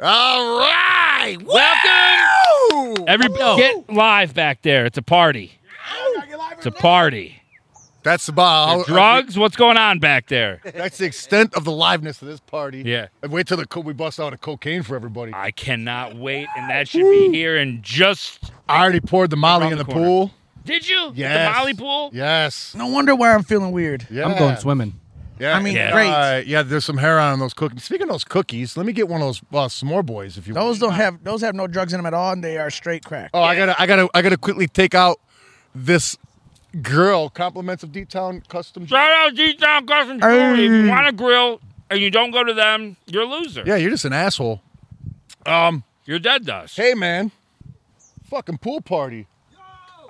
All right. Welcome. Woo! Every get live back there. It's a party. It's a party. That's the bar. Drugs. What's going on back there? That's the extent of the liveness of this party. Yeah. And wait till the co- we bust out a cocaine for everybody. I, I cannot wait, and that should be here in just. already poured the Molly Around in the the, corner. pool. Did you? Yes. The Molly pool. Yes. No wonder why I'm feeling weird. Yeah. I'm going swimming. Yeah. I mean, yeah. great. Uh, yeah. There's some hair on those cookies. Speaking of those cookies, let me get one of those uh, s'more boys if you want. Those don't have those have no drugs in them at all, and they are straight crack. Oh, I gotta, I gotta, I gotta quickly take out this girl. Compliments of D Town Custom. Shout out G Town Custom Jewelry. If you want to grill and you don't go to them, you're a loser. Yeah, you're just an asshole. Um, You're dead to us. hey man, fucking pool party.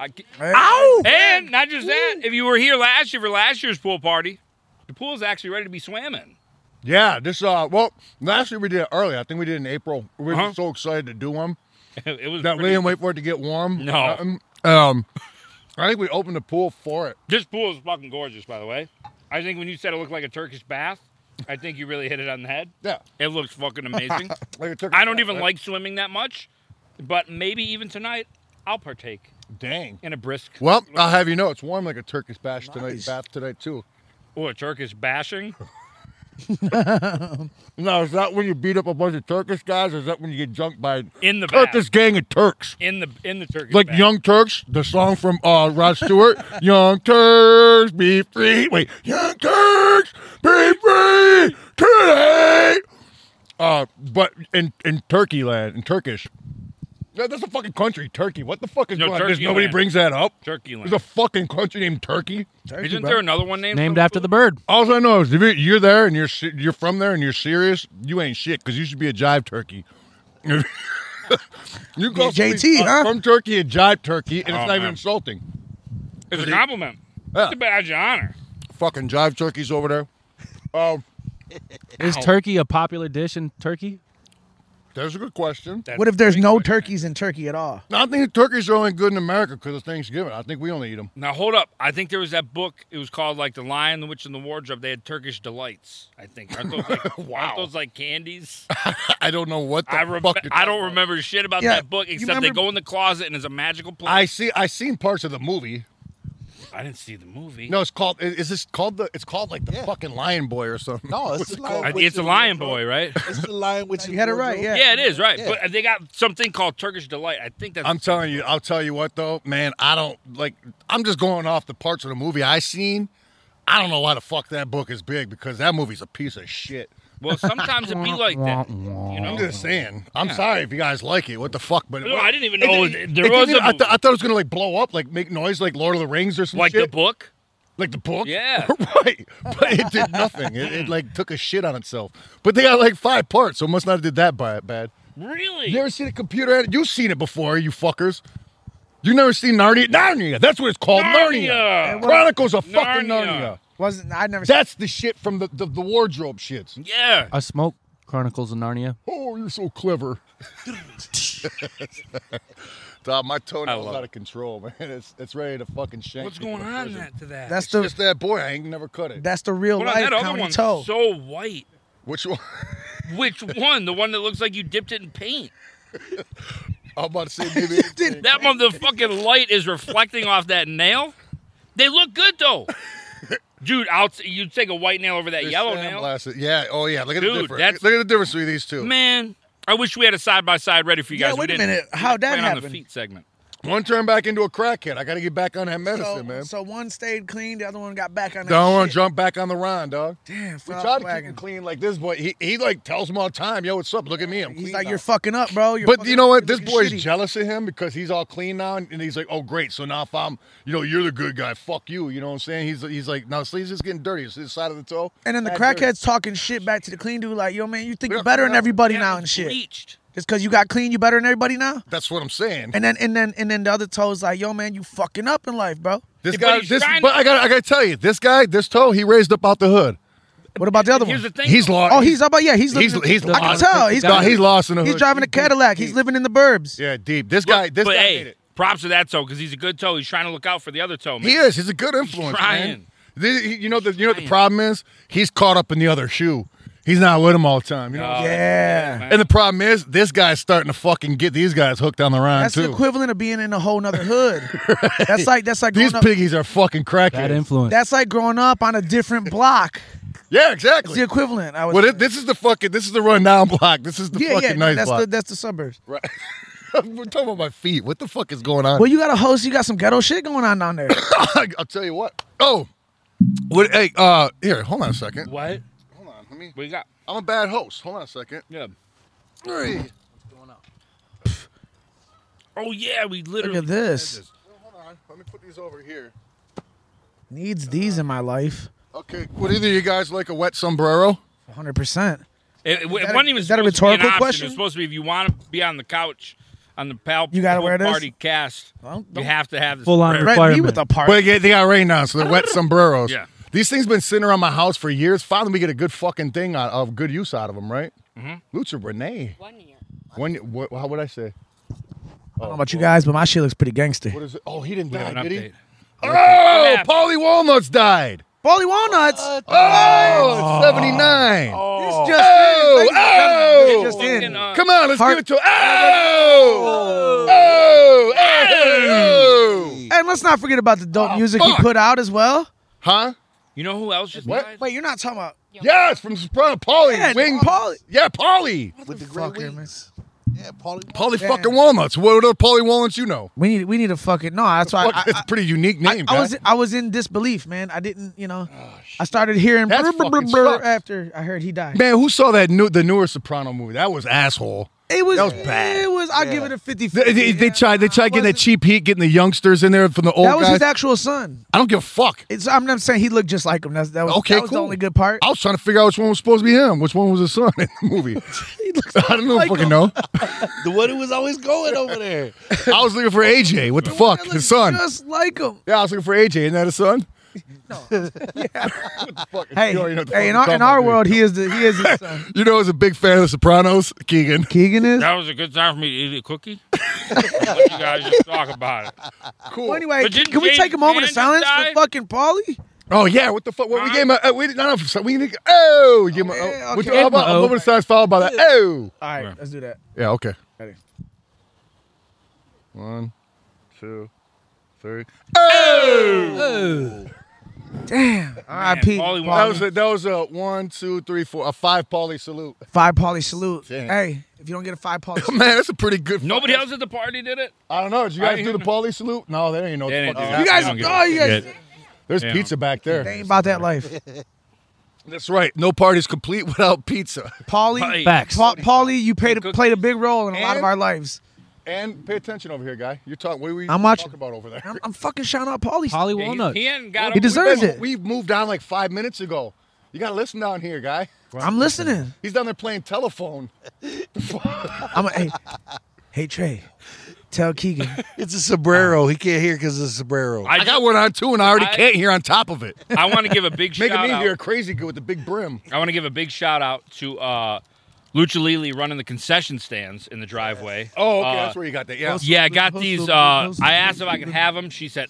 I ca- Ow! and not just that, if you were here last year for last year's pool party, the pool's actually ready to be swam in. Yeah, this uh, well, last year we did it early. I think we did it in April. We were Uh-huh. just so excited to do one It was that we pretty- didn't wait for it to get warm. No. Nothing. Um, I think we opened the pool for it. This pool is fucking gorgeous, by the way. I think when you said it looked like a Turkish bath, I think you really hit it on the head. Yeah. It looks fucking amazing. Like it took I don't even like swimming that much, but maybe even tonight I'll partake Dang. in a brisk Well, I'll have you know it's warm like a Turkish bash tonight. Nice. Bath tonight too. or a Turkish bashing. Now, is that when you beat up a bunch of Turkish guys, or is that when you get junked by In the Turkish gang of Turks? In the in the Turkish Like bath. Young Turks, the song from uh, Rod Stewart, Young Turks be free. Wait, Young Turks be free today. Uh, but in in Turkey land, in Turkish, Yeah, that's a fucking country, Turkey. What the fuck is No, going on? There's- Turkey Nobody land. brings that up. Turkey land. There's a fucking country named Turkey. Isn't there another one named Named after the bird. All I know is if you're- you're there and you're se- you're from there and you're serious, you ain't shit because you should be a jive turkey. you call Yeah, JT, somebody, uh, huh? From Turkey, a jive turkey, and it's Oh, not even man. insulting. It's a compliment. Yeah. It's a badge of honor. Fucking jive turkeys over there. Oh, Is turkey a popular dish in Turkey? that's a good question. That's What if there's no pretty good. turkeys in Turkey at all? I think turkeys are only good in America because of Thanksgiving. I think we only eat them. Now hold up. I think there was that book. It was called like The Lion, the Witch, and the Wardrobe. They had Turkish delights. I think. Aren't those like, Wow. aren't those like candies? I don't know what the I rem- fuck. you're I talking don't about. remember shit about Yeah, that book you except they remember- go in the closet and it's a magical place. I see. I seen parts of the movie. I, didn't see the movie. No, it's called. i- Is this called the? It's called like the fucking Lion Boy or something. No, it's the lion. I- with it's a you, lion bro. boy, right? It's the lion with You had it right, bro. yeah. yeah, it is right. Yeah. But they got something called Turkish delight. I think that's. I'm telling you, I'll tell you what though, man. I don't like. I'm just going off the parts of the movie I seen. I don't know why the fuck that book is big because that movie's a piece of shit. well, sometimes it be like that. You know. I'm just saying. I'm sorry if you guys like it. What the fuck? But No, I didn't even know didn't- there it didn't was a even- I, th- movie. I thought it was gonna like blow up, like make noise, like Lord of the Rings or some Like the shit. book. like the book. Yeah. right. But it did nothing. It, it like took a shit on itself. But they got like five parts, so it must not have did that bi- bad. Really? You ever seen a computer? Ad- You've seen it before, you fuckers. You never seen Narnia? Narnia. That's what it's called. Narnia. Narnia. Chronicles of fucking Narnia. Narnia. Wasn't I never? That's the shit from the, the, the wardrobe shits. yeah. I smoke Chronicles of Narnia. Oh, you're so clever. Dog, my toenail's love out it. of control, man. It's it's ready to fucking shank. What's me to going the on prison. that to that? that's the Just that boy. I ain't never cut it. that's the real Hold on, life that other county one's toe. so white. Which one? Which one? The one that looks like you dipped it in paint. I'm about to say maybe. Did- That motherfucking light is reflecting off that nail. They look good though. Dude, I'll t- you'd take a white nail over that They're yellow nail. sandblasted. Yeah. Oh yeah. Look at the Dude, difference. that's- Look at the difference between these two. Man, I wish we had a side by side ready for you Yeah, guys. We wait a didn't. minute. We How'd that ran On the happen? feet segment. One turned back into a crackhead. I got to get back on that medicine, so, man. so one stayed clean, the other one got back on that. Don't want shit. to jump back on the Rhine, dog. Damn, We fell off try the to keep wagon. it clean like this boy. He, he like tells him all the time, yo, what's up? Look at me. I'm He's clean like, now." you're fucking up, bro. You're But fucking you know up. what? You're This looking boy's shitty." jealous of him because he's all clean now, and and he's like, "Oh, great! So now if I'm, you know, you're the good guy. Fuck you. You know what I'm saying?" He's he's like, "Now, see, he's just getting dirty. It's this side of the toe." And then the Not dirty. crackhead's talking shit back to the clean dude, like, yo, man, you think Yeah, you're better than yeah. everybody That now was and shit. bleached. Just because you got clean, you better than everybody now. That's what I'm saying. And then and then and then the other toe's like, yo, man, you fucking up in life, bro. This But guy, he's this, trying- but I got I got to tell you, this guy, this toe, he raised up out the hood. What about the other Here's one? the thing. He's though. lost. Oh, he's up. Yeah, he's he's living. he's in, I can lost. tell. He's No, driving, he's lost in the hood. he's driving a Cadillac. He's living in the burbs. Yeah, deep. This guy, this but guy hey, made it. props to that toe because he's a good toe. He's trying to look out for the other toe. Man. He is. He's a good influence, trying. man. The- he- you know the you know what the problem is? He's caught up in the other shoe. He's not with him all the time. You know. No. yeah. And the problem is, this guy's starting to fucking get these guys hooked on the rhyme That's the too. equivalent of being in a whole nother hood. That's like that's like These growing up, piggies are fucking That cracking. influence. that's like growing up on a different block. Yeah, It's the exactly. equivalent. I would Well, say. thi- this is the fucking this is the rundown block. This is the yeah, fucking yeah. no, nice that's block. the that's the suburbs. Right. We're talking about my feet. What the fuck is going on? Well, you got a host. You got some ghetto shit going on down there. I'll tell you what. Oh, what? Hey, uh, here. Hold on a second. What? Hold on. Let me. We got. I'm a bad host. Hold on a second. Yeah. Hey. Oh yeah, we literally. Look at this. Hold on. Let me put these over here. Needs these in my life. Okay. Would either of you guys like a wet sombrero? 100. percent It, it, it that a- wasn't even is that a supposed to be an rhetorical option. question? It was supposed to be if you want to be on the couch on the pal You gotta wear this? party cast. Well, you don't- have to have this Full on spread. Right. Brett, me Fireman. with a part. But they got rain now, so they're wet sombreros. Yeah. These things been sitting around my house for years. Finally, we get a good fucking thing out of good use out of them, right? Mm-hmm. Lucha Renee. One year. When? What, how would I say? I don't know about you guys, but my shit looks pretty gangster. What is it? Oh, he didn't We have die, an did he? update. Oh, happened? Paulie Walnuts died. Bolly walnuts. Oh, 79. It's just Oh, in. oh. It's just in. Fucking, uh, Come on, let's Heart- give it to him. Oh! Oh! Oh! And let's not forget about the dope music he fuck. put out as well. Huh? You know who else just What? died? Wait, you're not talking about Yes, from Soprano. Paulie. Yeah, Wing. Paulie. Yeah, Paulie. with the great fucker, man. wings. Yeah, Paulie. Paulie Yeah. fucking Walnuts. What other Paulie Walnuts you know? We need we need a fucking no. That's why Fuck, I, that's a pretty unique I, name, I guy. was I was in disbelief, man. I didn't, you know, Ah, I started hearing That brr, brr, brr, fucking brr sucks. after I heard he died. Man, who saw that new the newer Soprano movie? That was asshole. it was, that was bad. It was. I will Yeah. give it a fifty. They, they, they yeah. tried they tried getting that Wasn't- cheap heat, getting the youngsters in there from the old That was guys. his actual son. I don't give a fuck. It's, I'm not saying he looked just like him. That's, that was, Okay, that was cool. the only good part. I was trying to figure out which one was supposed to be him, which one was his son in the movie. I don't know, fucking know. The one who was always going over there. I was looking for AJ. What the fuck, That his looks son? just like him. Yeah, I was looking for AJ. Isn't that his son? Hey, You already know what the fuck hey, in I'm our, in talking our about, world, he is the he is his son. You know, I was a big fan of The Sopranos. Keegan. Keegan is. That was a good time for me to eat a cookie. Let you guys just talk about it. Cool. Well, anyway, But can didn't we James take a moment of Caan just silence die? for fucking Paulie? Oh yeah, what the fuck? What we Huh? gave him? A, uh, we no, no, so we need. Oh, give him. A, Yeah, oh, okay. with the- how Give him about a a O. moment of silence followed by that? Oh. All right, Yeah. let's do that. Yeah. Okay. Ready. One, two, three. Oh! Damn. R.I.P. Paulie Oh! Walnuts. That Paulie. was a, that was a one, two, three, four, a five Paulie salute. Five Paulie salute. Damn. Hey, if you don't get a five Paulie salute. Man, that's a pretty good. Nobody else at the party did it. I don't know. Did you I guys do didn't- the Paulie salute? No, there ain't no. They didn't fucking do that. happening. You guys, I don't give a oh, you guys, shit. There's Yeah. pizza back they ain't there. about that life. That's right. No party's complete without pizza. Paulie, Hey, Facts. pa- Paulie, you played a, Cookies. played a big role in a lot of And- our lives. And pay attention over here, guy. You're talking. What are we I'm talking watching. about over there? I'm, I'm fucking shouting out Paulie. Polly he- Walnut. He hadn't got He him. We've deserves- been- it. We moved down like five minutes ago. You gotta listen down here, guy. I'm listening. He's down there playing telephone. I'm a, hey, hey Trey, tell Keegan. Uh, It's a sombrero. He can't hear because it's a sombrero. I, I, got one on two, and I already I- can't hear on top of it. I want to give a big Making shout me out. hear crazy good with the big brim. I want to give a big shout out to uh, Lucha Lili running the concession stands in the driveway. Oh, okay, Uh, that's where you got that. Yeah, yeah, I got these. Uh, I asked if I could have them. She said,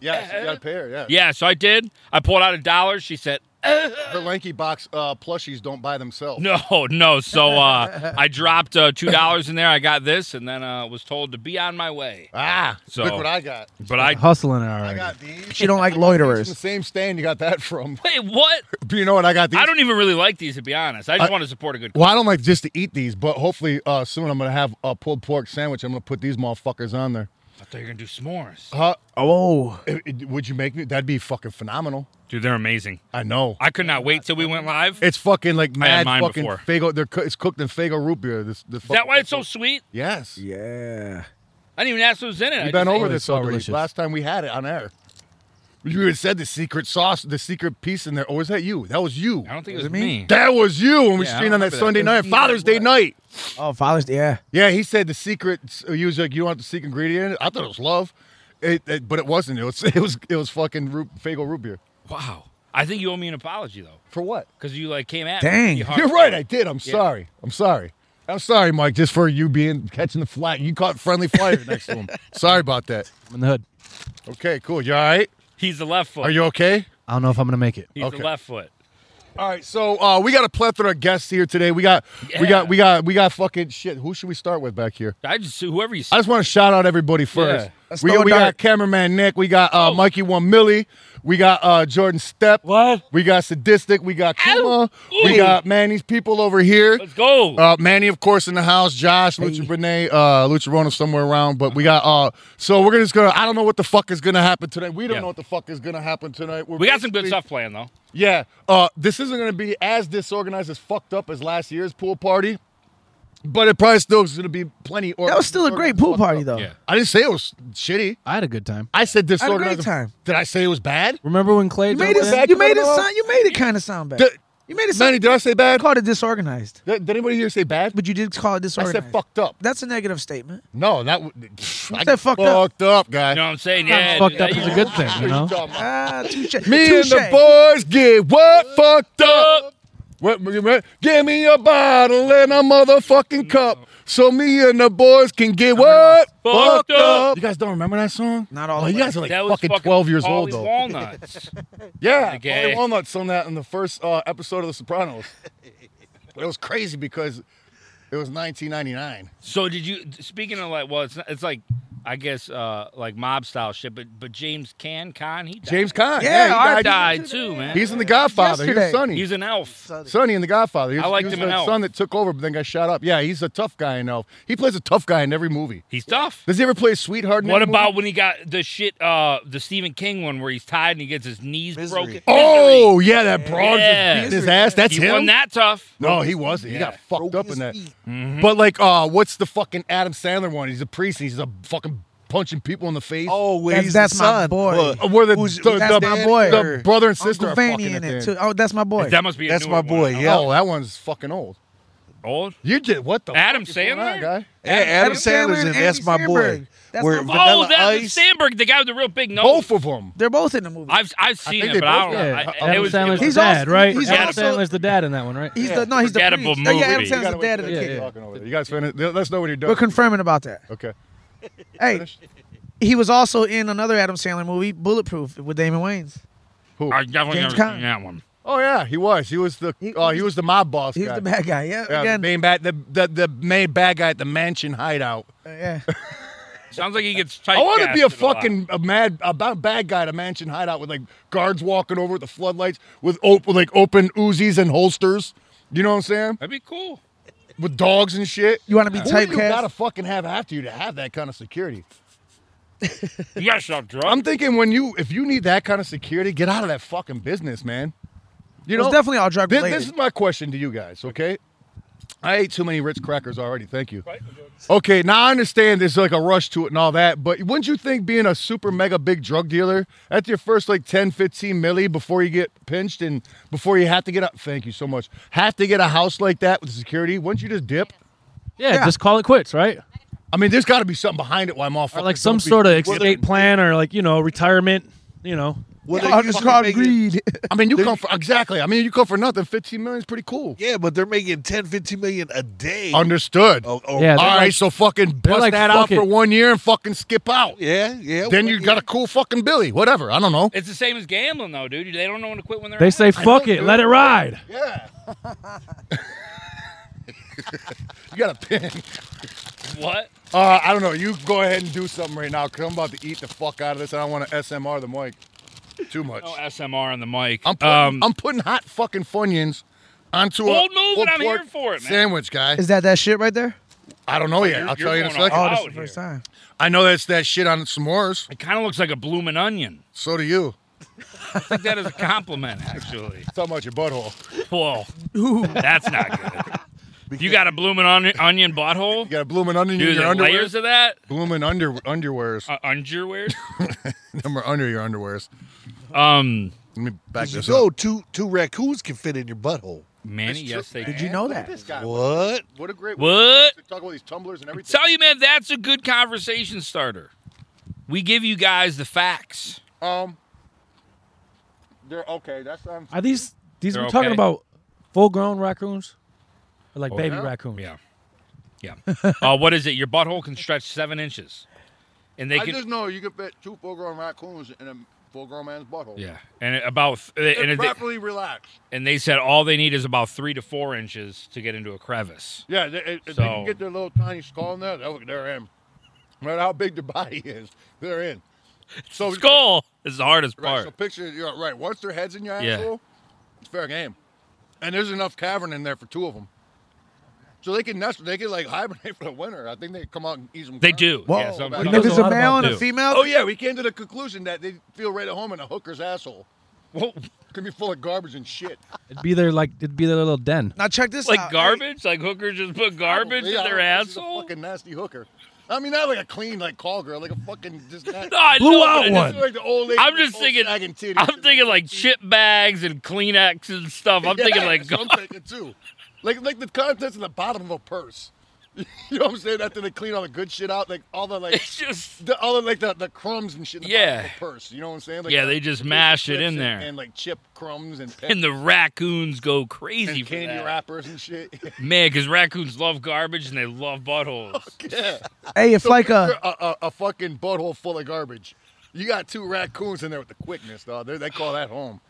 yeah, so you got a pair. Yeah. yeah, so I did. I pulled out a dollar. She said, Her lanky box uh, plushies don't buy themselves. no, no. So uh, I dropped uh, $2 in there. I got this and then uh, was told to be on my way. Ah, So- look what I got. But I. hustling it all I right. got these. Oh, She don't like It's the loiterers. same stand you got that from. Wait, what? You know what? I got these. I don't even really like these, to be honest. I just I- want to support a good Well, I don't like just to eat these, but hopefully uh, soon I'm gonna have a pulled pork sandwich. I'm gonna put these motherfuckers on there. I thought you were going to do s'mores. Huh? Oh, It- it- would you make me? That'd be fucking phenomenal. Dude, they're amazing. I know. I could not wait till we went live. Is It's fucking like I had mad mine fucking before. Fago. They're, coo- it's cooked in Fago root beer. This, this that why it's so sweet? Yes. yeah. I didn't even ask what was in it. I We've been just over ate it. this so already. delicious. Last time we had it on air. You had said the secret sauce, the secret piece in there. Or was that you? That was you. I don't think it Was was it me? me. That was you when we Yeah, I streamed on that remember that. Sunday night, It was Father's Day night. Oh, Father's Day. Yeah. Yeah, he said the secret. You was like, you want the secret ingredient? in it?" I thought it was love, it, it- but it wasn't. It was it was it was fucking root, Fago root beer. Wow. I think you owe me an apology, though. For what? Because you like came at Dang. me. pretty hard. You're right. I did. I'm Yeah. sorry. I'm sorry. I'm sorry, Mike. Just for you being catching the flag. You caught friendly fire next to him. Sorry about that. I'm in the hood. Okay, cool. You all right? He's the left foot. Are you okay? I don't know if I'm gonna make it. He's okay. the left foot. All right, so uh, we got a plethora of guests here today. We got, we Yeah. got, we got, we got fucking shit. Who should we start with back here? I just whoever you see. I just want to shout out everybody first. Yeah. Oh. Let's We, throw we got dirt. cameraman Nick. We got uh, Mikey One Millie. We got uh, Jordan Step. What? We got Sadistic. We got Kuma. Ow. We Ooh. got Manny's people over here. Let's go. Uh, Manny, of course, in the house. Josh, Lucha Brene, uh, Lucha Rona, somewhere around. But we got. uh So we're just gonna. I don't know what the fuck is gonna happen tonight. We don't Yeah. know what the fuck is gonna happen tonight. We're we got some good basically- stuff playing though. Yeah. Uh, this isn't gonna be as disorganized as fucked up as last year's pool party, but it probably still is gonna be plenty. Or- That was still a great pool party though. Yeah. I didn't say it was shitty. I had a good time. I said I had a disorganized. great time. Did I say it was bad? Remember when Clay You made jumped was it. back You made it tomorrow. sound. You made it kind of sound bad. Did, You made it sound. Manny, did I say I bad? called it disorganized, Did, did anybody here say bad? but you did call it I disorganized. said fucked up. That's a negative statement. No, that w- I said fucked up? Fucked up, guy. You know what I'm saying? in? Yeah. fucked yeah, up you- is a good thing, you know. Ah, touche. Me and touche. the boys get what fucked up. What- what- Give me a bottle and a motherfucking cup, so me and the boys can get what Fucked up. You guys don't remember that song? Not all Oh, the you way. guys are like That was fucking, twelve years Paulie old though. Walnuts. Yeah, Okay. Paulie Walnuts on that in the first uh, episode of The Sopranos. it was crazy because it was 1999. so did you? Speaking of like, well, it's not, it's like, I guess, uh, like mob style shit. But but James Can Con he died. James Caan. Yeah, he I died. died too, man. He's in The Godfather. He was Yesterday. Sonny. He's an elf. Sonny in The Godfather. He was, I liked he was him the in Elf. son that took over, but then got shot up. Yeah, he's a tough guy in Elf. He plays a tough guy in every movie. He's tough. Does he ever play a sweetheart? In What any movie? about when he got the shit, uh, the Stephen King one where he's tied and he gets his knees Misery. broken? Oh yeah, that broad Yeah. just beating his ass. That's He him. wasn't that tough. No, he wasn't. He got Yeah. fucked Broke up his in that. feet. But like, uh, what's the fucking Adam Sandler one? He's a priest. and He's a fucking punching people in the face. Oh, where That's- he's the that's my son. boy. Look, Uh, where the, who's- the, who's the- that's my boy. the brother and sister Uncle are fucking Fanny in at it the too. end. Oh, that's my boy. That must be. A That's newer my one. boy, How yeah. Oh, that one's fucking old. Old. You did what the Adam fuck is going on, Sandler? guy? yeah, Adam Adam Sandler Sandler's in and That's Andy My Boy. Samberg. That's where my boy. Oh, Vanilla that's Ice. Sandberg, the guy with the real big nose. Both of them. They're both in the movie. I've I've seen think it, they but I both- don't. Yeah, I, it Adam was, Sandler's it was, He's the dad, also- right? he's Adam also- Sandler's the dad in that one, right? he's yeah. the no, he's the Forgettable priest. Yeah, yeah, Adam movie. You Sandler's gotta the wait dad of till you the yeah, kid. guys yeah. talking over there. You guys finished? Let us know when you're done. We're confirming about that. okay. Hey, he was also in another Adam Sandler movie, Bulletproof, with Damon Wayans. Who? I definitely James never Caan. seen that one. Oh yeah, he was. He was the. He- uh, he was the mob boss. He was guy. the bad guy. Yeah, Yeah, the again. main bad. The, the the main bad guy at the mansion hideout. uh, yeah. Sounds like he gets. I want to be a typecasted lot. fucking a mad about bad guy at a mansion hideout with like guards walking over with the floodlights with op- with, like open Uzis and holsters. You know what I'm saying? That'd be cool. With dogs and shit. You want to be Who do you gotta typecast? fucking have after you to have that kind of security? You gotta stop drugs. I'm thinking when you if you need that kind of security, get out of that fucking business, man. You It was know, definitely all drug Thi- This, related. is my question to you guys, okay? I ate too many Ritz crackers already. Thank you. Okay, now I understand there's like a rush to it and all that, but wouldn't you think being a super mega big drug dealer at your first like 10, 15 milli before you get pinched and before you have to get up, thank you so much, have to get a house like that with security, wouldn't you just dip? Yeah, Yeah. just call it quits, right? I mean, there's got to be something behind it why motherfuckers Or like some don't be- sort of Well, escape plan or like, you know, retirement, you know. Well, they Oh, used it's to called make it- greed. I mean, you come for exactly. I mean, you come for nothing. 15 million is pretty cool. Yeah, but they're making 10, 15 million a day. Understood. Oh, oh, Yeah, All they're right, like- so fucking bust like, that out fuck it. for one year and fucking skip out. yeah, yeah. Then well, you yeah. got a cool fucking Billy, whatever. I don't know. It's the same as gambling, though, dude. They don't know when to quit when they're. They out. say fuck it, let it ride. Yeah. you got a pin. what? Uh, I don't know. You go ahead and do something right now because I'm about to eat the fuck out of this. and I don't want to SMR the mic too much. No SMR on the mic. I'm, putting, um, I'm putting hot fucking Funyuns onto a Bold move, pulled and I'm here pork for it, man. Sandwich, guy. Is that that shit right there? I don't know yet. You're- I'll you're tell you in a going all out second. Oh, this is the here. first time. I know that's that shit on s'mores. It kind of looks like a blooming onion. So do you. I think that is a compliment, actually. Talking about your butthole. Whoa, that's not good. you got a blooming onion, onion butthole? You got a blooming onion in Dude, your the underwear. layers of that Blooming under underwears. uh, underwear. Number under your underwears. Um, Let me back You this go, up. two two raccoons can fit in your butthole. Manny, That's yes, true. they Did you can. know Look at that? this guy. What? What a great What? They talk about these tumblers and everything. Tell you, man, that's a good conversation starter. We give you guys the facts. Um, they're okay. That's um, Are these these They're we're talking okay. about full grown raccoons? Or like Oh, baby yeah? raccoons. Yeah. Yeah. uh, what is it? Your butthole can stretch seven inches. And they I can. just know you can fit two full-grown raccoons in a full grown man's butthole. Yeah, and it- about th- and, And it- properly relaxed. and they said all they need is about three to four inches to get into a crevice. Yeah, they, if if they So- can get their little tiny skull in there, they'll- they're in. No matter how big the body is, they're in. So Skull is the hardest Right, so part. picture you're right. Once their head's in your Yeah. asshole, it's fair game. And there's enough cavern in there for two of them, so they can nest. They can like hibernate for the winter. I think they come out and eat some. They crack. do. Whoa. Yeah, some- We And knows if it's a a lot about male and a you. female, Oh yeah, we came to the conclusion that they feel right at home in a hooker's asshole. Well, Could be full of garbage and shit. It'd be their like it'd be their little den. now check this out. like Hey, garbage, like hookers just put garbage Probably. I in their don't know, she's A asshole. fucking nasty hooker. I mean, not like a clean like call girl, like a fucking just. Not, No, I Blew know, out but it one. Like the old lady I'm with just old thinking. sagging titties. I'm thinking like chip bags and Kleenex and stuff. I'm thinking Yeah, like that's what I'm thinking too. Like like the contents in the bottom of a purse. You know what I'm saying? After they clean all the good shit out, like all the like it's just the, all the like the, the crumbs and shit in the Yeah. bottom of a purse. You know what I'm saying? Like, Yeah, the- they just the mash it chips in and- there. And, like chip crumbs and pet and the raccoons go crazy and for candy that. wrappers and shit. Man, because raccoons love garbage and they love buttholes. yeah. Hey, if like a a, a a fucking butthole full of garbage. You got two raccoons in there with the quickness, dog. They they call that home.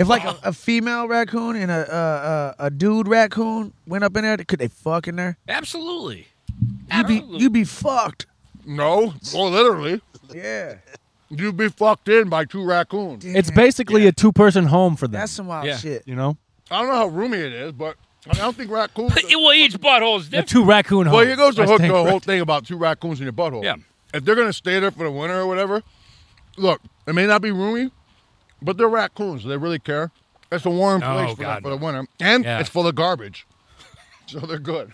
if like a, a female raccoon and a, a a a dude raccoon went up in there, could they fuck in there? Absolutely. You'd be Absolutely. you'd be fucked. No, well, literally, Yeah. you'd be fucked in by two raccoons. It's basically a two person home for them. That's some wild Yeah. shit. you know? I don't know how roomy it is, but I don't think raccoons. But it- well, each butthole is A different. two raccoon home. Well, here goes the, I hook, the think. whole thing about two raccoons in your butthole. Yeah. If they're gonna stay there for the winter or whatever, look, it may not be roomy, but they're raccoons. They really care. It's a warm Oh, place for, them God, for no. the winter, and Yeah. it's full of garbage, so they're good.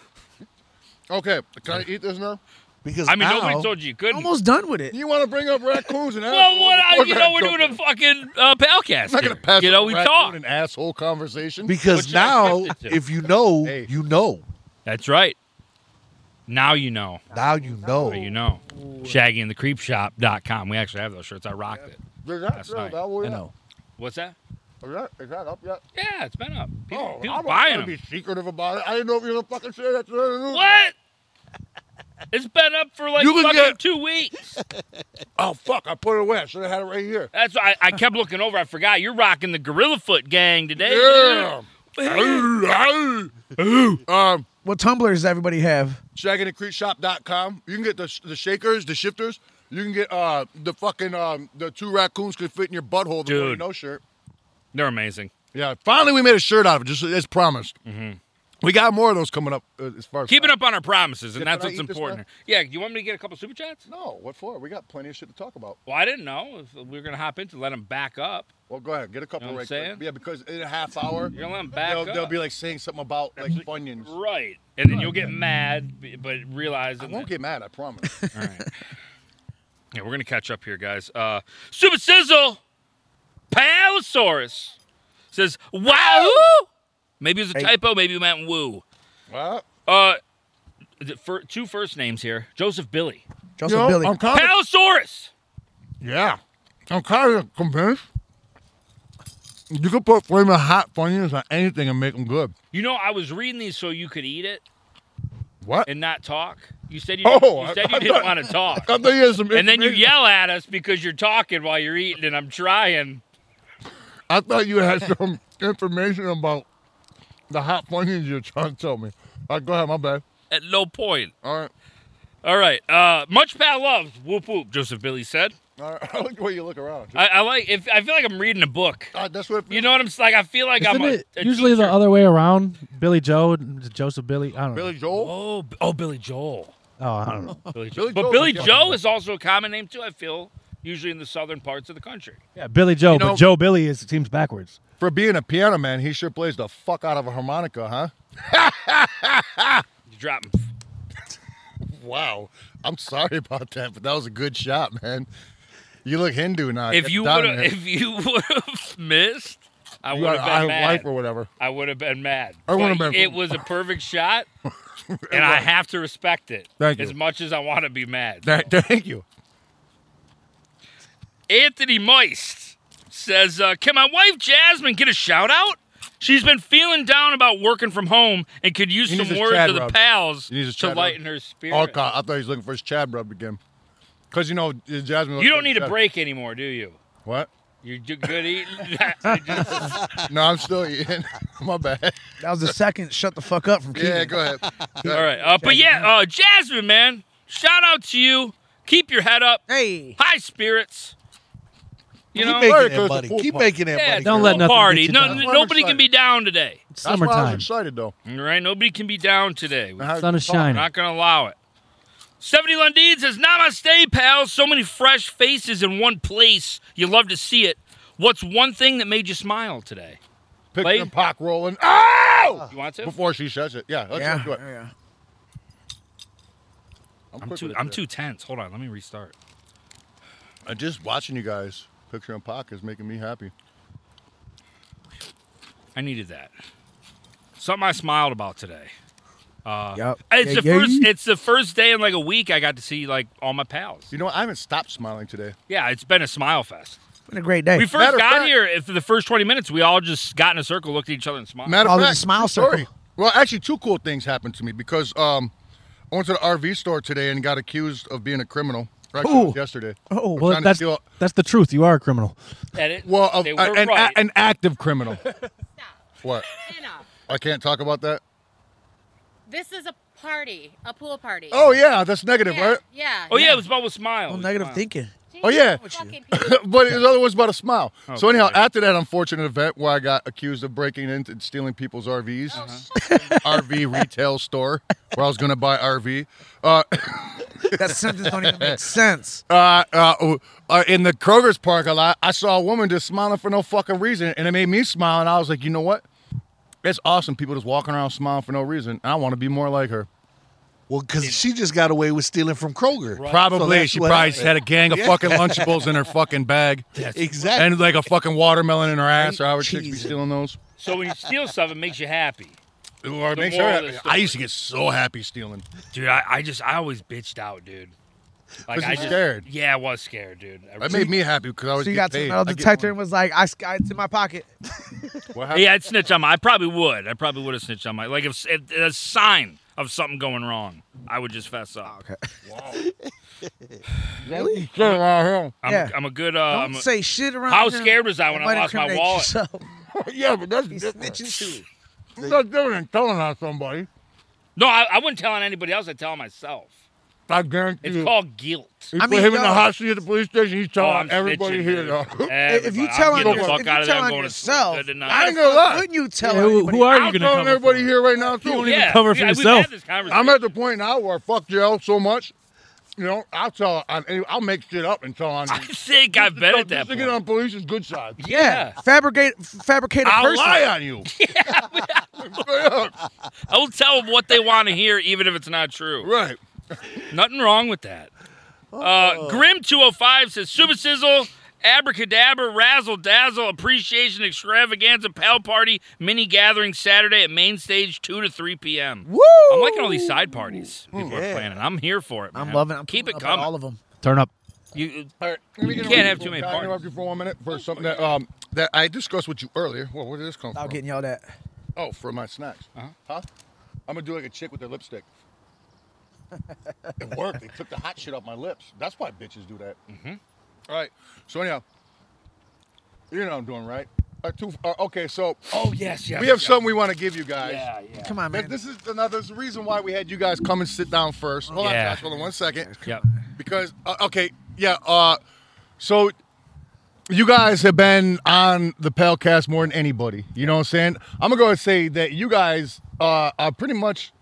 Okay, can I eat this now? Because I mean, now, nobody told you you couldn't. Almost done with it. You want to bring up raccoons and well, assholes? what? I, Of you course know, we're don't. doing a fucking uh, palcast. I'm not gonna here. pass. You up know, a we raccoon talk. an asshole conversation. What Because you expect now, it to. if you know, Hey. you know. That's right. Now you know. Now you know. Now you know. Shaggy and the Creep Shop.com. We actually have those shirts. I rocked it. Is that That's really nice. that way I up? know. What's that? Is that, is that up yet? Yeah, it's been up. People, Oh, people I'm not buying gonna them. Be secretive about it. I didn't know if you were gonna fucking say that. What? It's been up for like You can fucking get- two weeks. Oh fuck! I put it away. I should have had it right here. That's why I, I kept looking over. I forgot you're rocking the Gorilla Foot gang today. Yeah. dude. um, What tumblers does everybody have? shaggingandcreekshop.com. You can get the the shakers, the shifters. You can get uh the fucking um the two raccoons could fit in your butthole. The Dude. Dude, no shirt. They're amazing. Yeah. Finally, we made a shirt out of it. Just as promised. Mm-hmm. We got more of those coming up. Uh, as far as Keeping up on our promises, and Yeah, that's can I what's eat this important. Yeah, you want me to get a couple super chats? No, Oh, what for? We got plenty of shit to talk about. Well, I didn't know if we were gonna hop into let them back up. Well, go ahead, get a couple Know what I'm right saying? quick. Yeah, because in a half hour, You're gonna let them back they'll, up. they'll be like saying something about like bunions. right, and then you'll get mad, b- but realize I won't get mad. I promise. All right. yeah, we're gonna catch up here, guys. Uh, super sizzle, Palosaurus says wow. Maybe it was a Hey. typo. Maybe it meant woo. What? Uh, the fir- two first names here: Joseph Billy, Joseph You know, Billy. I'm kind of Palosaurus. Yeah. I'm kind of convinced. You could put flaming hot funyuns on anything and make them good. You know, I was reading these so you could eat it. What? and not talk? You said you, Oh, didn't- you, I- said you I didn't thought- want to talk. I thought you had some And then you information. yell at us because you're talking while you're eating, and I'm trying. I thought you had some information about the hot funyuns you're trying to tell me. All right, go ahead, my bad. At no point. All right. All right. Uh, much pat love. Whoop whoop. Joseph Billy said. All right. I like the way you look around. I, I like. If I feel like I'm reading a book. God, that's what it You know what I'm s- like. I feel like Isn't I'm a, it a usually the teacher. other way around? Billy Joe, and Joseph Billy. I don't know. Billy Joel? Oh, B- oh, Billy Joel. Oh, I don't know. Billy Joel. Billy but Joel Billy was- Joe is also a common name too. I feel usually in the southern parts of the country. Yeah, Uh, Billy Joe, You know- but Joe Billy is seems backwards. For being a piano man, he sure plays the fuck out of a harmonica, huh? You drop him. Wow. I'm sorry about that, but that was a good shot, man. You look Hindu now. If Get you down would have, here. if you would have missed, I You would have got a been eye of mad. life or whatever. I would have been mad. I would've But been- It was a perfect shot, and I have to respect it. Thank As you. much as I want to be mad. Th- thank you. Anthony Meist says, uh, "Can my wife Jasmine get a shout out? She's been feeling down about working from home and could use He needs some his words Chad to the rub. pals He needs his to Chad lighten rub. her spirit. Oh God, I thought he was looking for his Chad rub again. Cause you know uh, Jasmine. You don't need a break anymore, do you? What? You do good eating. No, I'm still eating. My bad. That was the second shut the fuck up from Keegan. Yeah, go ahead. All right. Uh, but yeah, uh, Jasmine, man, shout out to you. Keep your head up. Hey. High spirits. You Keep know, Larry making that Kurt's a money. pool Keep party. making that yeah, money. don't girl. let a nothing party. get you No, down. n- nobody can be down today. It's That's why I was summertime. excited though. All right, nobody can be down today. We're How- Sun is shining. not gonna allow it. Seventy Lundeen says, "Namaste, pals. So many fresh faces in one place. You love to see it. What's one thing that made you smile today? Picture Play. and Pac rolling. Oh! You want to? Before she says it. Yeah, let's Yeah. do it. yeah. I'm quick too. with I'm it. too tense. Hold on. Let me restart. Uh, just watching you guys, Picture and Pac is making me happy. I needed that. Something I smiled about today. Uh, Yup. It's Yeah, the yeah, first. yeah. It's the first day in like a week. I got to see like all my pals. You know what? I haven't stopped smiling today. Yeah, it's been a smile fest. It's been a great day. We Matter first of got fact- here. and For the first twenty minutes, we all just got in a circle, looked at each other, and smiled. Matter Oh, of the fact, smile true circle. story. Well, actually, two cool things happened to me because um, I went to the RV store today and got accused of being a criminal. Right Ooh. yesterday. Oh. I'm Well, trying to that's steal- that's the truth. You are a criminal. At it. well, of- they were uh, an, right. a- an active criminal. Stop. what? Enough. I can't talk about that. This is a party, a pool party. Oh yeah, that's negative, yeah. right? Yeah. oh yeah, it was about with smile. I'm It was negative smile. thinking. Oh, yeah. Fucking but his other was about a smile. so anyhow, Okay. after that unfortunate event where I got accused of breaking in and stealing people's RVs, Oh, Uh-huh. RV retail store where I was going to buy RV, uh, That sentence don't even make sense. uh, uh, uh, in the Kroger's parking lot, I saw a woman just smiling for no fucking reason, and it made me smile. And I was like, you know what? It's awesome. People just walking around smiling for no reason. I want to be more like her. Well, because she just got away with stealing from Kroger. So Probably that's she what probably happened. had a gang of Yeah. fucking Lunchables in her fucking bag, Exactly. and like a fucking watermelon in her ass. Or I would be Cheese. stealing those. So when you steal stuff, it makes you happy. Or The make moral sure of the I used to get so happy stealing. Dude, I, I just I always bitched out, dude. Like Was I you just, scared? Yeah, I was scared, dude. I That really- made me happy because I always So you get got to the paid. metal I get detector and money. was like, I, I it's in my pocket. What happened? yeah, I'd snitch on my. I probably would. I probably would have snitched on my. Like if, if a sign of something going wrong, I would just fess up. Okay. You sit around I'm, Yeah. a, I'm a good. Uh, Don't I'm a- say shit around. How him. scared was I when It I might lost my incriminate wallet? yourself. here. yeah, but that's He's different. snitching too. That's different than telling on somebody. no, I, I wouldn't tell on anybody else. I would tell on myself. I guarantee It's you. called guilt. You I put mean, him in the no. hot seat at the police station. He's Oh, telling I'm everybody snitching, here. dude. though. Everybody. If you I'm tell on getting the your- fuck if out you of there, tell I'm on going to yourself, sleep. Good night. I ain't gonna Why lie. Wouldn't you tell Yeah, who, anybody? who are I'll you gonna telling cover everybody for? here right now too. even cover for yeah, We've yourself. had this conversation. I'm at the point now where I fuck jail so much. You know, I'll tell. I, I'll make shit up and tell on. I think I've been So at that just to point. get on police's good side. Yeah. Fabricate, fabricate a I'll person. lie on you. Straight up. I will tell them what they want to hear, even if it's not true. right. Oh. Nothing wrong with that. Uh, Grim205 says, Super Sizzle, Abracadabra, Razzle Dazzle, Appreciation Extravaganza, Pal Party, Mini Gathering Saturday at Main Stage, 2 to 3 p.m. Woo! I'm liking all these side parties Hmm, people are planning. I'm here for it, man. I'm loving. it. I'm Keep pulling it up on coming. All of them. Turn up. you, uh, All right, You can't have too many Can I partners. interrupt you for one minute for something that um that I discussed with you earlier. Well, where did this come I'll from? get y'all that. Oh, for my snacks. Uh-huh. Huh? I'm gonna do like a chick with their lipstick. it worked. They took the hot shit off my lips. That's why bitches do that. Mm-hmm. right. So anyhow, you know what I'm doing, right? Uh, two, uh, okay, so oh, yes, yes. we have yes. something we want to give you guys. Yeah, yeah. Come on, Th- man. This is another this is the reason why we had you guys come and sit down first. Hold Yeah. on, Josh. Hold on one second. Yep. Because uh, okay, yeah. Uh, so you guys have been on the Pelcast more than anybody. You know what I'm saying? I'm gonna go and say that you guys uh, are pretty much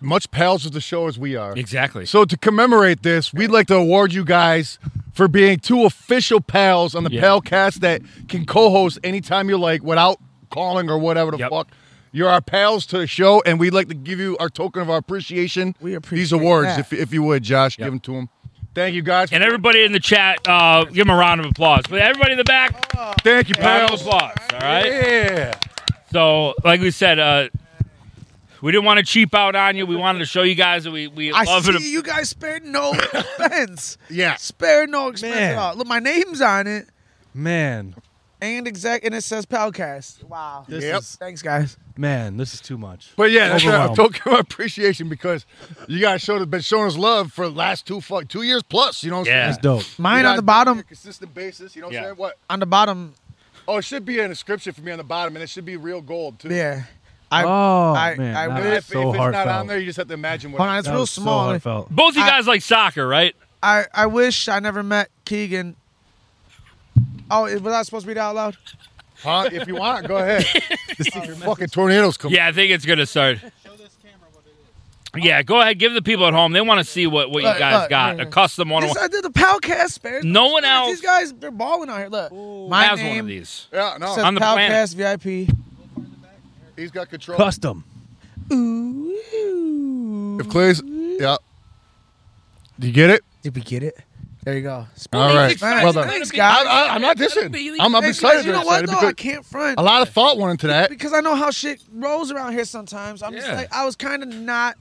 much pals with the show as we are. Exactly. So to commemorate this, we'd like to award you guys for being two official pals on the Yeah. Palcast that can co-host anytime you like without calling or whatever the Yep. fuck. You're our pals to the show, and we'd like to give you our token of our appreciation. We these appreciate awards, that. if, if you would, Josh, Yep. give them to him. Thank you guys, and everybody in the chat, uh, give them a round of applause. But everybody in the back, thank you, round of pals. applause. All right. Yeah, So, like we said, uh, we didn't want to cheap out on you. We wanted to show you guys that we, we I love see it. you guys spared no expense. yeah. Spared no expense Man. at all. Look, my name's on it. Man, and exact, and it says Palcast. Wow. This Yep. is Thanks, guys. man, this is too much. But yeah, that's a Overwhelmed. token of appreciation because you guys showed been showing us love for the last two fuck two years plus. You know, what I'm Yeah. saying? That's dope. Mine You on the guys- bottom. consistent basis. You know what Yeah. I'm saying? What? On the bottom. Oh, it should be an inscription for me on the bottom, and it should be real gold too. Yeah. I, oh I- man, I that If, wish- was if so it's heartfelt. not on there, you just have to imagine hold on, what. it's That real was so small. heartfelt. Both you I- guys like soccer, right? I, I wish I never met Keegan. Oh, was I supposed to read it out loud? Huh? If you want, go ahead. fucking tornadoes come. Yeah, I think it's gonna start. Yeah, go ahead. Give the people at home. They want to see what, what you Look, guys look, got. here, A here. custom one. This, I did the Palcast spares. No one else- These guys, they're balling out here. Look, my Has name one of these. Yeah, no, says On the planet. Palcast VIP. he's got control. Custom. Ooh. If Clay's, Mm-hmm. yeah. Do you get it? Did we get it? There you go. All right, excited. well done. Thanks, I, guys. I, I'm not dissing. I'm, I'm Hey, excited. guys, You know I'm what? excited Though? I because can't front a lot of thought went into that. because I know how shit rolls around here sometimes. I'm just Yeah. like I was kind of not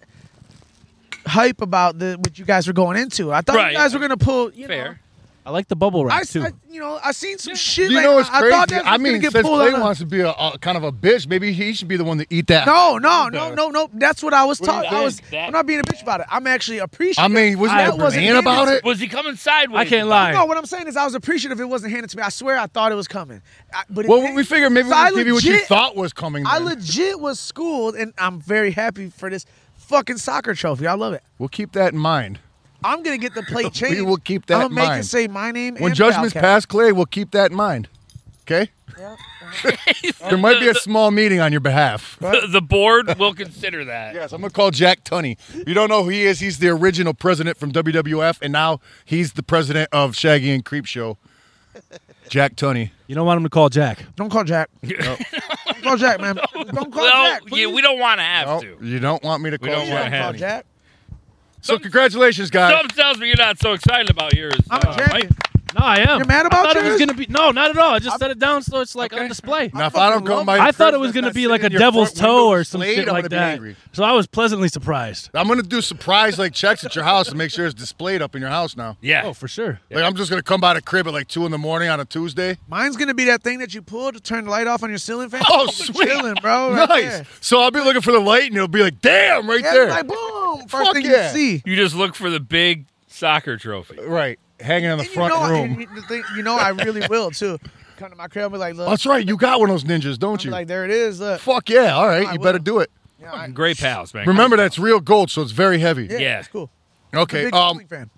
hype about the what you guys were going into. I thought Right. you guys were gonna pull. You Know, Fair. I like the bubble I, wrap s- too. I- you know, I seen some shit. You like, know it's I crazy. thought that was I gonna mean, get since pulled Clay on a- wants to be a, a kind of a bitch, maybe he should be the one to eat that. No, no, no, Better. no, no. That's what I was What do you talking. I think? was. That- I'm not being a bitch about it. I'm actually appreciative. I mean, was That that wasn't man about handed it? Was he coming sideways? I can't lie. No, what I'm saying is I was appreciative it wasn't handed to me. I swear I thought it was coming. I, but it Well, didn't. we figured maybe So I we'd give you what you legit- thought was coming. I then. legit was schooled, and I'm very happy for this fucking soccer trophy. I love it. We'll keep that in mind. I'm gonna get the plate changed. will keep that I'm in gonna make mind. it say my name. When and judgment's Wildcat. passed, Clay, we'll keep that in mind. Okay? there might be a small meeting on your behalf. The, the board will consider that. Yes, I'm gonna call Jack Tunney. You don't know who he is. He's the original president from WWF, and now he's the president of Shaggy and Creep Show. Jack Tunney. You don't want him to call Jack. Don't call Jack. don't call Jack, man. Don't call Well, Jack. yeah, please. we don't want to have No, to. you don't want me to We call don't Jack. wanna Don't call Jack. Jack. So congratulations, guys. Something tells me you're not so excited about yours. I'm uh, a Mike. champion. No, I am. You're mad I about thought it was yours? gonna be no, not at all. I just set it down so it's like on display. Now, if I don't fucking go, love- my I thought it first was gonna that's be sitting like in a your devil's front window toe or some displayed, shit I'm like gonna be that. angry. So I was pleasantly surprised. I'm gonna do surprise like checks at your house and make sure it's displayed up in your house now. Yeah. Oh, for sure. Like I'm just gonna come by the crib at like two in the morning on a Tuesday. Mine's gonna be that thing that you pull to turn the light off on your ceiling fan. Oh, sweet. chilling, bro. Right nice. there. So I'll be looking for the light, and it'll be like, damn, right Yeah, there. like boom. First Fuck thing yeah. you see. You just look for the big soccer trophy. right, hanging in the And you front know, I- room. and you- the thing- you know, I really will too. Come to my crib, and be like, look, That's right. You got one of those ninjas, don't I'm you? like there it is. Look, Fuck yeah! All right, I you better will. do it. You know, I- Great pals, man. Remember, Great that's real gold, so it's very heavy. yeah, yeah. it's cool. Okay. Big Um. Sling fan.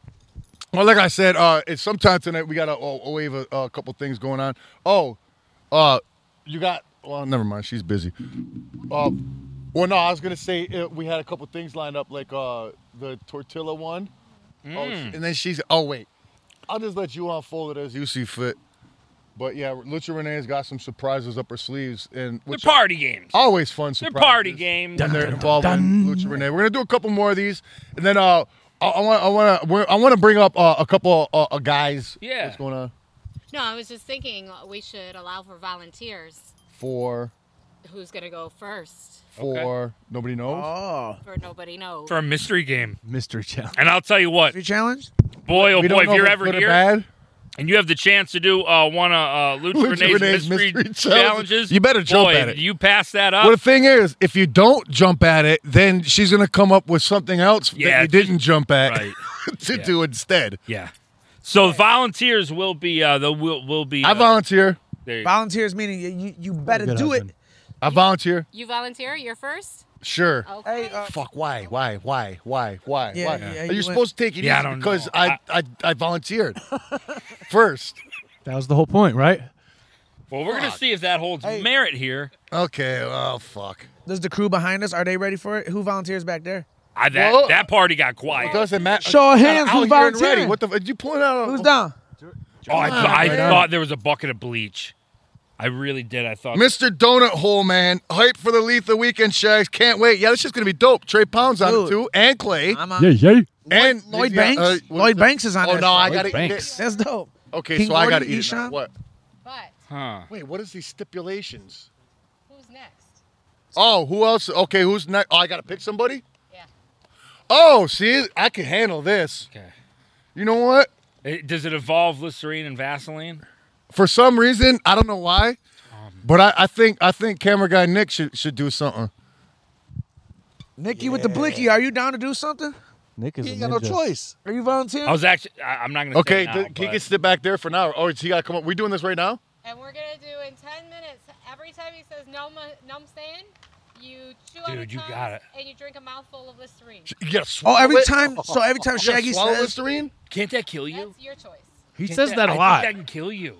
Well, like I said, uh, it's sometime tonight. We got a, a wave of uh, a couple things going on. Oh, uh, you got. Well, never mind. She's busy. Uh, well, no, I was gonna say uh we had a couple things lined up, like uh, the tortilla one. Mm. Oh, and then she's. Oh wait, I'll just let you unfold it as you see fit. But yeah, Lucha Renee's got some surprises up her sleeves, and They're which are party games. always fun They're surprises. party games. when they're involved in Lucha Renee. We're gonna do a couple more of these, and then uh, I- I want I want to I want to bring up uh, a couple uh, uh, guys. Yeah. what's going on No, I was just thinking we should allow for volunteers. for Who's gonna go first? for nobody knows. Oh, For nobody knows. For a mystery game. Mystery challenge. And I'll tell you what, free challenge. boy, oh We boy, don't if know you're it's ever good or here bad. and you have the chance to do uh, one of uh, Lucha, Lucha Renee's, Renee's mystery, mystery challenges, challenges. You better jump boy, at it. if You pass that up. Well, the thing is, if you don't jump at it, then she's gonna come up with something else Yeah, that you didn't jump at right. to Yeah. do instead. yeah. So volunteers will be. Uh, the will will be. I Uh, volunteer. there you go. Volunteers meaning you you, you better Good do husband. it. I volunteer. You volunteer? You're first? Sure. Okay. Hey, uh, Fuck! Why? Why? Why? Why? Why? Yeah, why? yeah, Are you you went- supposed to take it Yeah, I easy don't because know. I, I I volunteered first. That was the whole point, right? well, we're gonna see if that holds Hey. merit here. Okay. Oh fuck. Does the crew behind us are they ready for it? Who volunteers back there? I, that Well- that party got quiet. It doesn't matter. Show I'm of hands, out who's here and volunteering? ready. What the? Did you pull it out? Who's down? oh, I, thought I Right on. thought there was a bucket of bleach. I really did. I thought. Mr. Donut Hole, man. Hype for the Lethal Weekend Shags. Can't wait. Yeah, this shit's gonna be dope. Trey Pound's on it Dude. too, and Clay, I'm on. yeah. and Lloyd- Lloyd yeah, Banks? uh, what's Lloyd the- Banks is on Oh it. no, I Lloyd gotta Banks. eat it. That's dope. Okay, King so I gotta Gordon, eat it. now. Eshan? What? But huh. Wait, what is these stipulations? who's next? Oh, who else? Okay, who's next? Oh, I gotta pick somebody. Yeah. Oh, see, I can handle this. Okay. You know what? It- does it involve Listerine and Vaseline? for some reason, I don't know why, Um, but I, I think I think camera guy Nick should should do something. Nikki with the blicky, are you down to do something? Nick is He ain't a got no ninja. choice. Are you volunteering? I was actually. I, am not gonna. say Okay, it th- now, he but- can sit back there for now. Oh, he got to come up. We doing this right now? And we're gonna do in ten minutes. Every time he says "no, mu- no, I'm saying," you chew on your Dude, you tongue got it. and you drink a mouthful of Listerine. You gotta swallow oh, every it? time. So every time You gotta Shaggy swallow says, Listerine? Can't that kill you? That's your choice. He Can't says that a lot. I think that can kill you.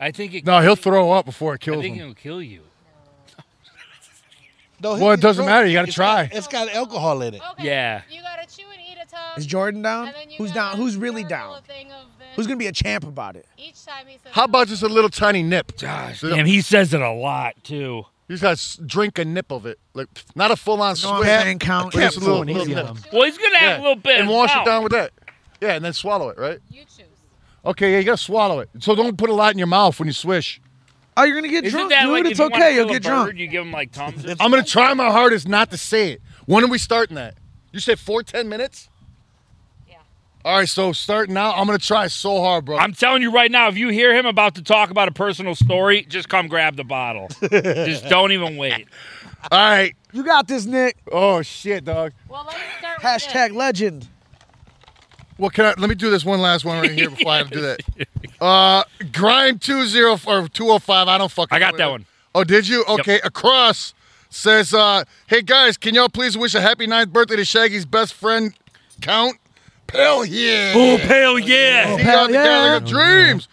I think it. No, he'll throw up before it I kills think him. it'll kill you. No, he Well, it can doesn't throw- matter. You gotta it's try. got- it's got alcohol in it. Okay. Yeah. You gotta chew and eat a tub. "Is Jordan down? And then you Who's gotta down? Who's really gurgle down? a thing of this Who's gonna be a champ about it?" each time he says. How about just a little tiny nip? Gosh, So- damn, he says it a lot too. You just gotta s- drink a nip of it, like pff, not a full on You know what I'm swig. saying? Count. But it's a Capsule little, and little easy nip. on him. Well, he's gonna have Yeah. a little bit and of wash mouth. it down with that. Yeah, and then swallow it, right? You choose. Okay, yeah, you gotta swallow it. So don't put a lot in your mouth when you swish. Oh, you're gonna get Isn't drunk, that dude. like if it's you wanna okay. You'll kill a get bird, drunk. You give him like thumbs. up? I'm gonna try my hardest not to say it. When are we starting that? You said four, ten minutes? Yeah. All right, so starting now, I'm gonna try so hard, bro. I'm telling you right now, if you hear him about to talk about a personal story, just come grab the bottle. just don't even wait. All right. You got this, Nick. Oh shit, dog. Well, let's start. Hashtag With legend. Well, can I let me do this one last one right here before I have to do that? Uh grind two zero or two oh five. I don't fucking I got know that either. one. Oh, did you? Okay, across says uh hey guys, can y'all please wish a happy ninth birthday to Shaggy's best friend Count? Pell yeah. Oh, hell yeah! See you on the Hell yeah. Gallagher dreams.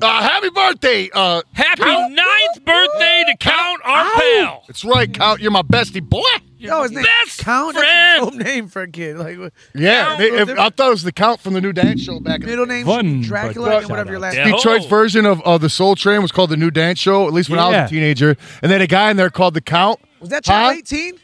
Uh, happy birthday, uh, Happy Count. ninth birthday to Count our pal. It's right, Count. You're my bestie, boy. Yo, his name best Count. That's a friend. dope name for a kid. Like what- Yeah, Count. they- if- I thought it was the Count from the New Dance Show back in middle name Fun, should be but Dracula and shout whatever your out. last Yeah. name. Detroit's Oh. version of, of the Soul Train was called the New Dance Show, at least when I Yeah. was a teenager. And then a guy in there called the Count. Was that channel Huh? 18?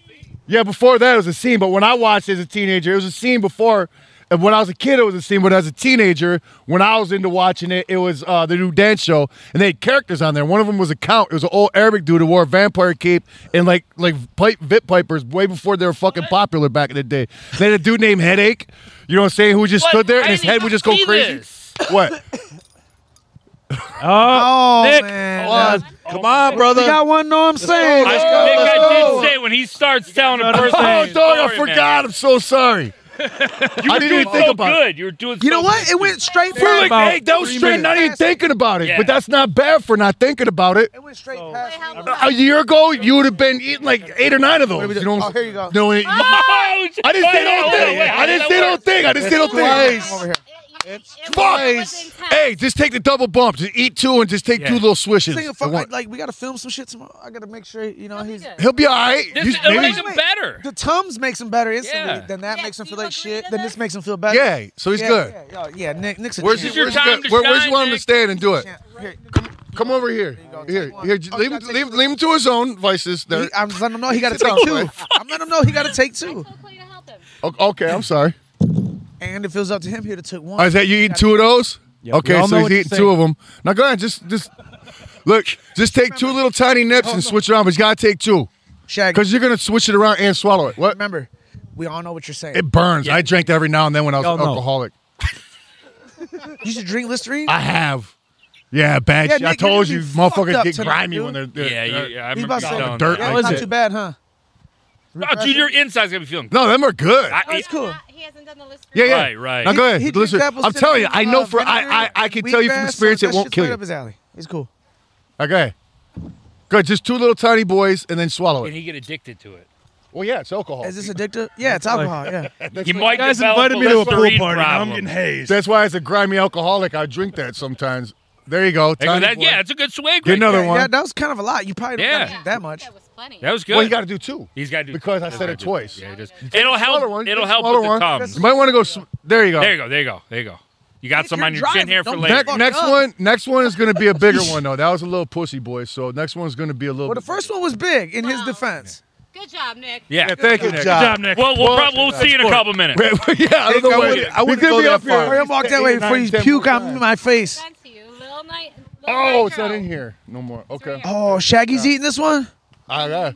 Yeah, before that it was a scene, but when I watched it as a teenager, it was a scene before. And when I was a kid, it was a scene, but as a teenager, when I was into watching it, it was uh, the new dance show, and they had characters on there. One of them was a count. It was an old Arabic dude who wore a vampire cape and like like pipe, vit pipers way before they were fucking popular back in the day. They had a dude named Headache, you know what I'm saying, who just What? stood there and I his didn't head would even just go see crazy. this. What? Oh, Oh Nick. man, Uh, that's- Come on, brother. you got one. No, I'm saying. I Let's think go, let's I go. did say when he starts telling a personal oh, story, dog, I man. forgot. I'm so sorry. I didn't You even were think so about it. good. You were doing. You so know what? good. It went straight You're past. like, About hey, that was three straight, minutes. not even thinking about it. Yeah. But that's not bad for not thinking about it. It went straight it. past. Wait, how long? A year ago, you would have been eating like eight or nine of those. You know what Oh, I'm here you go. No, wait, you- Oh, I didn't say no wait, wait, thing. wait, I didn't how say does no that thing. I didn't say no thing. Come over It, here. it, it Twice. Was Hey, intense. just take the double bump. Just eat two and just take Yeah. two little swishes. Think of for fuck, one. like, like we gotta film some shit tomorrow. I gotta make sure you know It'll be he's. good. He'll be all right. This You- is- maybe- makes him better. The tums makes him better instantly. Yeah. Then that Yeah, makes him do feel you like agree shit. to Then that? this makes him feel better. yeah, so he's yeah, good. Yeah, yeah, yeah, Nick. Nick's a Where's, champ. This is your where's, time good? to Where, where's shine, you want him to Nick. stand and do it? Here, Come over here. go. Here, Take one. here. Oh, j- you Leave, him- gotta take leave, two. leave him to his own vices. There. he, I'm just letting him know he gotta take It's two. all right. I'm letting him know he gotta take two. I told Clay to help him. O- Okay, I'm sorry. And it feels up to him here to take one. Oh, is that you eating two of those? Yep. We Okay, all so know he's what you're eating two of them. Now go ahead, just just look, just take two little tiny nips and switch it around, but you gotta take two. Shag. Cause you're gonna switch it around and swallow it. What? Remember, we all know what you're saying. It burns. I drank that every now and then when I was Y'all an know. alcoholic. you should drink Listerine. I have. Yeah, bad Yeah, shit. I Nick, told you, you're gonna be fucked motherfuckers up get tonight, grimy dude. when they're, Yeah, they're yeah, they're- yeah. I He's remember about you to say, telling dirt that. yeah, like it's not that. too bad, huh? No, dude, your inside's gonna be feeling. No, them are good. I- Oh, It's cool. Not, he hasn't done the list. yeah, yeah. Right, right. Now go He- ahead. he drinks Listen, apple I'm telling you, I cinnamon, know uh, for vinegar, I, I I can tell you from wheatgrass, experience so it that won't shit's kill right you. Up his alley. It's cool. Okay. Good, just two little tiny boys and then swallow and it. he get addicted to it. Well, yeah, it's alcohol. Is this addictive? Yeah, it's alcohol. Yeah. You might guys develop invited me to a pool Listerine party. Now I'm problem. getting hazed. That's why as a grimy alcoholic, I drink that sometimes. There you go. Hey, well, Tiny that- boy. yeah, it's a good swig. Get right another there. one. Yeah, that was kind of a lot. You probably don't Yeah. gotta drink that much. That was plenty. That was good. Well, you got to do two. He's got to do because I he's said gotta it do twice. Yeah, he does. It'll help. Smaller one. It'll get help smaller with the one. tums. You might want to go. Sm- there you go. There you go. There you go. There you go. You got If some you're on your chin driving, here for don't later. Ne- Fuck next up. one. Next one is going to be a bigger one though. That was a little pussy boy. So next one's going to be a little. Well, the first one was big in his Wow. defense. Good job, Nick. yeah. Yeah, thank you. Nick. Good job, Nick. Well, we'll, Well, prob- uh, we'll see you in a couple minutes. yeah, I don't Nick, know I what- wouldn't- I He's wouldn't gonna go be that up here. far. Hurry up, walk that way before you puke out in my face. Sent to you, little night. Little Oh, it's nitro. not in here no more. Okay. right here. Oh, Shaggy's eating this one. I got.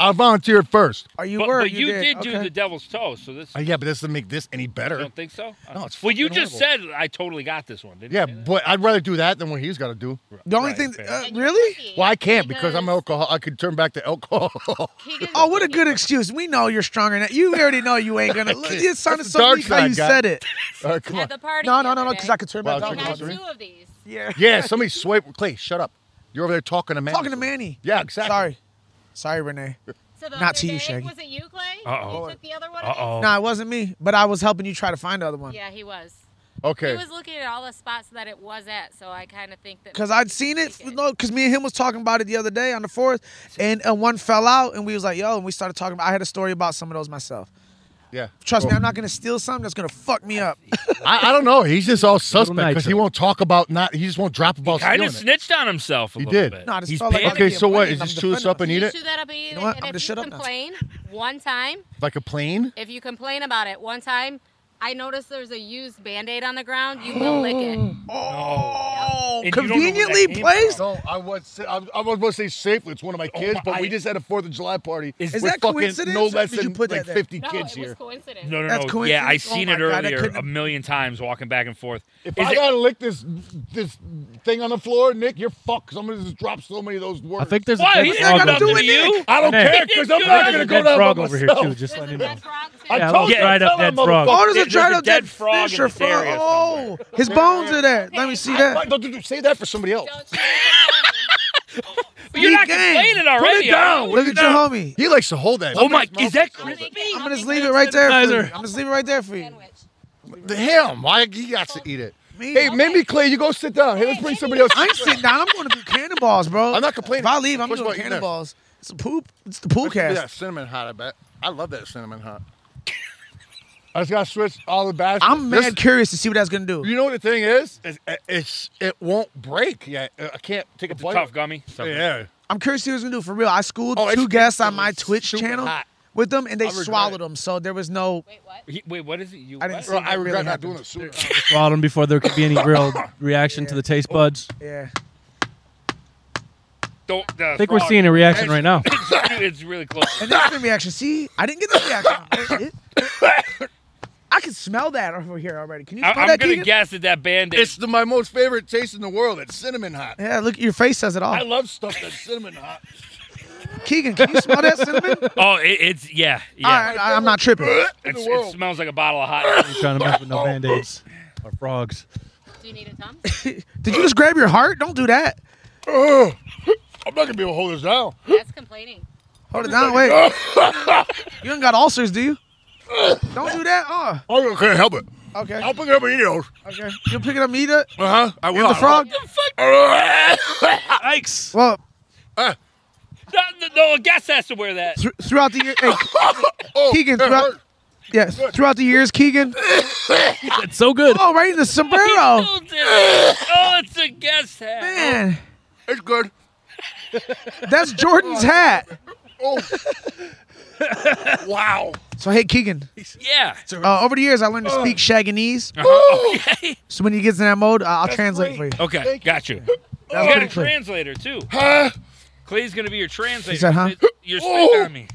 I volunteered first. Are you But, were? but you, did, do okay. the devil's toe, so this. Uh, I yeah, but this doesn't make this any better. don't think so. No, it's well, you fucking just said I totally got this one, didn't Yeah, you? but I'd rather do that than what he's got to do. The only Right, thing, fair. uh, And you're really? lucky Well, I can't because I'm alcohol. I could turn back to alcohol. he doesn't- Oh, what a good excuse. We know Oh, you're stronger than You already know you ain't gonna. It sounded the so dark weak how side, you guy. said it. Uh, come on. At the party. No, the no, no, other no, day, because I could turn Wow, back it's We like had Talking down. about- two of these. Yeah. Yeah, somebody swipe. Clay, shut up. You're over there talking to man. Talking to Manny. Yeah, exactly. Sorry. Sorry, Renee. So the Not other to you, day, Shaggy. Was it you, Clay? Uh-oh. You took the other one. Uh oh. Nah, it wasn't me, but I was helping you try to find the other one. Yeah, he was. Okay. He was looking at all the spots that it was at, so I kind of think that. Cause I'd seen it, He did. no. Cause me and him was talking about it the other day on the fourth, and uh, one fell out, and we was like, "Yo," and we started talking. About, I had a story about some of those myself. yeah. Trust me, I'm not gonna steal something that's gonna fuck me up. I, I don't know. He's just all suspect because he nitro. won't talk about not. He just won't drop about Kind stealing of it. snitched on himself a He little did. bit. No, I just He's felt like I panicked. Okay, Yeah, so what? I'm Is just chew defending this up and You eat it chew that up and eat know it, what? and I'm gonna if you shut up now. complain one time, like a plane? if you complain about it one time, I noticed there's a used Band-Aid on the ground. You will lick it. Oh, And you don't know where that conveniently came placed. No, I was. I was about to say safely. It's one of my kids, Oh my- but we just had a Fourth of July party. Is- with Is that fucking coincidence, No or less did you than put that like there? 50 No, kids it was here. coincidence. No, no, That's no. Yeah, I coincidence? Oh seen my it God, I earlier a couldn't- million times walking back and forth. If Is I it- gotta lick this this thing on the floor, Nick, you're fucked. Somebody just dropped so many of those words. I think there's Why? a He dead didn't frog do over nothing to there. you. I don't Hey. care because I'm There's not a gonna There's go a down dead frog by over here myself. too. Just There's let a me know. dead frog too. I Yeah, told look you. right up, tell that dead frog. motherfucker. Oh, there's a There's a dried up dead dead frog in fish this or frog. area Oh, his bones are there. Let me see Why- that. don't you say that for somebody else. Don't you complain. But You're not Big gang. complaining it already. down. are you? Look at your homie. He likes to hold that. Oh my! Is that I'll crispy? make it- I'll I'm gonna just make leave it it right there. For you. Neither. I'm gonna just leave it right there for you. sandwich. Damn, why he got to eat it? Me? Hey, maybe Clay, you go sit down. Hey, let's bring somebody else. I ain't sitting down. I'm going to do cannonballs, bro. I'm not complaining. If I leave, I'm Push doing button, you're cannonballs. It's a poop. It's the pool Yeah, that cast. cinnamon hot, I bet. I love that cinnamon hot. I just gotta switch all the baskets. I'm mad This- curious to see what that's gonna do. You know what the thing is? It's, it's it won't break yet. I can't take a It's a bite. tough gummy. Tough gummy. Yeah. I'm curious to see what it's gonna do for real. I schooled Oh, two it's- guests on it my was Twitch super channel hot. with them, and they I regret swallowed it. them, so there was no. Wait, what? He- Wait, what is it? You? I didn't what? see- Bro, I It really regret not happened. doing it sooner. Swallowed them before there could be any real reaction to the taste buds. Yeah. Don't, I think we're seeing a reaction right now. it's really close. And that's the reaction. See, I didn't get the reaction. It- I can smell that over here already. Can you I, smell I'm that? gonna Keegan? guess that that band It's the, my most favorite taste in the world. It's cinnamon hot. Yeah, look, your face says it all. I love stuff that's cinnamon hot. Keegan, can you smell that cinnamon? Oh, it, it's yeah, yeah. All right, I, I'm not tripping. In It's- the it world. smells like a bottle of hot. I'm trying to mess with Oh. no band aids or frogs. Do you need a thumb? Did you just grab your heart? Don't do that. Ugh. I'm not gonna be able to hold this down. That's complaining. Hold it down. Wait. you ain't got ulcers, do you? Don't do that. Oh, I can't help it. okay. I'll pick it up and eat those. Okay. You'll pick it up, and eat it. Uh huh. I will. The frog. Yikes! Well, no, no, no, I guess has to wear that. th- throughout the year, hey, Oh, Keegan, it throughout, hurt. yes, throughout the years, Keegan. It's so good. Oh, right in the He sombrero. still did it. Oh, it's a guess hat. Man, It's good. that's Jordan's hat. Oh. wow. So hey, Keegan. Yeah. Uh, over the years, I learned to speak Shagginese. Okay. So when he gets in that mode, uh, I'll translate for you. great. Okay. Thank Got you. That you was got a pretty clear. translator too. Huh? Clay's gonna be your translator. said, huh? You're spitting Oh. on me.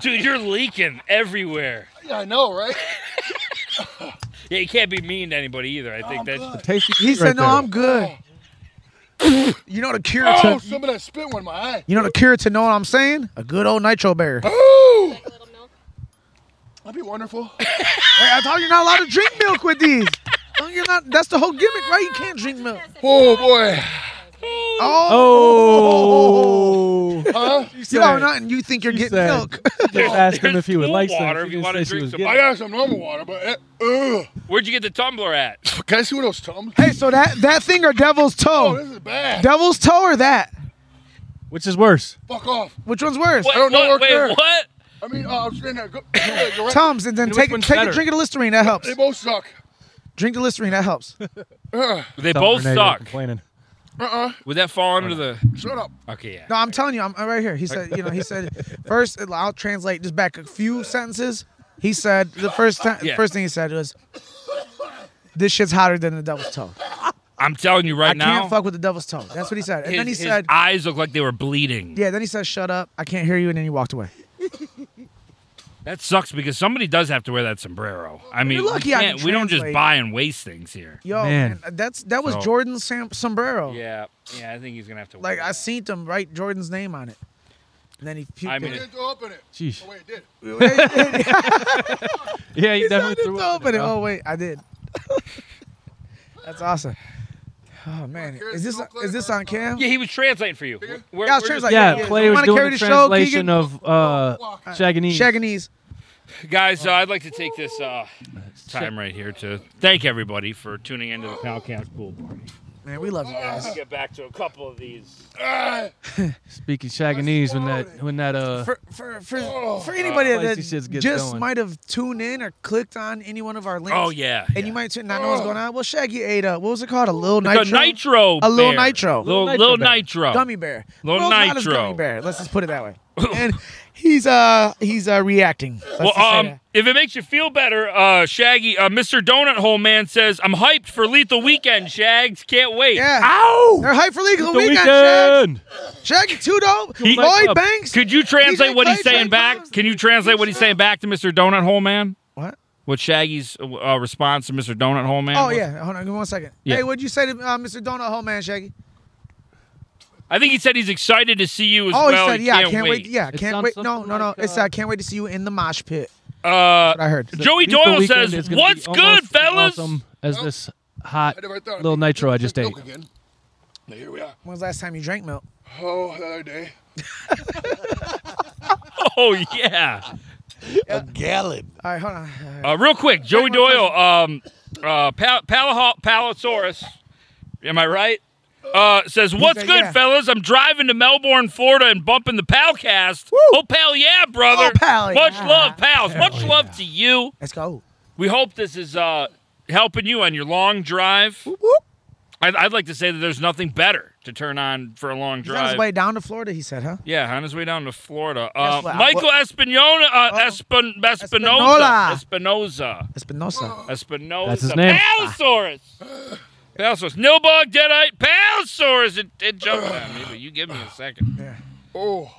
Dude, you're leaking everywhere. Yeah, I know, right? Yeah, you can't be mean to anybody either. I think that's Tasty. He treat said, right "No, there. I'm good." you know the cure Oh, to some of that spit went in my eye. you know the cure to know what I'm saying? A good old nitro bear. Hey, Oh, Like a little milk. that'd be wonderful. I thought you're not allowed to drink milk with these. Oh, You're not. That's the whole gimmick, right? You can't drink milk. Oh boy. Oh. Oh. Huh? You are not, and you think you're You getting said- milk. Just asked him there's if he would cool like water if some. He you just wanna said she drink was some. getting I it. got some normal water, but it, ugh. Where'd you get the tumbler at? Can I see what those tums? hey, so that that thing or devil's Oh, toe? this is bad. Devil's toe or that? Which is worse? Fuck off. Which one's worse? What- don't know what- where Wait, they're- what? I mean, uh, I'm sitting there. Go, you're right. Tums, and then Which take a, one's take better? a drink of the Listerine. That helps. They both suck. Drink the Listerine. That helps. Ugh. They Tell both Renee you're suck. Complaining. Uh-uh. Would that fall under the? Shut up. Okay, yeah. No, I'm telling you, I'm, I'm right here. He said, you know, he said, first I'll translate just back a few sentences. He said the first time, Yeah. first thing he said was, "This shit's hotter than the devil's toe." I'm telling you right I now. can't fuck with the devil's toe. That's what he said. And his, then he his said, eyes look like they were bleeding. yeah, then he said, shut up. I can't hear you. And then he walked away. That sucks because somebody does have to wear that sombrero. I mean, You're lucky we, I can't- can we don't just translate. buy and waste things here. Yo, Man. man, that's that was So- Jordan's sam- sombrero. Yeah, yeah. I think he's gonna have to. Like wear I that. seen him write Jordan's name on it. And then he puked I it. mean, didn't open it. Sheesh. Oh, wait, it did. Yeah, you He's not definitely just threw up. in open it, it. bro. Oh wait, I did. That's awesome. Oh man, is this is this on cam? Yeah, he was translating for you. We're, Yeah, I was we're just- translating. yeah, yeah. Play was Wanna doing carry the the show, translation Keegan? of uh, Shaganese. Shaganese. Guys, uh, I'd like to take this uh, time right here to thank everybody for tuning into the Palcast Pool Party. Man, we love you Let's guys. get back to a couple of these. Uh, Speaking Shaganese when that when that uh For for Oh. for, uh, for anybody that Spicy shits get just going. might have tuned in or clicked on any one of our links. Oh yeah, And you might turn- not know what's going on. Well, Shaggy ate a what was it called? A little It's nitro. a nitro, A little bear. nitro. little, Little little nitro nitro, Gummy bear. Little World's hottest nitro. Gummy bear. Let's just put it that way. and he's uh he's uh reacting. Let's Well, just say um, that. if it makes you feel better, uh, Shaggy, uh, Mr. Donut Hole Man says, "I'm hyped for Lethal Weekend, Shags. Can't wait." Yeah. Ow! They're hype for legal the weekend. Shag. weekend. Shaggy two dope. He- Lloyd Banks. Could you translate what he's Clay, saying Trey Combs. back? Can you translate what he's saying back to Mr. Donut Hole Man? What? What Shaggy's uh, uh, response to Mr. Donut Hole Man? Oh was? yeah. Hold on. Give me one second. Yeah. Hey, what'd you say to uh, Mr. Donut Hole Man, Shaggy? I think he said he's excited to see you as Oh, well. he said, "Yeah, I can't wait. Yeah, I It can't sounds wait. No, something no, no. like, It's uh, I can't wait to see you in the mosh pit." Uh, What I heard. Joey Lethal Doyle Weekend says, is gonna be "What's almost good, as fellas?" awesome as Nope. this hot I never thought. little nitro I just ate. Milk again. Now here we are. When was the last time you drank milk? Oh, the other day. Oh yeah. A gallon. All right, hold on. All right. Uh, real quick, Joey Doyle, um, uh, Pal- Palaho- Palosaurus, am I right? Uh, says, "What's said, good, yeah. fellas? I'm driving to Melbourne, Florida, and bumping the Palcast. Oh, pal, yeah, brother. Oh, pal, Much yeah. love, pals. Much love to you. Let's go. We hope this is uh, helping you on your long drive. whoop. I'd, I'd like to say that there's nothing better to turn on for a long He's on his drive. way down to Florida. He said, "Huh." Yeah, on his way down to Florida. Uh, Guess what? Michael Espinola, uh, Espin- Espinoza, Espinola. Espinoza, Espinosa. Espinoza. That's his name. Palosaurus. Palosaurus. Nilbog, Deadite, Palosaurus. It, it jumped Uh, at me, but you give me a second. Yeah. Oh,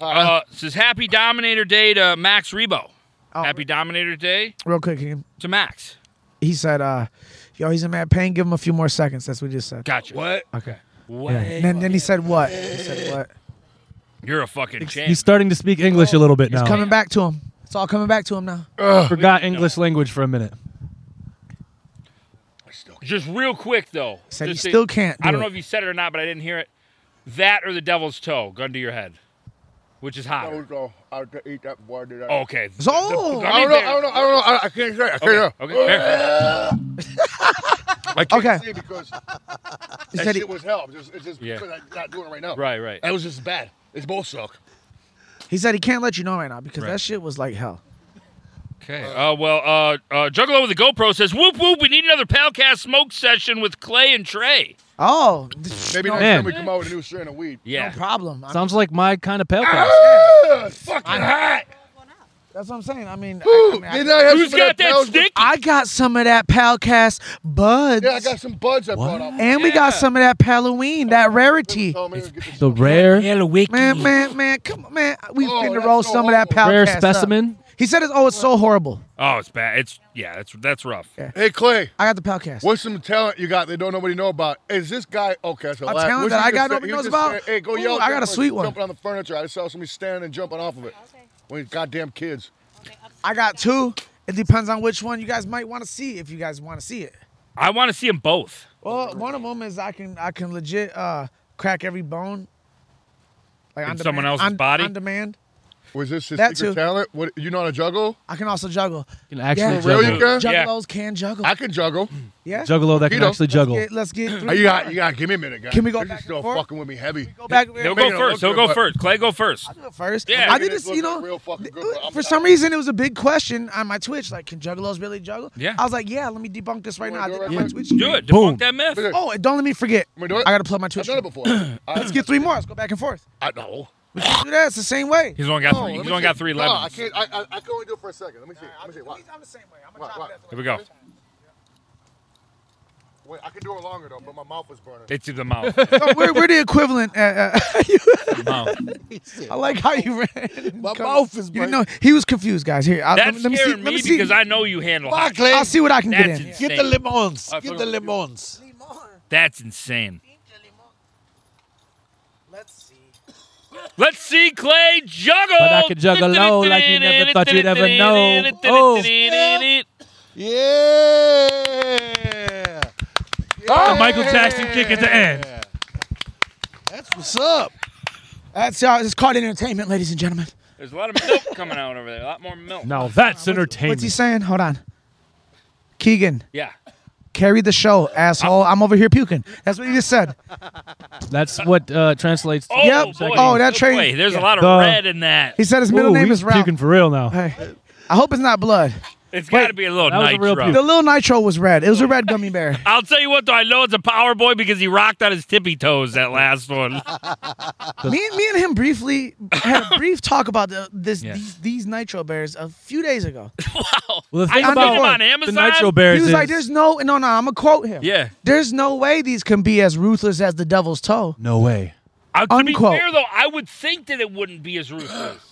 Uh, says happy Dominator Day to Max Rebo. Oh, Happy Dominator Day Real quick, Keegan. to Max. he said, uh, "Yo, he's in mad pain. Give him a few more seconds." That's what he just said. Gotcha. What? Okay. What? Yeah. And then, then he said, "What?" He said, "What?" You're a fucking champ. He's starting to speak English a little bit now. Coming back to him. It's all coming back to him now. Forgot English language for a minute. Just real quick though. Said Just you to- still can't do I don't it. know if you said it or not, but I didn't hear it. That or the devil's toe, gun to your head, which is I hot. was all out to eat that boy. Did I? Okay. So, oh, I don't know. I don't know. I don't know. I, I can't say. I can't. Okay. okay. fair. I can't Okay. say because he that said, shit he, was hell. It's just, it's just Yeah. because I'm not doing it right now. Right. Right. That was just bad. It's both suck. he said he can't let you know right now because Right. that shit was like hell. Okay. Uh, well, uh, uh, Juggalo with the GoPro says, "Whoop whoop! We need another Palcast smoke session with Clay and Trey." Oh, Maybe no, next Man. time we come out with a new strand of weed. Yeah. no problem. I mean, Sounds like my kind of palcast. Ah, fucking hot. that's what I'm saying. I mean, Ooh, I, I, mean, I- didn't I have Who's some of got that Bell's- stick? I got some of that Palcast buds, Yeah, I got some buds I brought up. and we got Yeah. some of that Halloween, that rarity. Tell me to get this- The rare, Hello, Wiki. Man, man, man, come on, man. We Oh, finna that's roll so some of that horrible. Palcast. rare up. specimen. He said, it's, "Oh, it's so horrible." Oh, it's bad. It's yeah. That's that's rough. Yeah. Hey Clay, I got the Palcast. what's some talent you got that don't nobody know about? Is this guy okay? That's a A lot. talent Wish that you I could got say- nobody you knows just about? say, hey, go Ooh, yell. I got a for sweet one. Jumping on the furniture. I saw somebody standing and jumping off of it. Okay. When these goddamn kids. Okay. upside I got down. two. It depends on which one you guys might want to see. If you guys want to see it, I want to see them both. well, one of them is I can I can legit uh, crack every bone. Like In on someone demand- else's on, body? on demand. Was this his That secret too. talent? What you know how to juggle? I can also juggle. Can actually Yeah. Real you juggle. can? Yeah. Juggalos can juggle. I can juggle. yeah. Juggalo that can Keto. actually Let's juggle. get- Let's get. Hey, through You the got, door. you got. Give me a minute, guys. Can we go You're back just and still forth? fucking with me heavy. Go back. over here. He'll Man, go it first. looks He'll good, go but- first. Clay go first. Do it First, Yeah. I Look at did this this, you look know. real fucking th- good, but I'm for not- some reason, it was a big question on my Twitch. Like, can juggalos really juggle? Yeah. I was like, yeah. Let me debunk this right now. I wanna did do it it right on my now? Twitch. Do it. Debunk Boom. that myth. Look at- Oh, and don't let me forget. Wanna do it? I gotta plug my I've Twitch. done it before. I, Let's get three more. Let's go back and forth. I know. We can do that. It's the same way. Oh, He's only got No, three. let He's me see. only got three No, I lemons. can't. I, I, I can only do it for a second. Let me see. Let me see. Watch. I'm the same way. I'm Why, gonna why? drop it. Here we go. Wait, I can do it longer though, but my mouth was burning. It's in the mouth. Oh, we're, we're the equivalent. Uh, uh, mouth. I like how you ran. My mouth is You burning. didn't know he was confused, guys. Here, I, That's let, me- let me see. scaring Let me, me see. because I know you handle hot. Barclay, will see what I can get That's in. insane. get the lemons. I Get put the it- lemons. That's insane. Let's see. Let's see Clay juggle. But I could juggle low like you never thought you'd ever know. Oh. Yeah. Oh, The Michael Jackson kick at the end. Oh, Yeah. That's what's up. That's y'all. It's called entertainment, ladies and gentlemen. There's a lot of milk coming out over there. A lot more milk. Now that's What's he entertainment. saying? Hold on. Keegan, Yeah. carry the show, asshole. I'm over here puking. That's what he just said. That's what uh, translates. to Oh, Yep. boy. Oh, that train- Boy, there's a lot of The- red in that. He said his middle Ooh, name he's is Ralph. Puking for real now. Hey, I hope it's not blood. It's got to be a little that was a real nitro. The little nitro was red. It was a red gummy bear. I'll tell you what, though. I know it's a power boy because he rocked on his tippy toes that last one. Uh, me, me and him briefly had a brief talk about the, this Yeah. these, these nitro bears a few days ago. Well, the I thing seen about him on the Amazon. Nitro He Bears was is like, "There's no no no." I'm gonna quote him. Yeah. There's no way these can be as ruthless as the devil's toe. no way. Uh, to be Unquote. fair, though, I would think that it wouldn't be as ruthless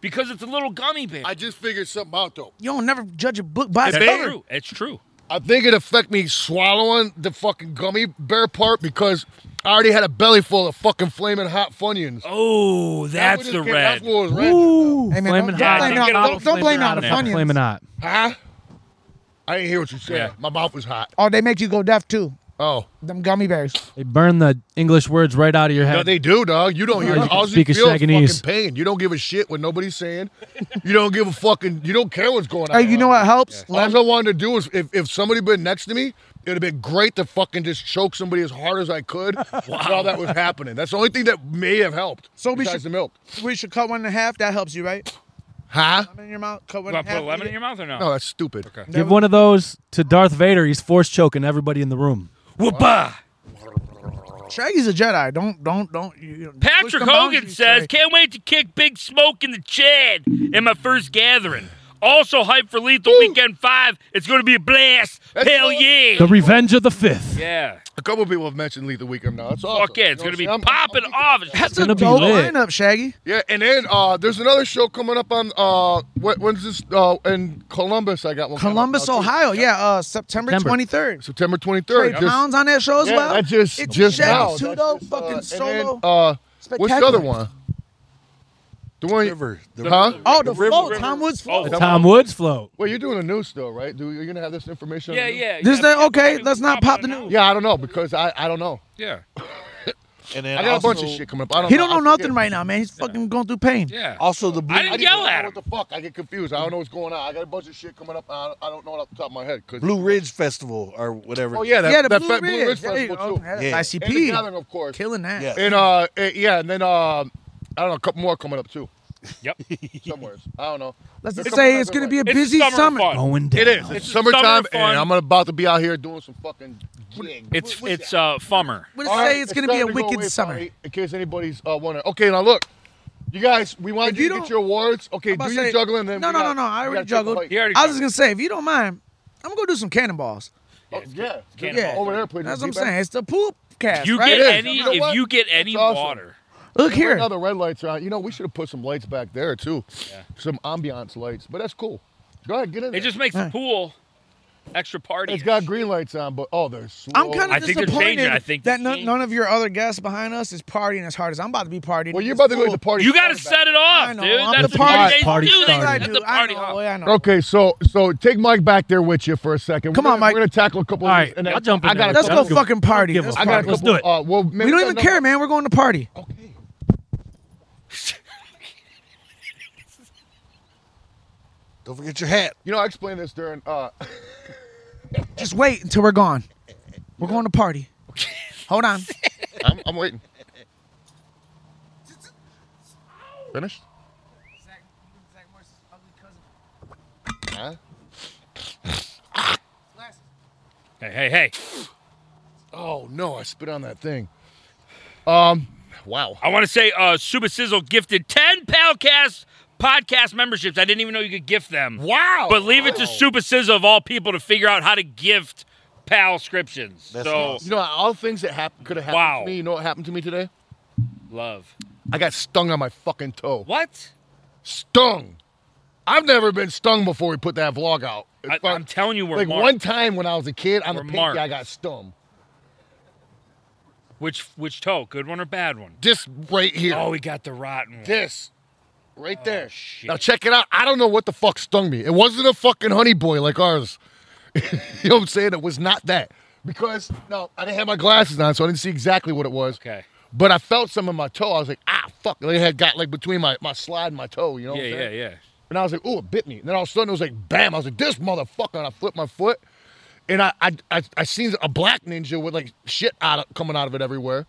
because it's a little gummy bear. I just figured something out though. You don't never judge a book by its it's cover. true. It's true. I think it affect me swallowing the fucking gummy bear part because I already had a belly full of fucking flaming hot funyuns. Oh, That that's what the it came- red. That's what was red. Ooh, Hey, man, flaming don't- don't hot. blame it on- don't- don't blame it on the Flaming Hot. Funyuns. Flaming hot. Huh? I didn't hear what you said. Yeah. My mouth was hot. Oh, they make you go deaf too. Oh. Them gummy bears. They burn the English words right out of your head. No, they do, dog. You don't hear. you can All you speak a feel is Saganese. fucking pain. You don't give a shit what nobody's saying. you don't give a fucking. You don't care what's going on. Hey, you know what helps? All Let- I wanted to do was if, if somebody been next to me, it'd have been great to fucking just choke somebody as hard as I could while that was happening. That's the only thing that may have helped. So we besides should- the milk, we should cut one in half. That helps you, right? huh? Lemon in your mouth. Cut You one want in to put half. a lemon in your mouth or no? No, that's stupid. Okay. Give one of those to Darth Vader. He's force choking everybody in the room. Whoopah. Shaggy's a Jedi. Don't don't don't. You, you- push Patrick the boundaries, Hogan says, Shaggy. "Can't wait to kick Big Smoke in the Chad in my first gathering." Also hype for Lethal Weekend Five. It's going to be a blast. That's Hell awesome. yeah! The Revenge of the Fifth. yeah. A couple people have mentioned Lethal Weekend now. That's awesome. Fuck yeah! It's going You know to be what I'm saying? I'm- I'm popping thinking- off. It's- That's a gonna be dope lit. lineup, Shaggy. Yeah, and then uh, there's another show coming up on uh, wh- when's this uh, in Columbus? I got one. coming up Columbus, now, too. Ohio. Yeah, uh, September September. twenty third. September 23rd. Trey Just- Pounds on that show as yeah, well. I just It's just Shaggy now. Tudo, That's just, fucking uh, and then, solo. uh, what's the other Spectacular. one? The one, River. The- huh? Oh, The the, river- Oh, float, river- Tom Woods float. Oh, The Tom Woods float. Well, you're doing the news still, right? Do you're gonna have this information? on yeah, the news? yeah. This yeah, thing- oh. okay, probably let's not pop the popping out. news. Yeah, I don't know because I, I don't know. Yeah, and then I got a bunch of also- shit coming up. I don't He know. don't know I nothing forget. right now, man. He's fucking going through pain. yeah. Also, the blue, I didn't I just Yell don't know at What the fuck? I get confused. I don't know what's going on. I got a bunch of shit coming up. I don't, I don't know it off the top of my head. 'cause- blue Ridge Festival or whatever. Oh yeah, that, yeah, the that Blue, Fat Ridge. Blue Ridge There you Festival go. too. That's Yeah. And the gathering, ICP. of course. Killing that. Yeah. And uh, eh, yeah, and then uh, I don't know, a couple more coming up too. Yep. Somewhere. I don't know. Let's They're just coming say up it's going to everywhere. be a It's busy summer summer. fun. Going down. It is. It's, It's summer summertime, fun. and I'm about to be out here doing some fucking. gig. It's What- what's it's uh fummer. We'll All right, say it's going to be a starting go wicked away, summer. Tommy, In case anybody's uh, wondering. Okay, now look, you guys, we want If you you to get don't- your awards. Okay, I'm about do to your say- juggling. Then No, we no, got- no, no. I we gotta already take juggled. a He break. already I was just got going to say, if you don't mind, I'm going to do some cannonballs. Oh, yeah, Can't yeah. hold Over there, please. That's Be what I'm back. saying. It's the poop it. cast, You right? get It is. any You know if what? you get any That's awesome. water. Look Right here. now the red lights are on. You know, we should have put some lights back there too. Some ambiance lights, but that's cool. Go ahead, get in. It there. just makes the pool extra party. it's got green lights on, but oh, they're slow. I'm kind I of think they're changing. disappointed I think that they're no, changing. none of your other guests behind us is partying as hard as I'm about to be partying. Well, you're It's about to go to cool. the party. You gotta starter back. set it off, I know, dude. I'm That's the the party- party, party party do. starter. That's I do. the I party know. hop. I know. Okay, so so take Mike back there with you for a second. Come We're on, gonna- Mike. We're gonna tackle a couple. All of right, these, and y'all then jump in I got there. a Let's couple- go fucking party. give a Let's I fuck. got a party. Let's couple- do it. Uh, well, We don't even care, man. We're going to party. Okay. Don't forget your hat. You know, I explained this during. Uh, Just wait until we're gone. We're going to party. Hold on. I'm, I'm waiting. Finished? Huh? Hey, hey, hey. Oh no! I spit on that thing. Um. Wow. I want to say uh Super Sizzle gifted 10 Palcast podcast memberships. I didn't even know you could gift them. Wow. But leave it to Super Sizzle of all people to figure out how to gift palscriptions. That's So nuts. You know, all the things that hap- could have happened Wow. to me, you know what happened to me today? love. I got stung on my fucking toe. What? Stung. I've never been stung before we put that vlog out. It's I, fuck- I'm telling you, we're like marked, one time when I was a kid, on We're the pinky, marked. I got stung. Which which toe? Good one or bad one? This right here. Oh, we got the rotten one. This. Right there. shit. Now check it out. I don't know what the fuck stung me. It wasn't a fucking honey boy like ours. you know what I'm saying? It was not that. Because no, I didn't have my glasses on, so I didn't see exactly what it was. Okay. But I felt some in my toe. I was like, ah fuck. They had got like between my, my slide and my toe, you know? what Yeah, I'm yeah, saying? yeah. And I was like, oh, it bit me. And then all of a sudden it was like bam. I was like, this motherfucker. And I flipped my foot. And I I I, I seen a black ninja with like shit out of, coming out of it everywhere.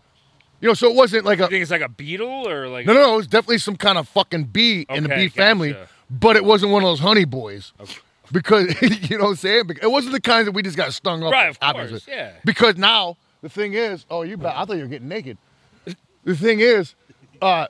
You know, so it wasn't like a You think it's like a beetle or like? no, no, no. It was definitely some kind of fucking bee in the Okay, bee family, gotcha. but it wasn't one of those honey boys. Because, you know what I'm saying? Bec- It wasn't the kind that we just got stung up. Right, of obviously. course, yeah. Because now, the thing is, oh, you bet. I thought you were getting naked. The thing is, uh,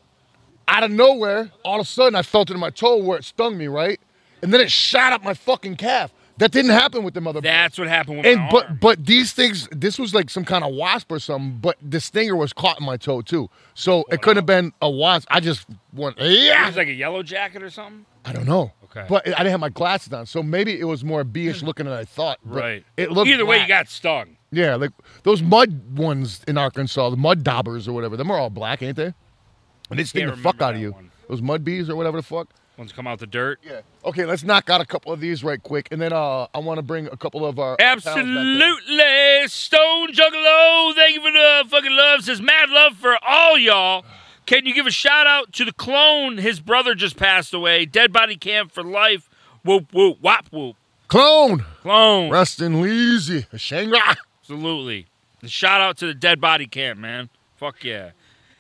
out of nowhere, all of a sudden, I felt it in my toe where it stung me, right? And then it shot up my fucking calf. That didn't happen with the mother. That's what happened with my And arm. but but these things, this was like some kind of wasp or something. But the stinger was caught in my toe too, so it couldn't have been a wasp. I just went, it yeah. was like a yellow jacket or something. I don't know. Okay. Hmm. But I didn't have my glasses on, so maybe it was more bee-ish looking than I thought. but Right. It looked. Either way, you black. got stung. Yeah, like those mud ones in Arkansas, the mud daubers or whatever. Them are all black, ain't they? And they sting the remember fuck out that of you. one. Those mud bees or whatever the fuck. One's come out the dirt. Yeah. Okay, let's knock out a couple of these right quick, and then uh, I want to bring a couple of our our pals back in. Absolutely. Stone Juggalo, thank you for the fucking love. Says mad love for all y'all. Can you give a shout out to the clone? His brother just passed away. Dead body camp for life. Whoop whoop wop whoop. Clone. Clone. Resting Leezy. Shangra. Absolutely. And shout out to the dead body camp, man. Fuck yeah.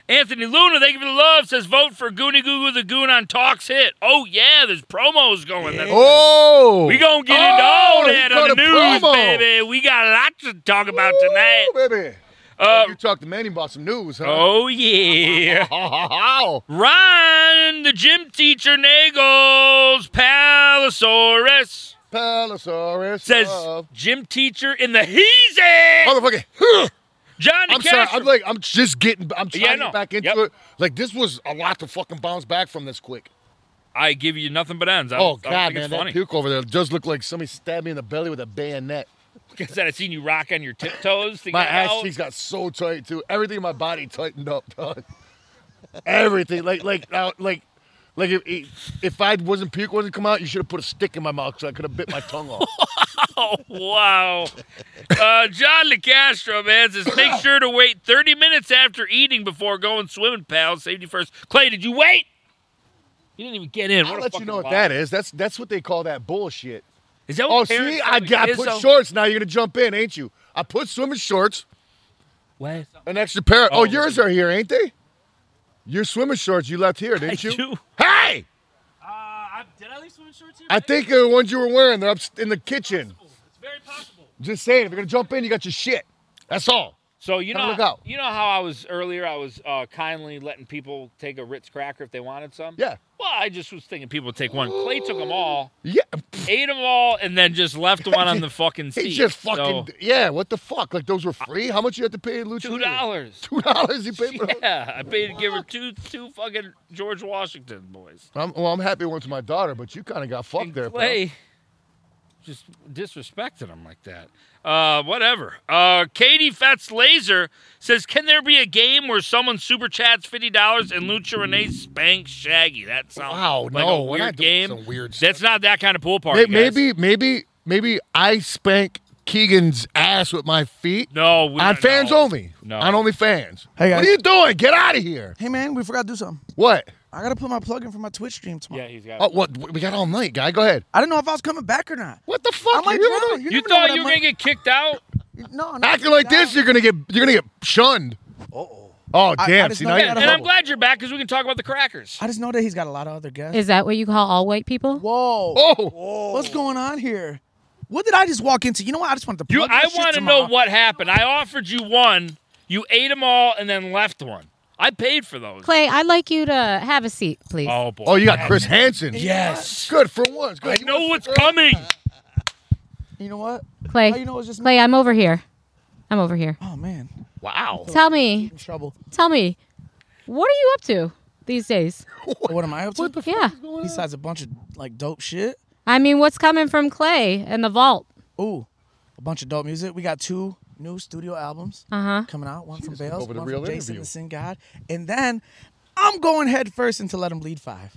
Anthony Luna, thank you for the love. Says vote for Goonie Goo Goo the Goon on Talks Hit. Oh yeah, there's promos going. That's- Oh. We gonna get into all Oh, that he on the got a news, promo. baby. We got a lot to talk about Woo, tonight. baby. Uh, you talked to Manny about some news, huh? Oh yeah. Oh. Ron, the gym teacher Nagels Palisaurus Palisaurus. says of- gym teacher in the heezy. Motherfucker. Johnny I'm sorry. Castro- I'm like, I'm just getting, I'm trying Yeah, I to know. get back into Yep. it. Like, this was a lot to fucking bounce back from this quick. I give you nothing but ends. I, oh, I God, don't man. think That it's funny. puke over there does look like somebody stabbed me in the belly with a bayonet. Because I seen you rock on your tiptoes. to My get ass out. cheeks got so tight too. Everything in my body tightened up, dog. Everything, like, like, now, like, like if if I wasn't puke wasn't come out, you should have put a stick in my mouth so I could have bit my tongue off. Oh wow. Uh, John LeCastro, man, says make sure to wait 30 minutes after eating before going swimming, pal. Safety first. Clay, did you wait? You didn't even get in. I'll a let you fucking know what bother. that is. That's that's what they call that bullshit. Is that what Oh, see, parents I tell got I their put kids, though? shorts. Now you're gonna jump in, ain't you? I put swimming shorts, What? an extra pair. Oh, Oh, yours are here, ain't they? Your swimming shorts you left here, didn't I you? do. Hey, Uh, I, did I leave swimming shorts here? I think they're the ones you were wearing. They're up in the kitchen. It's very possible. Just saying, if you're gonna jump in, you got your shit. That's all. So you Come know, look out. you know how I was earlier. I was uh, kindly letting people take a Ritz cracker if they wanted some. Yeah. Well, I just was thinking people would take one. Clay took them all, Yeah. ate them all, and then just left one on the fucking seat. He just So, fucking yeah. What the fuck? Like those were free? How much you had to pay in Lucha? two Libre? dollars. Two dollars you paid for? those? Yeah, I paid to give her two two fucking George Washington boys. I'm, well, I'm happy it went to my daughter, but you kind of got fucked there. pal. Clay just disrespected him like that. Uh, whatever. Uh, Katie Fetz Laser says, "Can there be a game where someone super chats fifty dollars and Lucha Renee spanks Shaggy?" That sounds Wow, like no, a we're weird not doing game. some weird That's not that kind of pool party. May- guys. maybe, maybe, maybe I spank Keegan's ass with my feet no we- on no. fans only. No. on only fans. Hey, what guys. are you doing? Get out of here! Hey man, we forgot to do something. What? I gotta put my plug in for my Twitch stream tomorrow. Yeah, he's got. Oh, what? We got all night, guy. Go ahead. I didn't know if I was coming back or not. What the fuck? I might You're drown. You, you never know thought what you were I gonna get kicked out? might- No, no. acting like this, you're gonna get you're gonna get shunned. Oh, I- I damn! just See know now that you're in I And I'm trouble. glad you're back because we can talk about the crackers. I just know that he's got a lot of other guests. Is that what you call all white people? Whoa. Oh, What's going on here? What did I just walk into? You know what? I just wanted to You, plug my I shit want to know tomorrow. what happened. I offered you one, you ate them all, and then left one. I paid for those. Clay, I'd like you to have a seat, please. Oh boy. oh, you got Chris Hansen. Yes. Good for once. Good. I know what's coming. You know what? Clay. How you know it's just me? Clay, I'm over here. I'm over here. Oh man, Wow. Tell me, I'm in trouble. tell me, what are you up to these days? What am I up to? yeah. Besides a bunch of like dope shit. I mean, what's coming from Clay and the vault? Ooh, a bunch of dope music. We got two new studio albums Uh-huh. coming out. One from Bales, over the one real from Jason interview. the Sin God, and then I'm going head first into Let Them Bleed Five.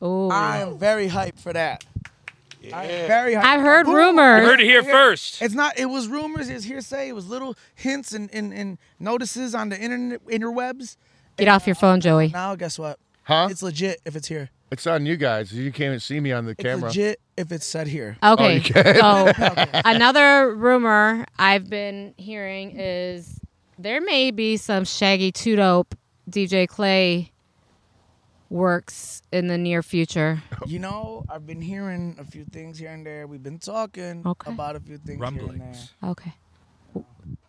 Oh. I am very hyped for that. I am very hyped. I've heard Boom. rumors. You heard it here first. It's not. It was rumors. It's hearsay. It was little hints and, and, and notices on the internet interwebs. Get off your phone, Joey. Now guess what? Huh? It's legit if it's here. It's on you guys. You can't even see me on the It's camera. Oh, legit if it's said here. Okay. you so another rumor I've been hearing is there may be some Shaggy Two Dope DJ Clay works in the near future. You know, I've been hearing a few things here and there. We've been talking Okay. about a few things here and there. Rumblings. Okay.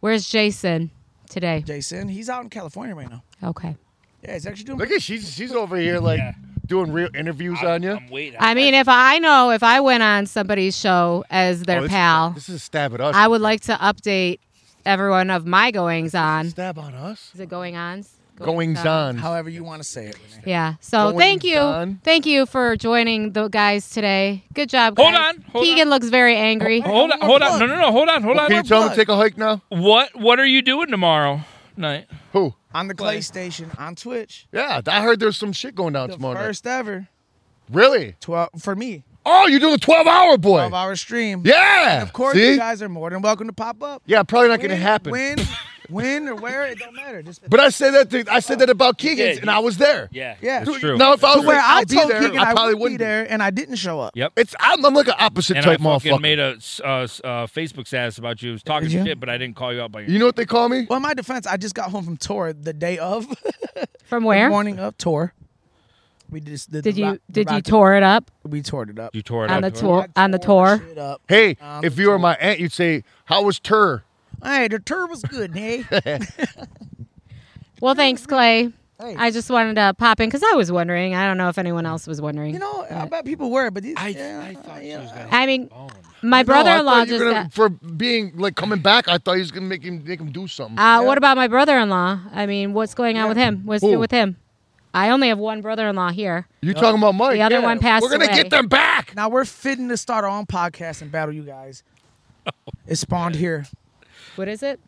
Where's Jason today? Jason, he's out in California right now. Okay. Yeah, he's actually doing. Look at she's she's over here like doing real interviews on you. I'm waiting. I mean, if I know if I went on somebody's show as Oh, their this- pal, This is a stab at us. I would like to update everyone of my goings on. stab on us. Is it going ons? Goings on. However you want to say it. Renee. Yeah. So Goings thank you, on. thank you for joining the guys today. Good job. Hold guys. on, hold Keegan looks very angry. Hold on, hold on. No, no, no. Hold on, hold Well, on. can you tell them to take a hike now? What What are you doing tomorrow night? Who? On the Clay Station on Twitch, Yeah, I heard there's some shit going down the tomorrow. night. first ever Really? twelve for me Oh, you're doing a 12 hour boy. twelve hour stream. Yeah. Of course, See? you guys are more than welcome to pop up. Yeah, probably not going to happen. When, when or where it don't matter. Just But I said that to, I said that about Keegan's, did. and I was there. Yeah. yeah. It's true. Now if I was where like, I I'll be told there, Keegan I probably would be wouldn't. there, and I didn't show up. Yep. It's I'm, I'm like an opposite And I type fucking motherfucker. made a s- uh, s- uh, Facebook status about you. I was talking you? shit, but I didn't call you out by your. you know what they call me? Well, in my defense, I just got home from tour the day of From where? morning of tour. We just did. Did the you rock- the did you rocket- tore it up We toured it up. You tore it on the up. tour I on the tore tour? shit up. Hey, Um, if you were my aunt, you'd say, "How was Tur?" Hey, the tour was good, hey. Well, thanks, Clay. Hey. I just wanted to pop in because I was wondering. I don't know if anyone else was wondering. you know, uh, I bet people were, but these, I, yeah, I thought she yeah. was gonna. I mean, my brother-in-law just got. for being like coming back. I thought he was gonna make him make him do something. Uh, What about my brother-in-law? I mean, what's going on with him? What's new Who? with him? I only have one brother-in-law here. you talking about Mike? The other Yeah. one passed We're gonna away. get them back. Now we're fitting to start our own podcast and battle you guys. It spawned here. What is it?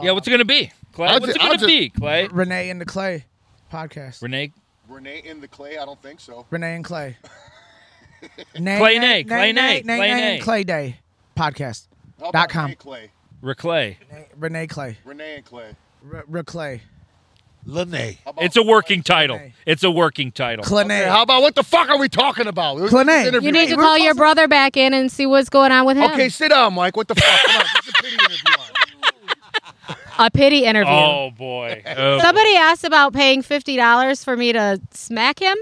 Yeah, what's it gonna be, Clay? I'll what's ju- it gonna I'll ju- be, Clay? Renee and the Clay podcast. Renee. Renee in the clay? I don't think so. Renee and Clay. Nay, Clay nay, nay, Clay nay, Clay nay, nay, nay. and Clay Day podcast. Dot com. Renee Clay? Reclay. Renee Clay. Renee and Clay. R- R- Clay. Lene. It's a working title. Renee. It's a working title. Clay. Hey, how about what the fuck are we talking about? This is Clint. an interview. You need to we're call your supposed to- brother back in and see what's going on with him. Okay, sit down, Mike. What the fuck? Come on, this is a pity interview. A pity interview. Oh boy. Oh, Somebody asked about paying fifty dollars for me to smack him.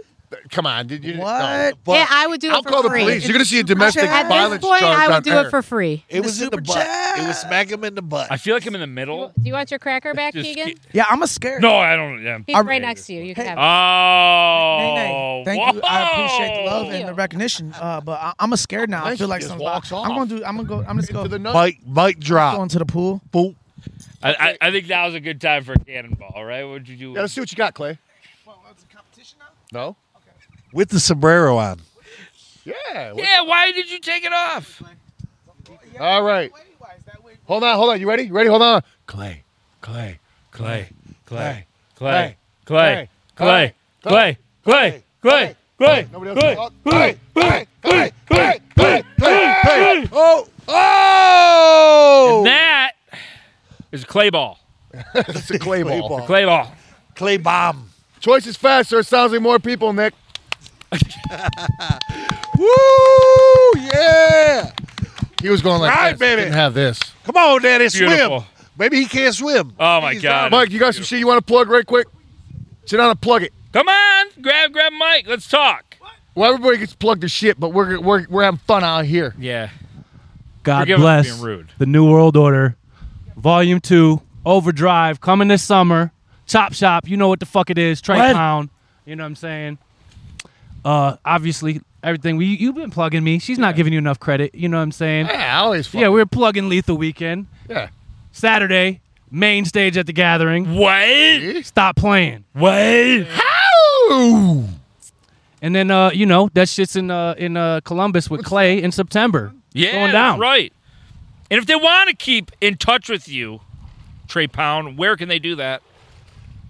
Come on, did you? no. What? But yeah, I would do it I'll for call the free. police. You're gonna see a domestic At At violence this point, charge I on would do air. it for free. it was in the super butt. It was smack him in the butt. I feel like I'm in the middle. Do you want your cracker back, Just Keegan? get- Yeah, I'm a scared. No, I don't. Yeah. He's I'm- right next to you. You can have. it. Oh. Nay, nay. Thank you. I appreciate the love Thank and the you. recognition. Uh, but I, I'm a scared now. I Mike feel like just some. walks I'm gonna off. do. I'm gonna go. I'm just Into go. the nut. Mike, Mike Going drop. to the pool. Boop. I, I, I think that was a good time for a cannonball, right? What'd you do? Yeah, let's see what you got, Clay. No. With the sombrero on. Yeah. what- yeah, why did you take it off? All right. Hold on. Hold on. You ready? You ready? Hold on. Clay. Clay. Clay, Clay, Clay, Clay, Clay, Clay, Clay, Clay, Clay, Clay, Clay, Nobody Clay, else. Clay, Clay, Clay, Clay, Clay, Clay, Clay. Oh. Oh. And that is a clay ball. It's a clay Clay ball. ball. Clay ball. Clay bomb. Choice is faster. It sounds like more people, Nick. Woo! Yeah. He was going like Right, this. baby. Didn't have this. Come on, Daddy. Swim. Beautiful. Maybe he can't swim. Oh my He's God. Mike, you got some shit you want to plug right quick? Sit down and plug it. Come on, grab, grab Mike. Let's talk. Well, everybody gets plugged to shit, but we're we're, we're having fun out here. Yeah. God Forgive us for bless being rude. the New World Order, Volume Two, Overdrive, coming this summer. Chop Shop, you know what the fuck it is. Trey What? Pound, you know what I'm saying. Uh, obviously, everything. We you've been plugging me. She's not giving you enough credit. You know what I'm saying? Yeah, I always fuck. Yeah, we were plugging Lethal Weekend. yeah. Saturday, main stage at the gathering. What? Stop playing. What? And then uh, you know, that shit's in uh in uh Columbus with Clay in September. Yeah, Going down. that's right. And if they want to keep in touch with you, Trey Pound, where can they do that?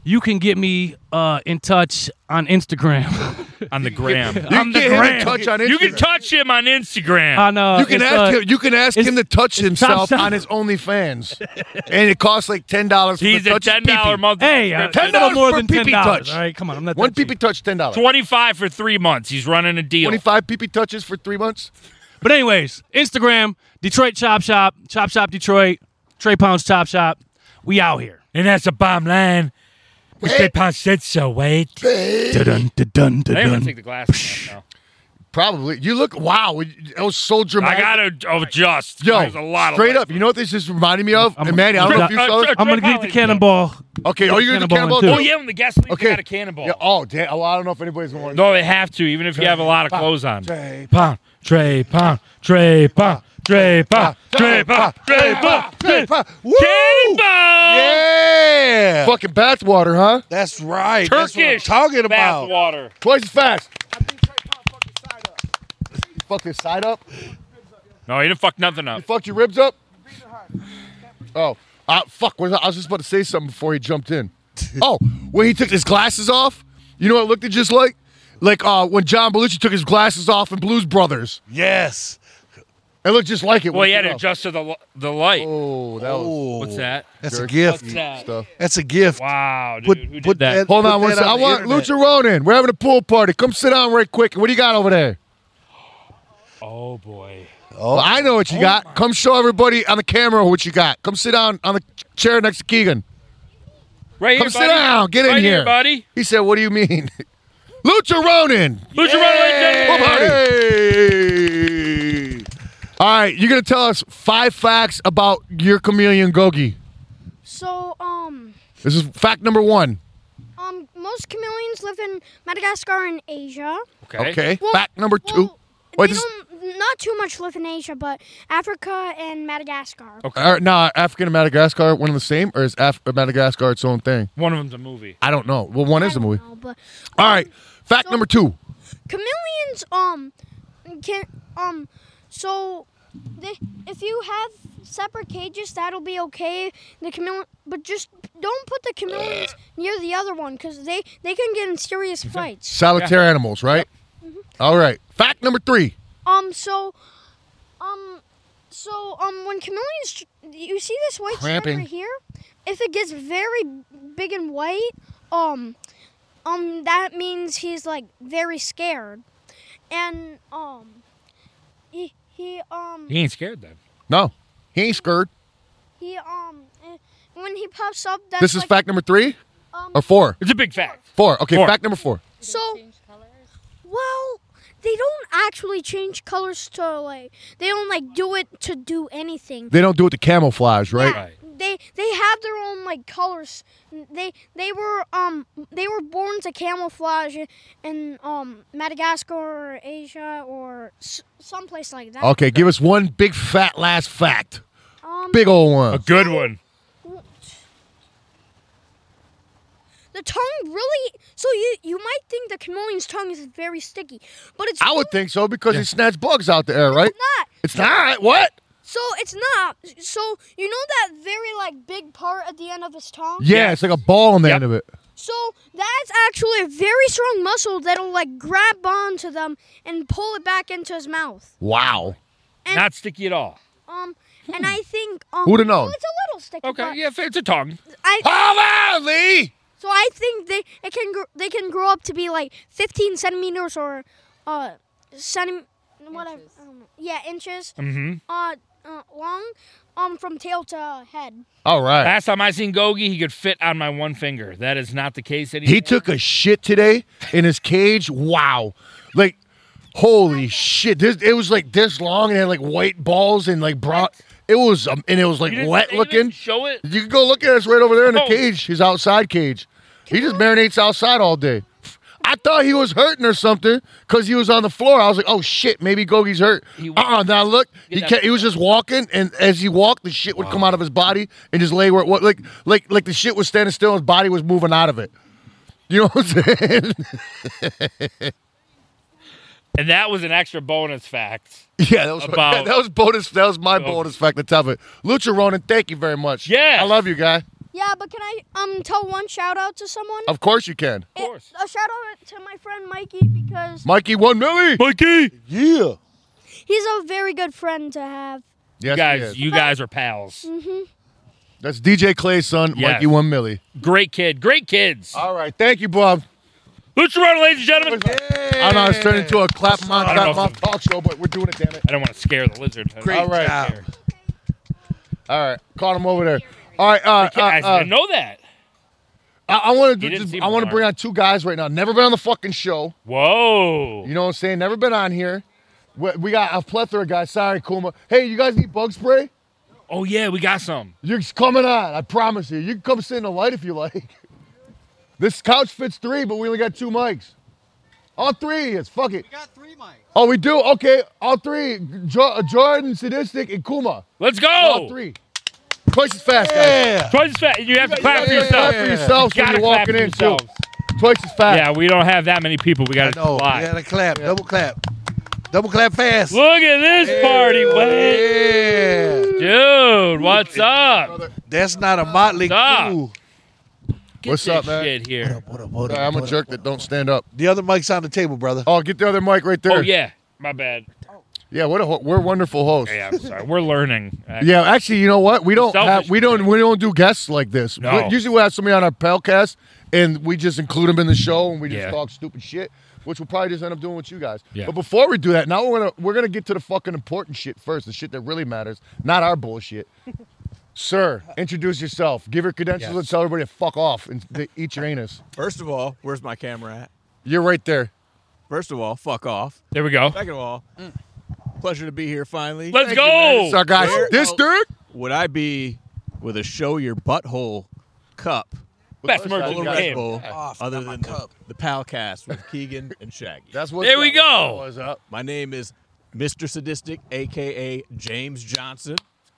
You can get me uh in touch on Instagram. On the gram. You can I'm the get him gram. to touch on Instagram. you can touch him on Instagram. on uh You can it's, ask uh, him. You can ask it's- him to touch himself Shop. on his OnlyFans, and it costs like ten dollars. He's to a touch his ten dollar pee-pee. month. Hey, uh, subscription. it's a little $10 more for than PP ten dollars. touch. All right, come on, I'm not One that cheap. peepee touch, ten dollars. twenty five for three months. He's running a deal. Twenty-five peepee touches for three months. But anyways, Instagram, Detroit Chop Shop, Chop Shop Detroit, Trey Pounds Chop Shop. We out here. And that's a bomb line. Trey Pound said so. Wait. Dun, dun, dun, dun, I dun. am to take the glasses off Probably. You look. Wow, it was so now. I dramatic. gotta adjust. Yo, There's a lot straight of up. You know what this just reminded me of? I'm- and Manny, I don't know if you Uh, saw this. uh, I'm Trey gonna get the Pollard. cannonball. Okay, are you gonna do Cannonball cannonball? in two. Oh yeah, when the gas leak, Okay. got a cannonball. Yeah, oh damn! Oh, I don't know if anybody's going. No, they have to, even if you have a lot of clothes on. Trey Pound, Trey Pound, Trey Pound, Trey Pound, Trey Pound, Trey Pound. Woo! Cannonball! Yeah. Fucking bathwater, huh? That's right. That's what I'm Turkish talking about. bathwater. Twice as fast. You fucked his side up. No, he didn't fuck nothing up. Fucked your ribs up. Oh, uh, fuck! What was I I was just about to say something before he jumped in. Oh, when he took his glasses off, you know what it looked just like? Like uh, when John Belushi took his glasses off in Blues Brothers. Yes. It looked just like it. Well, when he had took to it off. adjust to the li- the light. Oh, that was Oh, What's that? That's a Jerk. gift. that? stuff. That's a gift. Wow, dude. Put- Who did put that? that- Hold Put on one second. I on the want internet. Lucha Ronin. We're having a pool party. Come sit down right quick. What do you got over there? Oh, boy. Well, I know Oh what you got. Come show everybody on the camera what you got. Come sit down on the chair next to Keegan. Right Come here, sit buddy. down. Get in right here. here. buddy. He said, "What do you mean?" Lucha Ronin. Lucha Ronin, Pool ladies and party. gentlemen. All right, you're gonna tell us five facts about your chameleon Gogi. So, um, This is fact number one. um, most chameleons live in Madagascar and Asia. Okay. Well- fact number two. Well, Wait, they this- don't, not too much live in Asia, but Africa and Madagascar. All right, now African and Madagascar one and the same, or is Af- Madagascar its own thing? One of them's a movie. I don't know. Well, one is a I don't movie. know, Uh, but All right, fact So- number two. chameleons, um, can, um, so they, if you have separate cages, that'll be okay. The chameleon, but just don't put the chameleons near the other one because they they can get in serious fights. Solitary animals, right? Mm-hmm. All right. Fact number three. Um, so, um, so, um, when chameleons, tr- you see this white Cramping. stripe right here? If it gets very big and white, um, um, that means he's like very scared, and um, he he um He ain't scared then. No, he ain't scared. he um eh, when he pops up, that's This is like, fact number three Um, or four. It's a big fact. Four. Okay, Four. fact number four. so. Change colors. Well, they don't actually change colors to like they don't like do it to do anything. They don't do it to camouflage, right? Yeah, They they have their own like colors. They they were um they were born to camouflage in um Madagascar or Asia or s- someplace like that. Okay, give us one big fat last fact. Um, Big old one. A good one. the tongue really so you you might think the chameleon's tongue is very sticky, but it's I would think so because it snatched bugs out the air, right? really not. It's not. What? So it's not. So you know that very like big part at the end of his tongue. Yeah, it's like a ball on the end of it. So that's actually a very strong muscle that'll like grab onto them and pull it back into his mouth. Wow. And- Not sticky at all. Um, and I think um, Who'da well, known? it's a little sticky. Okay, but yeah, it's a tongue. I Hold on, Lee. so I think they it can gr- they can grow up to be like 15 centimeters or uh centi whatever Inches. um, yeah inches Mm-hmm. uh, uh long um from tail to head. All right. Last time I seen Gogi, he could fit on my one finger. That is not the case anymore. He took a shit today in his cage. Wow. Like, holy shit. This it was like this long and it had like white balls and like brown. It was um, and it was like You didn't- wet you didn't looking. Show it. You can go look at us right over there in the Oh. cage, his outside cage. He just marinates outside all day. I thought he was hurting or something because he was on the floor. I was like, oh shit, maybe Gogi's hurt. He- Uh-uh, now look, he that- kept, he was just walking, and as he walked, the shit would come out of his body and just lay where it was. Like, like, like the shit was standing still, his body was moving out of it. You know what I'm saying? And that was an extra bonus fact. yeah, that was About- Oh. that was bonus. That was my bonus fact on top of it. Lucha Ronin, thank you very much. Yes. I love you, guy. Yeah, but can I um tell one shout out to someone? Of course you can. It- course. a shout out to my friend Mikey because Mikey one milli. Mikey, Yeah. he's a very good friend to have. Yes, he guys, is. you guys are pals. That's DJ Clay's son, Yes. Mikey one milli. Great kid, great kids. All right, thank you, Bob. Lucha Ronin, ladies and gentlemen. I don't know. It's turned into a clap mouth, I don't clap know mouth if- talk show, but we're doing it, damn it. I don't want to scare the lizard. Great All right. job. All right, caught him over there. All right, uh, uh, I uh, didn't know that. I, I want You didn't to. see I want to Bernard. bring on two guys right now. Never been on the fucking show. Whoa. You know what I'm saying? Never been on here. We, we got a plethora of guys. Sorry, Kuma. Hey, you guys need bug spray? oh yeah, we got some. You're coming on. I promise you. You can come sit in the light if you like. This couch fits three, but we only got two mics. All three is fuck it. got three mics. Oh, we do. Okay, all three. Jo- Jordan, sadistic, and Kuma. Let's All go. three. Twice as fast, guys. Yeah. Twice as fast. You have to clap for Yeah, yourself. Clap for yourselves You when gotta you're clap walking for in, too. yourselves. Twice as fast. Yeah, we don't have that many people. We I got to know. You fly. gotta clap. Double clap. Double clap fast. Look at this party, man. Yeah. Dude, what's up? That's not a motley Stop. crew. Get What's this up, man? Shit here. What up, what up, Sorry, I'm what a up? jerk that don't stand up. The other mic's on the table, brother. Oh, get the other mic right there. Oh yeah, my bad. Yeah, what a ho- we're wonderful hosts. Yeah, I'm sorry. We're learning. Uh, Yeah, actually, you know what? We don't Selfish have we don't we don't do guests like this. No. We- usually we have somebody on our podcast and we just include them in the show and we just Yeah. talk stupid shit, which we'll probably just end up doing with you guys. Yeah. But before we do that, now we're gonna we're gonna get to the fucking important shit first, the shit that really matters, not our bullshit. Sir, introduce yourself. Give your credentials and Yes. tell everybody to fuck off and to eat your anus. First of all, where's my camera at? You're right there. First of all, fuck off. There we go. Second of all, pleasure to be here finally. Let's So go. guys, Where this else- dude. Would I be with a show your butthole cup? Best merch Little in the Red game. Bull, other than the, the Palcast with Keegan and Shaggy. That's what. There we go. What's up? My name is Mr. Sadistic, aka James Johnson.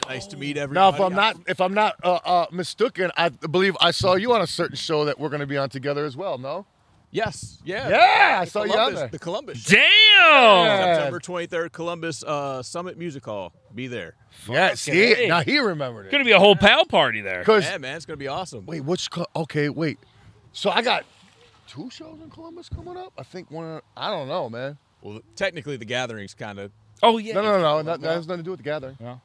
Nice to meet Now, everybody. if I'm not if I'm not uh, uh, mistaken, I believe I saw you on a certain show that we're going to be on together as well. No. yes, yeah, Yeah, I saw you on Columbus, there. the Columbus. Damn. September 23rd, Columbus uh, Summit Music Hall. Be there. Yeah. See, hey. now he remembered It's it. gonna be a whole pal party there. Because Yeah, man, it's gonna be awesome. wait, what's co- okay? Wait. So I got two shows in Columbus coming up. I think one. I don't know, man. Well, technically, the gathering's kind of Oh yeah. No, no, no, no. That, that has nothing to do with the gathering. No.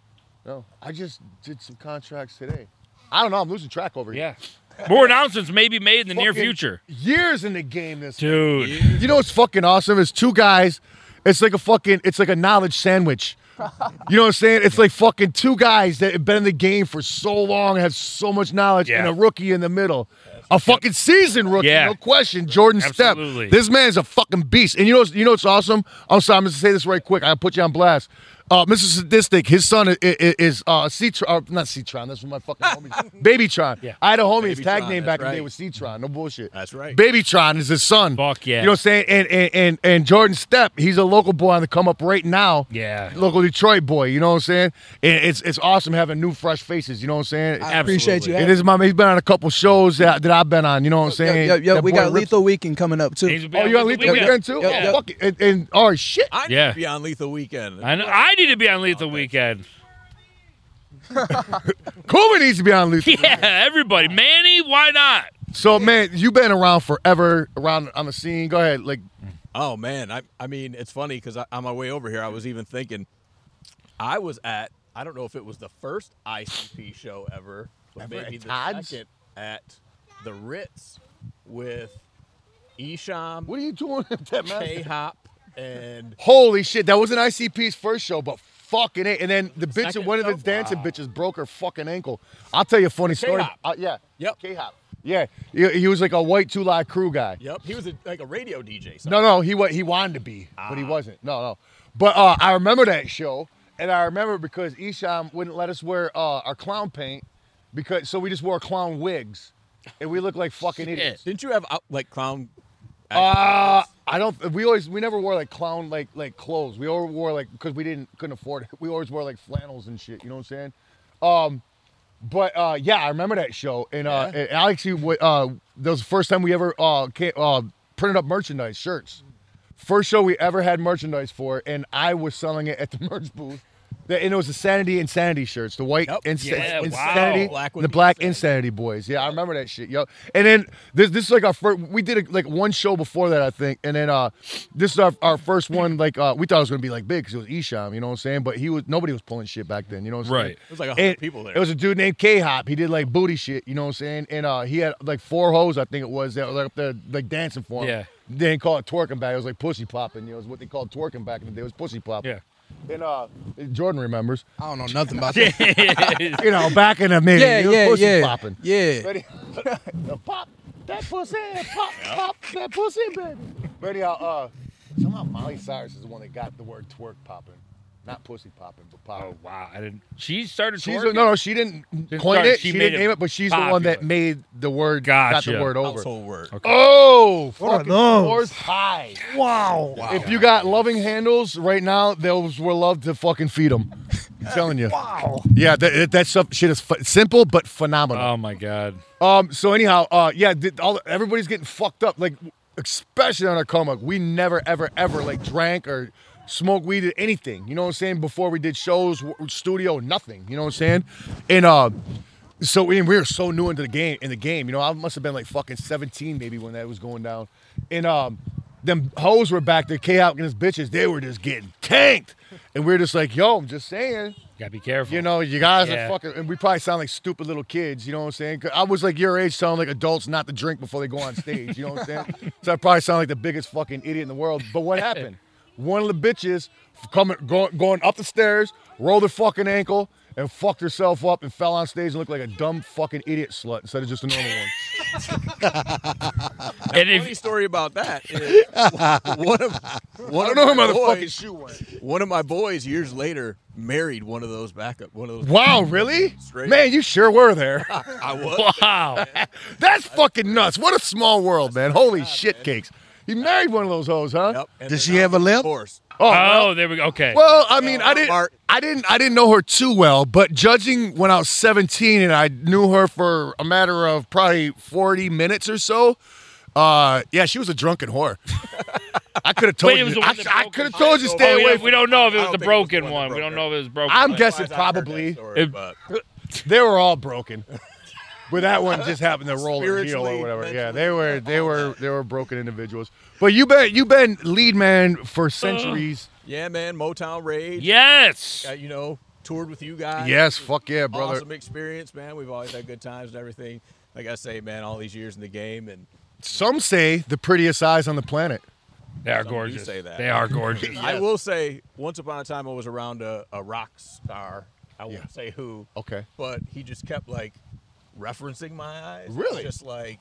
No. I just did some contracts today. I don't know. I'm losing track over here. Yeah. More announcements may be made in the near Fucking future. Years in the game this Dude. You know what's fucking awesome? It's two guys. It's like a fucking. It's like a knowledge sandwich. You know what I'm saying? It's like fucking two guys that have been in the game for so long, have so much knowledge, and Yeah. a rookie in the middle. A fucking seasoned rookie, Yeah. no question. Jordan Stepp. Absolutely. This man is a fucking beast. And you know, what's- you know what's awesome? I'm sorry, I'm gonna say this right quick. I'll put you on blast. Uh, Mr. Sadistic, his son is, is uh, C-Tron, uh, not C-Tron, that's what my fucking homie, Babytron. Yeah. I had a homie, his tag Babytron, name that's back in the day right. was C-Tron, no bullshit. That's right. Babytron is his son. Fuck yeah. You know what I'm saying? And and and, and Jordan Stepp, he's a local boy on the come up right now. Yeah. Local Detroit boy, you know what I'm saying? And it's it's awesome having new fresh faces, you know what I'm saying? I appreciate you. it is my man. He's been on a couple shows that, that I've been on. You know what I'm Yo, saying? yo, yo, That we boy got rips- Lethal Weekend coming up too. These will be Oh, on you got the Lethal Weekend too? Yep, Oh, yep. fuck it. And, and oh shit. I need Yeah. to be on Lethal Weekend. I, know, I need to be on Lethal Weekend. Kuma needs to be on Lethal. Yeah, everybody. Manny, why not? So man, you've been around forever, around on the scene. Go ahead. Like Oh man, I I mean it's funny because on my way over here I was even thinking, I was at I don't know if it was the first ICP show ever, but maybe at the Todd's? second at the Ritz with Esham, what are you doing with that mask? K Hop, and Holy shit, that was an ICP's first show, but fucking it. And then the bitch, Second one of the show? dancing bitches broke her fucking ankle. I'll tell you a funny story. K-Hop. Uh, yeah. Yep. K-Hop. Yeah. He, he was like a white two live crew guy. yep, he was a, like a radio DJ. So No, no, he wa- he wanted to be, but he wasn't. No, no. But uh, I remember that show, and I remember because Isham wouldn't let us wear uh, our clown paint because so we just wore clown wigs, and we looked like fucking idiots. Didn't you have out, like clown Uh, I don't. We always we never wore like clown like like clothes. We always wore like because we didn't couldn't afford it. We always wore like flannels and shit. You know what I'm saying? Um, but uh, yeah, I remember that show. And uh, and Alex, you wa- uh, that was the first time we ever uh, ca uh printed up merchandise shirts. First show we ever had merchandise for, and I was selling it at the merch booth. The- And it was the Sanity Insanity shirts, the white insa- Yeah, wow. Insanity, Black with the Black Insanity Boys. Yeah, I remember that shit, yo. And then this this is like our first. We did like one show before that, I think. And then uh, this is our, our first one. Like uh, we thought it was gonna be like big because it was Esham, you know what I'm saying? But he was nobody was pulling shit back then, you know what I'm saying? Right. It was like 100 And people there. It was a dude named K Hop. He did like booty shit, you know what I'm saying? And uh, he had like four hoes, I think it was, that were like up there like dancing for him. Yeah. They didn't call it twerking back. It was like pussy popping. You know, it was what they called twerking back in the day. It was pussy popping. Yeah. And uh, Jordan remembers. I don't know nothing about that. you know, back in the minute, Yeah, it was yeah, pussy yeah. popping. Yeah. But it- pop that pussy, pop, pop that pussy, baby. But anyhow, uh, somehow Molly Cyrus is the one that got the word twerk popping, not pussy popping, but popping. Oh wow, I didn't. She started. She's twerking? no, no, she didn't Didn't coin start, it. she She, made didn't it name it, but she's the one that popular. made the word got Gotcha. the word over. Household word. Oh, What are fucking those? Doors high. Wow. If you got loving handles right now, those were love to fucking feed them. I'm telling you. Wow. Yeah, that, that stuff shit is ph- simple but phenomenal. Oh my god. Um. So anyhow, uh, yeah, did all everybody's getting fucked up, like especially on our come up. We never, ever, ever like drank or smoked weed or anything. You know what I'm saying? Before we did shows, w- studio, nothing. You know what I'm saying? And uh, so we, we were so new into the game. In the game, you know, I must have been like fucking 17 maybe when that was going down. And um, them hoes were back there, K Hopkins bitches. They were just getting tanked, and we are just like, yo, I'm just saying. Gotta be careful. You know, you guys Yeah. are fucking, and we probably sound like stupid little kids. You know what I'm saying? 'Cause I was like your age, telling like adults not to drink before they go on stage. You know what I'm saying? so I probably sound like the biggest fucking idiot in the world. But what happened? One of the bitches f- coming, going, going up the stairs, rolled her fucking ankle, and fucked herself up and fell on stage and looked like a dumb fucking idiot slut instead of just a normal one. Now, funny story about that is one of one I of don't know my where my fucking boys, One of my boys years later married one of those backup one of those. Wow, really? Straight. Man, you sure were there. I was. Wow. That's fucking nuts. What a small world, man. Holy shit cakes. You married one of those hoes, huh? Yep. Does she have a limp? Horse. Oh, Oh, well, there we go. Okay. well, I mean, I didn't, Uh, Mark. I didn't, I didn't know her too well, but judging when I was 17 and I knew her for a matter of probably 40 minutes or so, uh, yeah, she was a drunken whore. I could have told Wait, it you. was the I, one that broke could have his- told you Oh, stay we, away. don't, we don't know if it I was don't the think it was broken the one. one that We don't broke know if it was broken. I'm guessing I've heard that probably. story, It- but They were all broken. But that one just happened to roll her heel Spiritually, or whatever. Yeah, they were they were they were broken individuals. But you been you been lead man for centuries. yeah, man, Motown Rage. Yes. uh, you know, toured with you guys. yes, fuck yeah, brother. Awesome experience, man. We've always had good times and everything. Like I say, man, all these years in the game, and Some say the prettiest eyes on the planet. They are do gorgeous. say that. They are gorgeous. I will say, once upon a time, I was around a, a rock star. I won't Yeah. say who, Okay. but he just kept like referencing my eyes. Really? Oh. Just like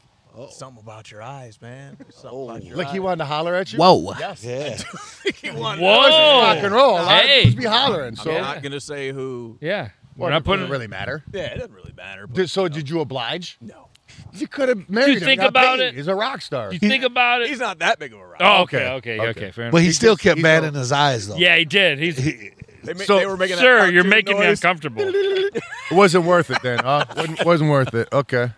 something about your eyes, man. Something about your Like he eyes." wanted to holler at you? Whoa. Yes. Yeah. he wanted. Whoa. Rock and roll. A lot Hey. of dudes be hollering. So I'm not gonna say who. Yeah. Well, We're not it doesn't putting. really matter. Yeah, it doesn't really matter. But Did- so did you oblige? no, You could have married him. think got about paid. it? He's a rock star. You think about it. he's not that big of a rock. Oh, Okay, okay, okay, okay, okay. fair enough. But he still just- kept he's mad all- in his eyes though. yeah, he did. He's They, ma- So- they were making that sir. You're cartoon making me noise. uncomfortable. It wasn't worth it then, huh? wasn't, wasn't worth it. Okay.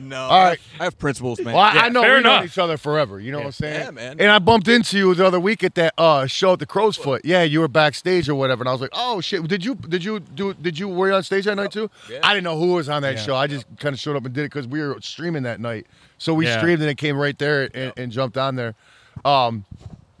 No. All right. I have principles, man. Well, I, Yeah, I know fair we've known enough. each other forever. You know what I'm saying? Yeah, man. And I bumped into you the other week at that uh, show at the Crow's Foot. Yeah, you were backstage or whatever, and I was like, "Oh shit! Did you did you do did you were you on stage that night too?" Yeah. I didn't know who was on that show. I just kind of showed up and did it because we were streaming that night. So we Yeah. streamed and it came right there and, and jumped on there. Um,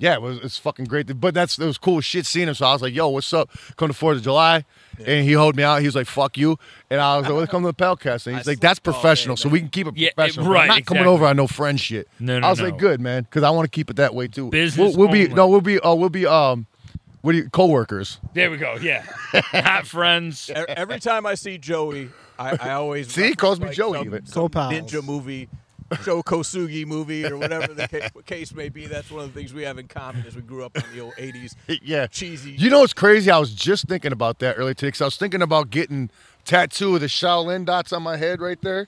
yeah, it was it's fucking great. But that's it was cool shit seeing him. So I was like, "Yo, what's up? Come to Fourth of July." And he hoed me out. He was like, "Fuck you," and I was like, "Welcome to the Pelcast." And he's I like, "That's slept all day, professional, so oh, man. we can keep it Yeah, it- professional. I'm right, not coming exactly. over on no friend shit." No, no, I was no. like, "Good, man," because I want to keep it that way too. Business We'll, we'll be only. no, we'll be uh, we'll be um, what do you coworkers? There we go. Yeah. Not friends. E- Every time I see Joey, I, I always See, he calls me reference, Joey Some, even. some Co-pals. ninja movie, Joe Kosugi movie, or whatever the ca- case may be. That's one of the things we have in common is we grew up in the old '80s. Yeah, cheesy. You know what's crazy? I was just thinking about that earlier today because I was thinking about getting tattoo of the Shaolin Oh. dots on my head right there.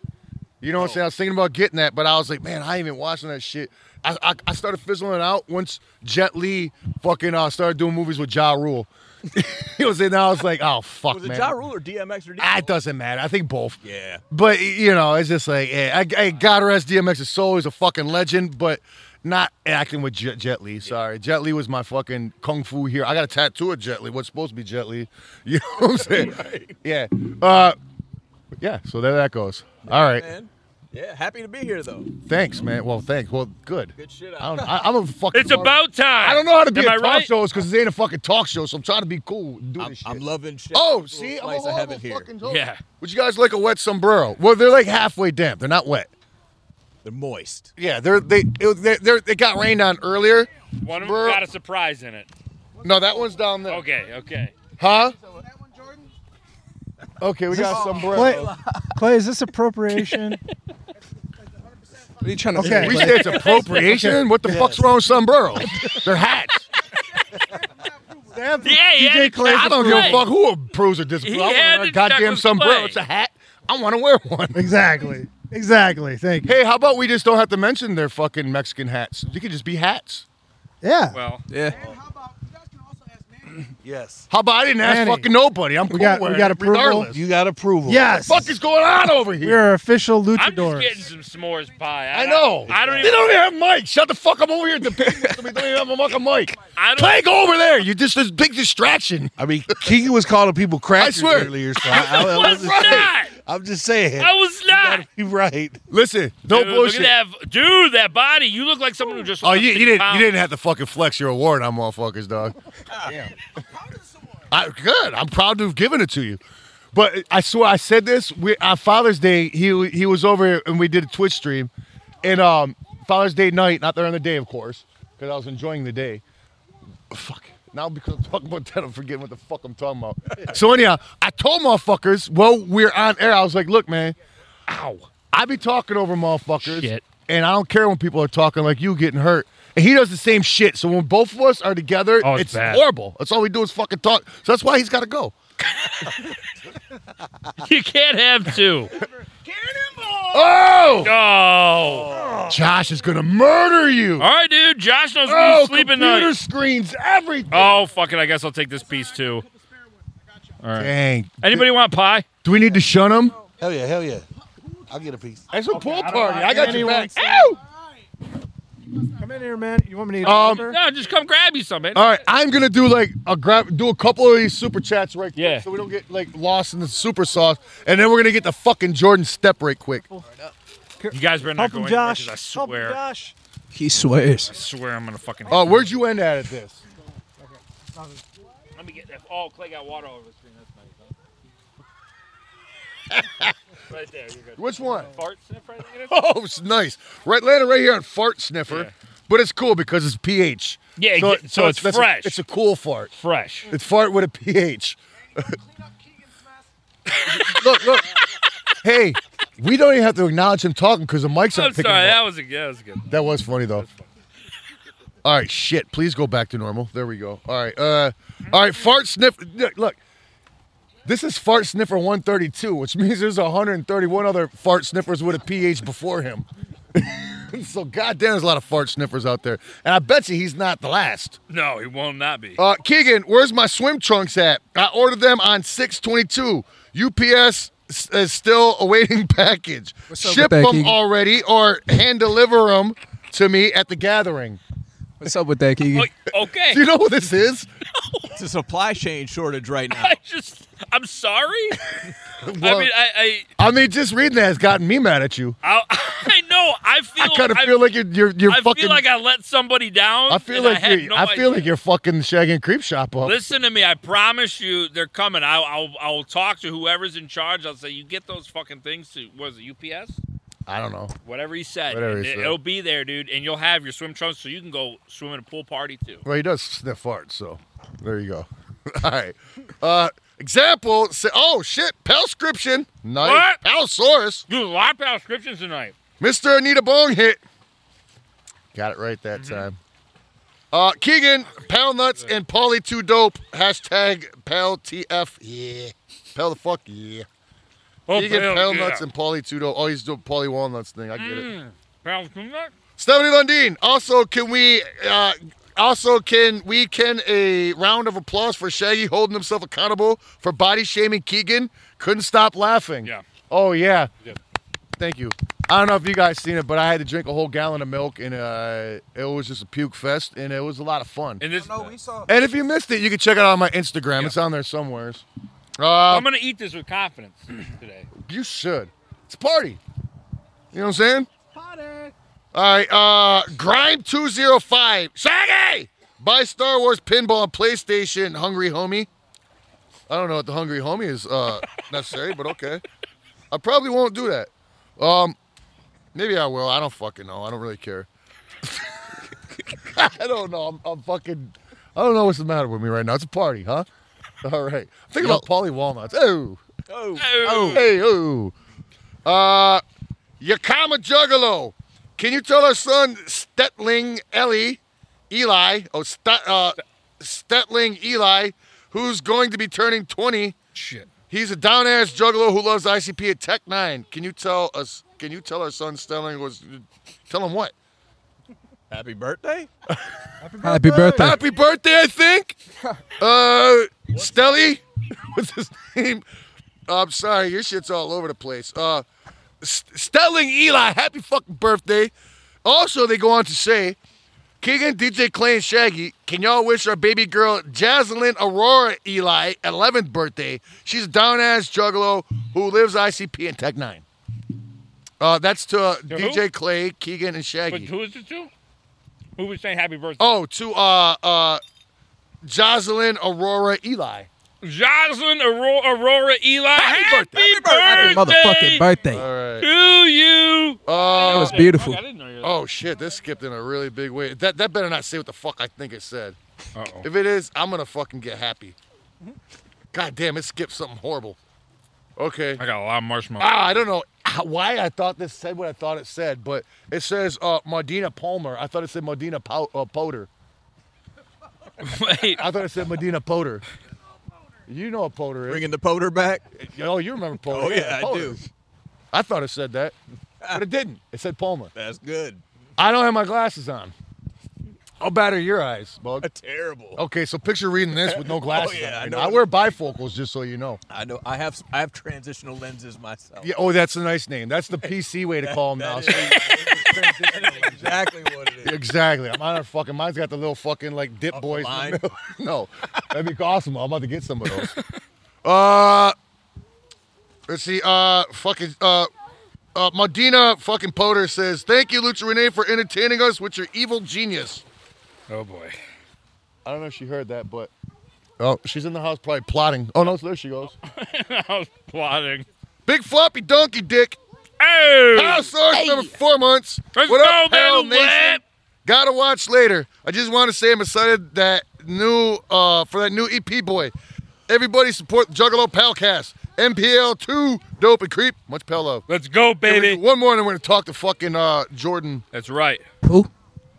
You know what I'm saying? I was thinking about getting that, but I was like, man, I ain't even watching that shit. I, I, I started fizzling out once Jet Li fucking uh, started doing movies with Ja Rule. it was and I was like, oh fuck, Was it man. Ja Rule or DMX or Ah, It doesn't matter. I think both. Yeah. But y- you know, it's just like, yeah, I, I God rest DMX's soul. He's a fucking legend, but not acting with Jet, Jet Li. Sorry, Jet Li was my fucking kung fu hero. I got a tattoo of Jet Li. What's supposed to be Jet Li? You know what I'm saying? Yeah. Uh, yeah. So there that goes. All right. man. Yeah, happy to be here though. Thanks, man. Well, thanks. Well, good. Good shit I don't, out. I, I'm a fucking. It's about time. I don't know how to be Am a I talk right? shows because this ain't a fucking talk show. So I'm trying to be cool. and Do I'm, this shit. I'm loving shit. Oh, This see, little I'm a slice of heaven horrible here. fucking host. Would you guys like a wet sombrero? Well, they're like halfway damp. They're not wet. They're moist. Yeah, they're they it, they they're, they got rained on earlier. One of them got a surprise in it. No, that one's down there. Okay, okay. Huh? Okay, we Is this- got Clay, sombrero. Clay, is this appropriation? What are you trying to say? We say it's appropriation. What the Yes. fuck's wrong with sombreros? They're hats. yeah, DJ Clay. I don't give a fuck who approves of this. I He want had to wear to a goddamn check with sombrero. Clay. It's a hat. I want to wear one. Exactly. Exactly. Thank you. Hey, how about we just don't have to mention their fucking Mexican hats? They could just be hats. Yeah. Well, yeah. Yes. How about I didn't ask Manny. fucking nobody? I'm We cool got- we wearing got it approval? regardless. You got approval. Yes. What the fuck is going on over here? We are official I'm just luchadors. getting some s'mores pie. I know. I don't They even. don't even have mics. Shut the fuck up over here. The they don't even have a fucking mic. I don't- Clay, go over there. You're just a big distraction. I mean, Kiki was calling people I crackers swear. earlier, so I, I, I was wasn't saying- not. I'm just saying. I was not. You're right. Listen, no Dude, bullshit. Look at that, dude. That body. You look like someone who just. Oh, lost you, you 50 didn't pounds. you didn't have to fucking flex your award on motherfuckers, dog. I, good. I'm proud to have given it to you. But I swear I said this. We, on Father's Day, he he was over here and we did a Twitch stream, and um Father's Day night, not there on the day, of course, because I was enjoying the day. Fuck. Now because I'm talking about that, I'm forgetting what the fuck I'm talking about. so anyhow, I told motherfuckers, well, we're on air. I was like, look, man, ow. I be talking over motherfuckers. And I don't care when people are talking like you getting hurt. And he does the same shit. So when both of us are together, Oh, it's it's, bad. horrible. That's all we do is fucking talk. So that's why he's gotta go. You can't have two. Oh! Oh. Josh is gonna murder you. All right, dude. Josh knows Oh, who's sleeping computer tonight. screens, everything. Oh, fuck it. I guess I'll take this piece too. All right. Dang. Anybody want pie? Do we need to shun him? Hell yeah, hell yeah. I'll get a piece. That's a pool don't party. know. I got your Anyone back. say- Ow! Come in here, man. You want me to eat Um, supper? No, just come grab you some, man. All right, I'm gonna do like a grab, do a couple of these super chats right quick, Yeah. so we don't get like lost in the super sauce, and then we're gonna get the fucking Jordan step right quick. You guys better not Help go him, anywhere, Josh. 'cause I Help him, swear. Josh. He swears. I swear I'm gonna fucking. Oh, where'd you end at at this? Let me get that. Oh, Clay got water over the screen. That's nice. Huh? right there. You're good. Which one? Fart sniff right there? Oh, it's nice. Right, landed right here on fart sniffer, but it's cool because it's pH. Yeah, yeah, so it's that's a- fresh. it's a cool fart. Fresh. It's fart with a pH. look, look. Hey, we don't even have to acknowledge him talking because the mic's not I'm picking sorry. him That up. was a yeah, that was good. That was funny though. All right, shit. Please go back to normal. There we go. All right. Uh, all right. Fart sniff. look, Look, this is fart sniffer 132, which means there's 131 other fart sniffers with a pH before him. so goddamn, there's a lot of fart sniffers out there, and I bet you he's not the last. No, he will not be. Uh, Keegan, where's my swim trunks at? I ordered them on 622. UPS s- is still awaiting package. What's up Ship with that, them Keegan? already or hand deliver them to me at the gathering. What's up with that, Keegan? Oh, okay. Do you know who this is? It's a supply chain shortage right now. I just. I'm sorry. I Well- mean, I. I I mean, just reading that has gotten me mad at you. I, I know. I feel. I kind of feel like you're you're, you're I fucking. feel like I let somebody down. I feel and like had you're, no I idea. feel like you're fucking shagging creep shop up. Listen to me. I promise you, they're coming. I'll, I'll I'll talk to whoever's in charge. I'll say you get those fucking things to was it UPS? I don't know. Whatever he said. Whatever and he it, said. will be there, dude, and you'll have your swim trunks so you can go swim in a pool party too. Well, he does sniff farts, so there you go. All right. Uh, example. Say, oh shit, palscription. Nice. What? Palsaurus. Dude, lop out scriptions tonight. Mr. Anita Bong hit. Got it right that Mm-hmm. time. Uh, Keegan, Pal Nuts, and Polly Too Dope. Hashtag Pal TF. Yeah. Pal the fuck. Yeah. Oh, Keegan, Pal, Pal yeah. Nuts, and Polly Too Dope. Oh, he's doing Polly Walnuts thing. I get it. Mm. Pal, come back. Stephanie Lundeen. Also, can we? Uh, also, can we can a round of applause for Shaggy holding himself accountable for body shaming Keegan? Couldn't stop laughing. Yeah. Oh yeah. Thank you. I don't know if you guys seen it, but I had to drink a whole gallon of milk, and uh, it was just a puke fest, and it was a lot of fun. And this, And if you missed it, you can check it out on my Instagram. It's on there somewheres. Uh, I'm gonna eat this with confidence today. you should. It's a party. You know what I'm saying? Party. All right. Uh, Grime two zero five. Shaggy. Buy Star Wars pinball on PlayStation. Hungry homie. I don't know what the hungry homie is uh, necessary, but okay. I probably won't do that. Um, maybe I will. I don't fucking know. I don't really care. I don't know. I'm, I'm fucking. I don't know what's the matter with me right now. It's a party, huh? All right. Think about Polly Walnuts. Oh. Oh. Oh. Hey, oh. Uh, Yakama Juggalo. Can you tell our son Stetling Ellie, Eli, oh, Stet, uh, Stetling Eli, who's going to be turning 20? Shit. He's a down ass juggalo who loves ICP at Tech 9. Can you tell us, can you tell our son Stetling was, tell him what? Happy birthday. Happy birthday. Happy birthday, I think. Uh, Stelly, what's his name? Uh, I'm sorry, your shit's all over the place. Uh, S- Stelling Eli, happy fucking birthday. Also, they go on to say, Keegan, DJ Clay, and Shaggy, can y'all wish our baby girl, Jaslyn Aurora Eli, 11th birthday? She's a down ass juggalo who lives ICP in Tech 9. Uh, that's to uh, who? DJ Clay, Keegan, and But Shaggy. who is it to? Who was saying happy birthday? Oh, to uh uh Jocelyn Aurora Eli. Jocelyn Aurora, Aurora Eli. Happy, Happy motherfucking birthday. All right. to you. Uh, That was beautiful. Oh shit, this skipped in a really big way. That that better not say what the fuck I think it said. Uh-oh. If it is, I'm gonna fucking get happy. God damn, it skipped something horrible. Okay. I got a lot of marshmallows. Ah, I don't know how, why I thought this said what I thought it said, but it says uh, Modena Palmer. I thought it said Modena Pow- uh, Potter. Wait. I thought it said Medina Potter. You know what Potter is. Bringing the Potter back. Oh, you remember Potter. Oh, yeah, I Potter. do. I thought it said that, but it didn't. It said Palmer. That's good. I don't have my glasses on. I'll batter your eyes, bug. Terrible. Oh, Okay, so picture reading this with no glasses yeah, on. I right know. now. I wear bifocals just so you know. I know. I have. I have transitional lenses myself. Yeah, oh, that's a nice name. That's the PC way to call them now. so- exactly what it is. exactly. I'm on a fucking. Mine's got the little fucking like dip boys. in the mine? middle. no, that'd be awesome. I'm about to get some of those. uh, let's see. Uh, fucking. Uh, uh, Modena fucking Potter says, "Thank you, Lucha Renee, for entertaining us with your evil genius." Oh boy. I don't know if she heard that, but oh, she's in the house probably plotting. Oh no, there she goes. I was plotting. Big floppy donkey dick. Hey! House source number four months. Let's what up, go, Hell man, Nation? what? Gotta watch later. I just want to say I'm excited that new uh for that new EP boy. Everybody support the Juggalo Palcast. MPL two, dope and creep. Much pal love. Let's go, Here we baby. go. One more and then we're gonna talk to fucking uh Jordan. That's right. Who?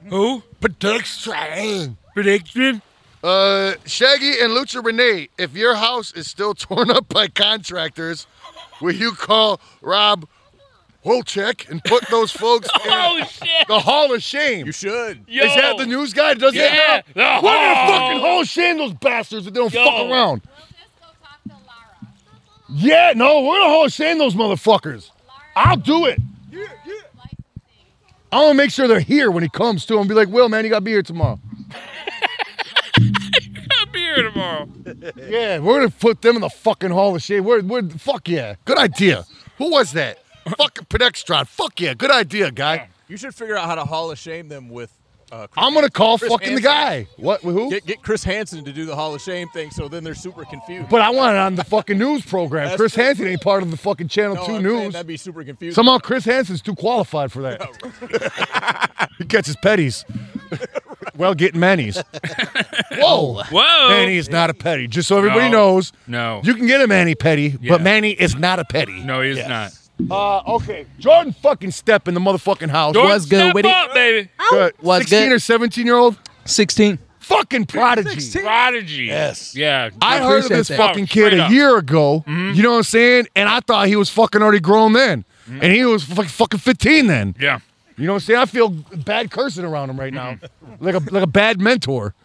Who? Production. Prediction? Uh, Shaggy and Lucha Renee, if your house is still torn up by contractors, will you call Rob Wolchek and put those folks in Oh shit! the Hall of Shame? You should. Yo. Is that the news guy that does Yeah. that now? The We're gonna Hall. fucking Hall of Shame those bastards if they don't Yo. fuck around. Yeah, no, we're gonna Hall of Shame those motherfuckers. I'll do it. I want to make sure they're here when he comes to and be like, Will, man, you gotta be here tomorrow. I'll be here tomorrow. Yeah, we're gonna put them in the fucking hall of shame. We're, we're fuck yeah, good idea. Who was that? Fucking Pedextron. Fuck yeah, good idea, guy. You should figure out how to hall of shame them with. Uh, Chris I'm gonna call Chris fucking the Hansen. guy. What? Who? Get, get Chris Hansen to do the Hall of Shame thing, so then they're super confused. But I want it on the fucking news program. That's Chris true. Hansen ain't part of the fucking Channel No, Two I'm saying news. that'd be super confusing. Somehow Chris Hansen's too qualified for that. he catches petties. well, getting manis. Whoa. Whoa! Manny is not a petty. Just so everybody No. knows, No. you can get a Manny petty, Yeah. but Manny is not a petty. no, he's not. Uh, okay. Jordan fucking step in the motherfucking house. Jordan, Oh, What's good step with it? up, baby. good? What's 16 good? or 17 year old? 16. Fucking prodigy. Prodigy. Yes. Yeah. I heard of appreciate this that. fucking Oh, kid straight a up. year ago. Mm-hmm. You know what I'm saying? And I thought he was fucking already grown then. And he was fuck- fucking 15 then. Mm-hmm. Yeah. You know what I'm saying? I feel bad cursing around him right now, Mm-hmm. like a like a bad mentor.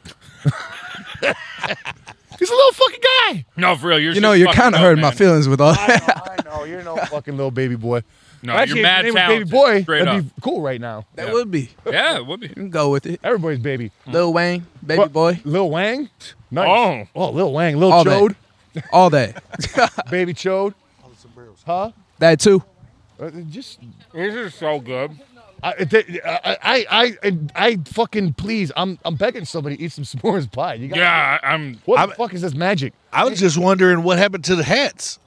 He's a little fucking guy. No, for real. You're You know, you're kind of hurting my feelings with all I that. know, I know. Oh, You're no fucking little baby boy. No, Actually, you're mad if your name talented, was baby boy, straight that'd up. be cool right now. That would be. Yeah, it would be. You can go with it. Everybody's baby. Lil Wayne, baby boy. Lil Wang? Nice. Oh. oh Lil Wang, Lil All Chode, that. All that. baby Chode. Huh? That too. Uh, Just This is so good. I, it- it- I, I, I, I fucking please. I'm, I'm begging somebody to eat some s'mores pie. You got Yeah, I, I'm. What the fuck is this magic? I was just wondering what happened to the hats.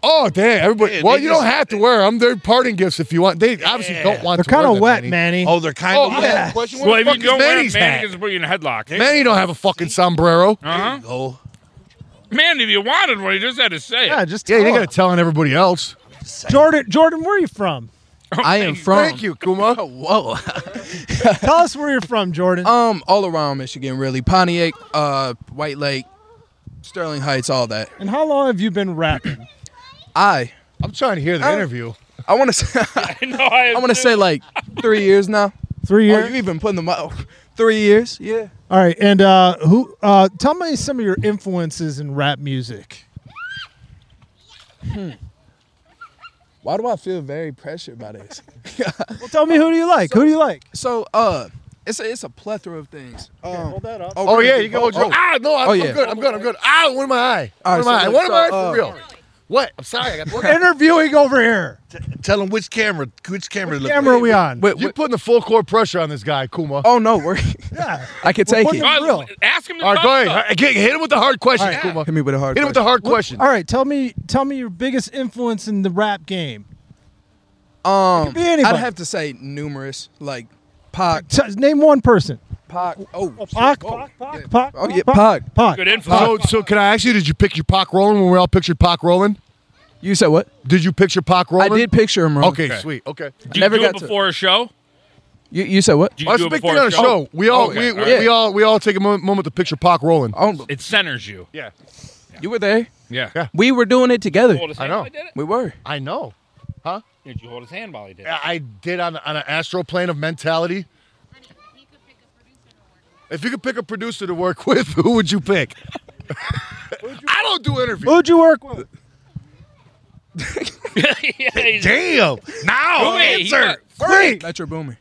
Oh damn! Everybody. Yeah, well, they you just- don't have to wear them. They're parting gifts if you want. They obviously Yeah. don't want. They're to wear kind of them, wet, Manny. Manny. Oh, they're kind Oh, of. I have a question. Well, Where if the you fuck is don't wear Manny's it, Manny hat? gets to put you in a headlock. Manny don't have a fucking sombrero. Uh huh. Oh, Man, if you wanted one, you just had to say it. Yeah, just Yeah, tell you him. gotta telling everybody else. Jordan, Jordan, where are you from? I am from. Thank you, Kuma. Whoa. tell us where you're from, Jordan. um, all around Michigan, really. Pontiac, uh, White Lake, Sterling Heights, all that. and how long have you been rapping? I, I'm trying to hear the Oh. interview. I want to say, I I know. I, want to say like three years now. Three Are years. you even putting them out? Three years? Yeah. All right, and uh, who? Uh, tell me some of your influences in rap music. Hmm. Why do I feel very pressured by this? Well, tell me who do you like? who do you like? So, uh, it's a, it's a plethora of things. Um, Hold that up. Oh, really? yeah, you can hold your. Oh, Ah, no, I'm, Oh, I'm yeah. good. I'm good. I'm good. Ah, one of my eye. All One of right, my so eye. look, One of my so, eye for uh, real. What? I'm sorry. I got We're interviewing over here. Tell them which camera. Which camera? What look camera are we on? Wait, You're wait- putting the full core pressure on this guy, Kuma. oh no, we're, Yeah. I can Well, take what it. the- God, real. Ask him to All right, talk go ahead. stuff. All right, get- Hit him with the hard questions, Kuma. Hit me with a hard. Hit him with the hard question. All right, tell me, tell me your biggest influence in the rap game. Um, be anybody. I'd have to say numerous, like Pac, T- name one person. Pac. Oh, shit. Pac, Whoa. Pac, Pac, Pac. Oh, yeah, Pac. Pac. Good info. So, so can I ask you? Did you pick your Pac Rollin when we all pictured Pac Rollin? You said what? Did you picture Pac I Rollin? did picture him. Wrong. Okay, sweet. Okay. Did you never do got it to- before a show? You, you said what? Did you Oh, that's do it a big before Oh, thing on the show. We all okay, we, we, alright. we all we all take a mo- moment to picture Pac Rollin. Oh, It centers you. yeah, you were there. Yeah. Yeah. We were doing it together. Hold his I hand know. while he did it? We were. I know. Did you hold his hand while he did it? I I did on on an astral plane of mentality. If you could pick a producer to work with, who would you pick? I don't do interviews. Who'd you work with? yeah, he's- Damn. Now Wait, he answer. Great. Metro Boomer.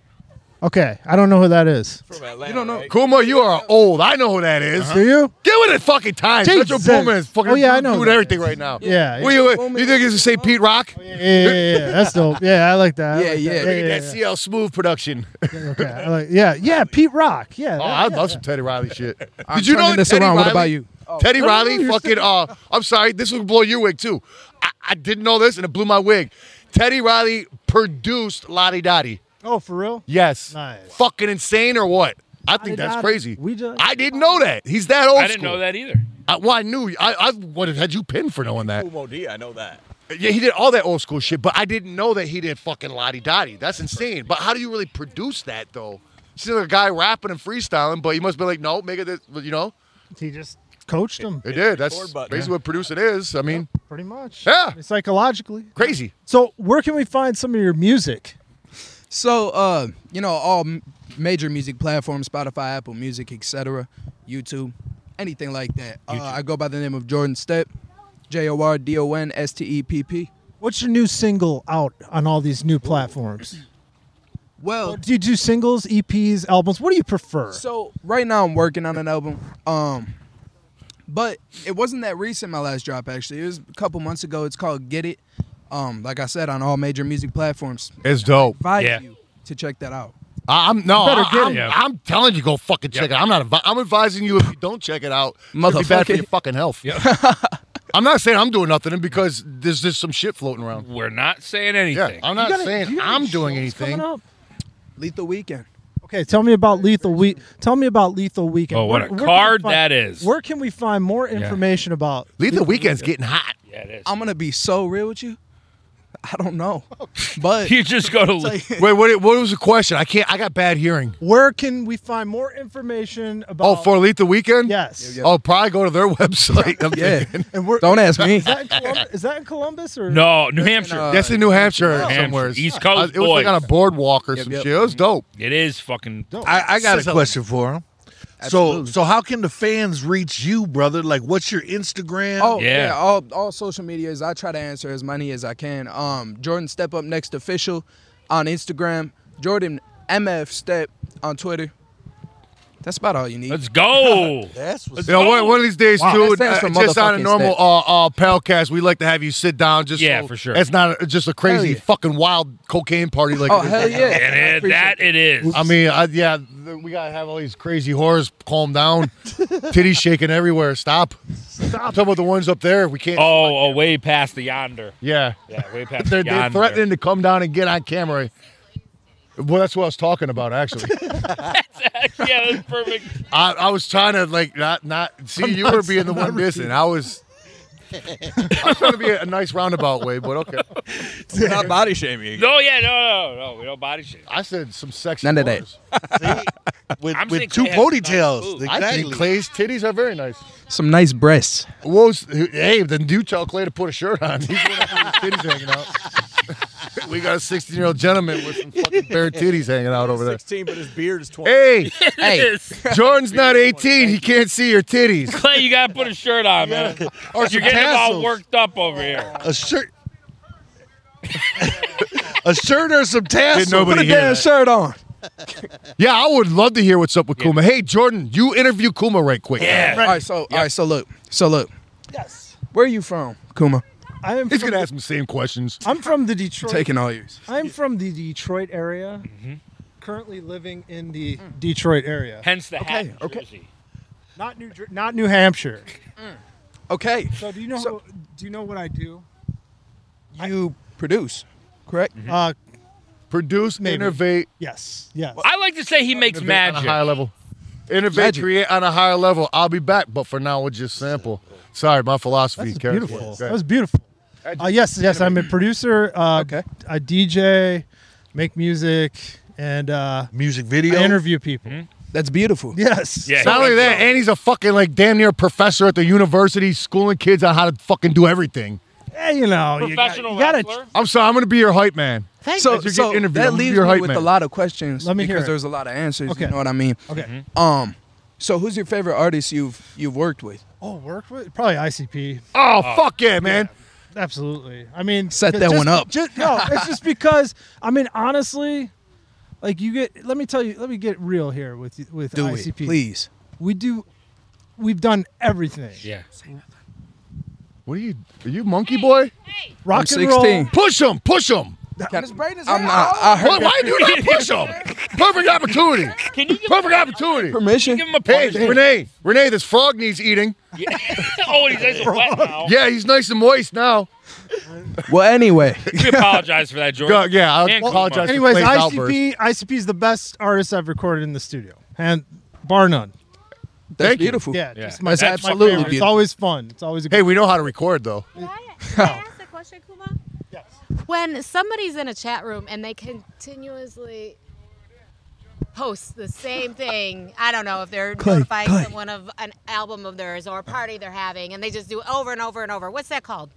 Okay, I don't know who that is. You don't know. Kuma, you are old. I know who that is. Uh-huh. Do you? Give it a fucking time. Metro Jesus. Boomin is fucking Oh, yeah, I know doing that. everything right now. Yeah. What Yeah, Oh, you, you think it's the same Pete Rock? yeah, yeah, yeah, yeah. That's dope. Yeah, I like that. I Yeah, like yeah. that. Look yeah, That CL Smooth production. yeah, yeah. Okay, I like- yeah, yeah, Pete Rock. Yeah. Oh, that- I yeah. love some Teddy Riley shit. I'm turning this around. What about you? Teddy no, Riley, you're fucking. Uh, I'm sorry, this would blow your wig too. I, I didn't know this, and it blew my wig. Teddy Riley produced Lottie Dottie. Oh, for real? Yes. Nice. Fucking insane or what? I think did that's not- crazy. we just- I didn't know that. He's that old I didn't school. know that either. I, well, I knew. I, I what had you pinned for knowing that? Kumo D, I know that. Uh, Yeah, he did all that old school shit, but I didn't know that he did fucking Lottie Dottie. That's insane. But how do you really produce that though? See like a guy rapping and freestyling, but you must be like, no, make it this, you know? He just coached him It did. That's Record button. basically what producing is. I mean, pretty much. Yeah. Psychologically. crazy. So, where can we find some of your music? So, uh, you know, all m- major music platforms, Spotify, Apple Music, etc., YouTube, anything like that. Uh, I go by the name of Jordan Step, J O R D O N S T E P P. What's your new single out on all these new platforms? Well, Do you do singles, EPs, albums? What do you prefer? So right now I'm working on an album. Um but it wasn't that recent my last drop actually. It was a couple months ago. It's called Get It. Um like I said on all major music platforms. It's dope. Invite Yeah. you to check that out. I- I'm no, better I, get am it. I'm telling you, go fucking check it. out. I'm not. Advi- I'm advising you if you don't check it out, it'll be bad for Motherfucker. your fucking health. I'm not saying I'm doing nothing because there's just some shit floating around. We're not saying Yeah, anything. I'm not You got a- you saying got I'm any doing shows coming anything. up? Lethal Weekend. Okay, tell me about Lethal Week. Tell me about Lethal Weekend. Oh, what Where- a where can we card find- that is. Where can we find more information about Leave the weekend's getting hot. Yeah, it is. I'm gonna be so real with you. I don't know, but you just go to Wait, what, what was the question? I can't. I got bad hearing. Where can we find more information about? Oh, for Elite the Weekend? Yes. Yeah, yeah. I'll probably go to their website. I'm thinking. And we're- Don't ask me. Is that, in Colum- is that in Columbus or uh, No, New Hampshire. That's in New Hampshire Hampshire. somewhere. East Coast I- It was boys. like on a boardwalk or some shit. It was dope. Mm-hmm. It is fucking. I, I got a question for him. So, so how can the fans reach you, brother? Like, what's your Instagram? Oh yeah, all, all social medias. I try to answer as many as I can. Um, Jordan Step Up Next official on Instagram. Jordan MF Step on Twitter. That's about all you need. Let's go. That's You know, one, one of these days, too, That's uh, just on a normal uh, uh, Palcast, we like to have you sit down. Just Yeah, so for sure. It's not a, just a crazy fucking wild cocaine party like. Oh, it is hell now. yeah. And it, that it is. I mean, I, yeah, th- we gotta have all these crazy whores calm down. Titties shaking everywhere. Stop. Stop. I'm talking about the ones up there. We can't. oh, oh, way past the yonder. Yeah. Yeah, way past They're, the they're yonder. threatening to come down and get on camera. Well, that's what I was talking about, actually. yeah, that's perfect. I, I was trying to like not not see I'm you not- were being I'm the not one missing. I was I was trying to be a, nice roundabout way, but okay. We're not body shaming. again. No, yeah, no, no, no. We don't body shit. I said some sexy. None of that. With, I'm with saying two Clay has nice ponytails. boobs. I think Exactly. Clay's titties are very nice. Some nice breasts. Whoa, s- hey, then do tell Clay to put a shirt on. He's gonna have his titties hanging out. we got a 16 year old gentleman with some fucking bare titties hanging out over there. 16, but his beard is 20. Hey, Hey. Jordan's not 18. He can't see your titties. Clay, you gotta put a shirt on, man. Or some You're getting all tassels. worked up over here. A shirt. a shirt or some tassels. Put a damn shirt on. Yeah, I would love to hear what's up with Kuma. Hey, Jordan, you interview Kuma right quick. All right, so all right, so look, so look. Yes. Where are you from, Kuma? I am. He's from, gonna ask him the same questions. I'm from the Detroit. Taking all yours. I'm from the Detroit area. Mm-hmm. Currently living in the Detroit area, Hence the hat. Okay, and okay. jersey. not New Jer- not New Hampshire. Okay. So do you know do you know what I do? You produce, correct? Uh, Mm-hmm. Produce, Maybe. innovate yes, yes. I like to say he makes innovate on a higher magic. level. Innovate, Magic. create on a higher level. I'll be back, but for now, we'll just sample. Sorry, my philosophy. That's Karen. beautiful. Go That ahead. was beautiful. Uh, yes, yes. I'm a producer. Uh, Okay. I DJ, make music, and uh, music I video. interview people. Mm-hmm. That's beautiful. Yes. Yeah, Not only that, and he's a fucking like damn near professor at the university, schooling kids on how to fucking do everything. Hey, you know, you got- professional you gotta, wrestler. I'm sorry, I'm gonna be your hype man. so As you're so getting interviewed, that I'm gonna be leaves your me hype with man. a lot of questions Let me hear because it. there's a lot of answers. Okay. You know what I mean? Okay. Um, so who's your favorite artist you've you've worked with? Oh, work with probably ICP. Oh, fuck yeah, man. Absolutely. I mean, Set ju- that just- one up. ju- no, it's just because I mean, honestly, like you get. Let me tell you. Let me get real here with you with Do it, ICP. please. We do. We've done everything. Yeah. What are you? Are you monkey boy? Hey, Rock I'm and 16. roll. Push him, push him. I'm not. Oh. I heard Why, why do you not push him? Perfect opportunity. Can you give, Perfect opportunity. permission. give him a Hey, punch? Renee, Renee, this frog needs eating. oh, he's nice and wet now. Yeah, he's nice and moist now. Well, anyway, We apologize for that, Jordan. Go- yeah, I And apologize. Kumar. Anyways, Place ICP ICP is the best artist I've recorded in the studio, and bar none. that's Thank you. beautiful. Yeah, just my, That's that's my absolutely favorite. It's beautiful. always fun. It's always a Hey, we know how to record though. can I, can I ask a question, Kuma? When somebody's in a chat room and they continuously post the same thing, I don't know if they're notifying someone of an album of theirs or a party they're having, and they just do it over and over and over. What's that called?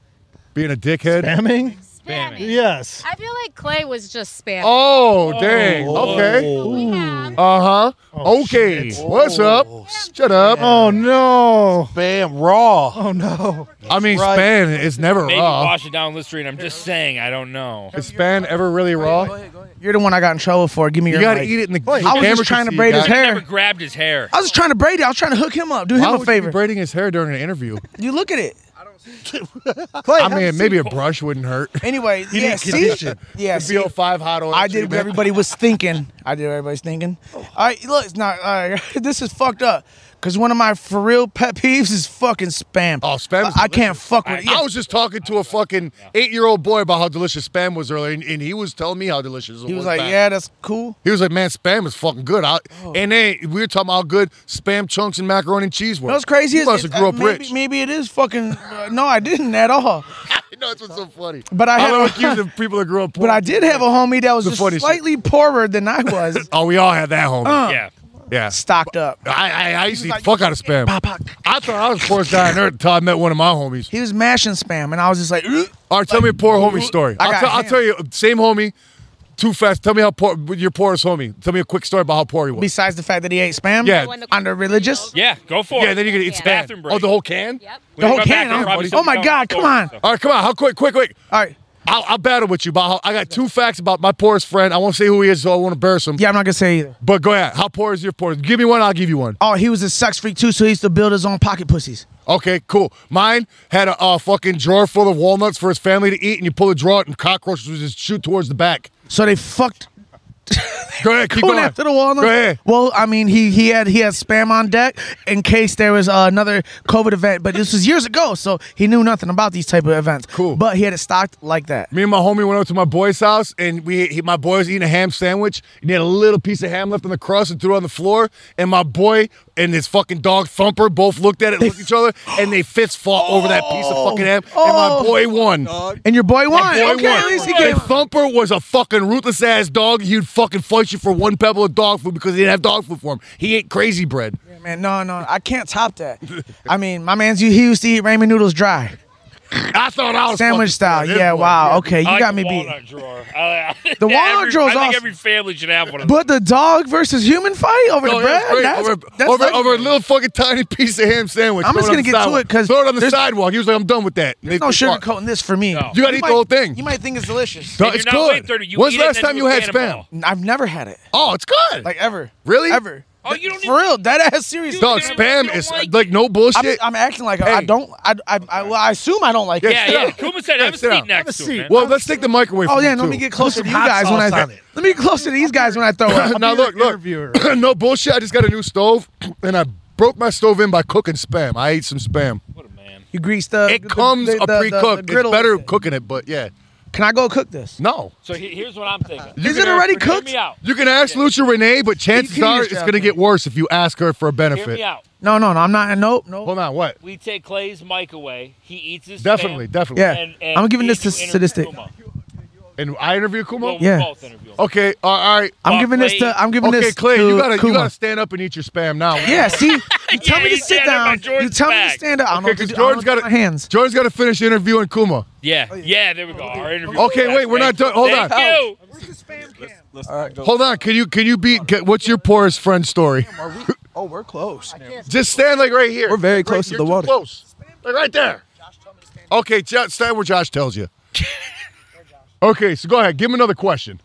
Being a dickhead. spamming. Spamming. Yes. I feel like Clay was just spamming. Oh, dang. Okay. We have Uh huh. Oh, okay. shit. What's up? Shut up. Oh no. Bam, raw. Oh no. I mean, right. span is never Maybe raw. wash it down Listerine. I'm just saying, I don't know. Is span ever really raw? You're the one I got in trouble for. Give me You your. gotta mic. eat it in the. I was just trying to braid his I never hair. grabbed his hair. I was just trying to braid it. I was trying to hook him up. Do Why him a would you be favor. braiding his hair during an interview? You look at it. I mean, maybe a brush wouldn't hurt. Anyway, yeah. See, yeah. The See, BO5 hot oil. I did what treatment. everybody was thinking. I did what everybody's thinking. Oh. All right, look, it's not. All right, this is fucked up. Cause one of my for real pet peeves is fucking spam. Oh, spam is I can't fuck with. it. I was just talking to a fucking eight-year-old boy about how delicious spam was earlier, and, and he was telling me how delicious it He was back. like, "Yeah, that's cool." He was like, "Man, spam is fucking good." I, Oh. And then we were talking about how good spam chunks and macaroni and cheese were. That's crazy. You is must have it- grew uh, up maybe, rich. Maybe it is fucking. uh, no, I didn't at all. No, That's what's so funny. But I I'm have- accused of people that grew up poor. But I did have a homie that was The just funny shit. slightly poorer than I was. Oh, we all had that homie. Uh. Yeah. Yeah. Stocked up. I I, I used to eat fuck out of spam. I thought I was the poorest guy on earth until I met one of my homies. He was mashing spam, and I was just like, "Ugh." all right, tell me a poor homie Ugh. story. I I'll, got tell- I'll him. tell you, same homie, too fast. Tell me how poor your poorest homie. Tell me a quick story about how poor he was. Besides the fact that he ate spam, Yeah. under religious. Yeah, go for it. Yeah, then you can it's bad. Bathroom break. Oh, the whole can. Yep. The whole can. huh? oh my God! Come on. All right, come on. How quick? Quick, quick. All right. I'll, I'll battle with you. But I'll- I got two facts about my poorest friend. I won't say who he is, so I won't embarrass him. Yeah, I'm not gonna say either. But go ahead. How poor is your poor? Give me one. I'll give you one. Oh, he was a sex freak too, so he used to build his own pocket pussies. Okay, cool. Mine had a, uh fucking drawer full of walnuts for his family to eat, and you pull the drawer out, and cockroaches would just shoot towards the back. So they fucked. Go ahead, keep Going going. after the walnuts. Go ahead. Well, I mean, he he had he had spam on deck in case there was uh, another COVID event, but this was years ago, so he knew nothing about these type of events. Cool. But he had it stocked like that. Me and my homie went over to my boy's house, and we he, my boy was eating a ham sandwich, and he had a little piece of ham left on the crust and threw it on the floor. And my boy and his fucking dog Thumper both looked at it, looked at each other, and they fist fought over that piece of fucking ham. Oh. and my boy won. And your boy won. My boy won. okay, at least he And gave. Thumper was a fucking ruthless ass dog. He'd fucking fight you for one pebble of dog food because he didn't have dog food for him. He ate crazy bread. Yeah, man, no, no, I can't top that. I mean, my man's he used to eat ramen noodles dry, I thought I was sandwich fucking- style. Yeah, wow. Okay, you I like got the me beat. walnut drawer. I- I- The walnut every, drawer's I think awesome. every family should have one of those. But the dog versus human fight over No, the that's bread? Oh, great. That's, over, that's over, like- over a little fucking tiny piece of ham sandwich. I'm Throw just it on the gonna get to sidewalk. it 'cause throw it on the there's- sidewalk. He was like, "I'm done with that." They- There's no they fought. sugarcoating this for me. You gotta eat the whole thing. You might think it's delicious. No, it's good. When's the last time you had spam? I've never had it. Oh, it's good. Like ever. Really? Ever. Oh, you don't For real, that ass serious. Dog, spam is like, no I'm, bullshit. I'm acting like I don't. I, I, I, well, I assume I don't like Yeah, it. sit down. Kuma said, "Have a sit seat down. next to him, man." Well, let's take the microwave. Oh from yeah, you, let me too. get closer to you guys when I. Let me get closer to these guys when I throw up. now look, look. no bullshit. I just got a new stove, and I broke my stove in by cooking spam. I ate some spam. You greased up. It comes the- the- the- a pre-cooked. the griddle it's better cooking it, but yeah. Can I go cook this? No. So he- here's what I'm thinking. You Is it can ask- already cooked? Hear me out. You can ask Lucia Renee, but chances can are use it's Jasmine. going to get worse if you ask her for a benefit. Hear me out. No, no, no. I'm not. Nope, nope. Hold on, what? We take Clay's mic away. He eats his Definitely, spam, definitely. Yeah. and- and I'm giving this you to interview sadistic. Kuma. And I interview Kuma. Well, we Yeah. both interview him. Okay. All all right. I'm giving this to. I'm giving okay, this. Clay, to you gotta you Kuma. gotta stand up and eat your spam now. Yeah, see, you tell Yeah, me to he's sit standing by down. You Jordan's tell me to back. stand up. I don't know Okay, what to because do. I Jordan's don't know what got to do to with my hands. Jordan's got to finish interviewing Kuma. Oh, Yeah, yeah, there we go. Our interview. Okay, wait, we're not done. Hold Thank on. you. Hold on. Can you can you beat? Get, what's your poorest friend story? Oh, we're close. Just stand like right here. We're very Right- close to you're the too water. Close, like right there. Okay, Jo- stand where Josh tells you. Okay, so go ahead. Give him another question.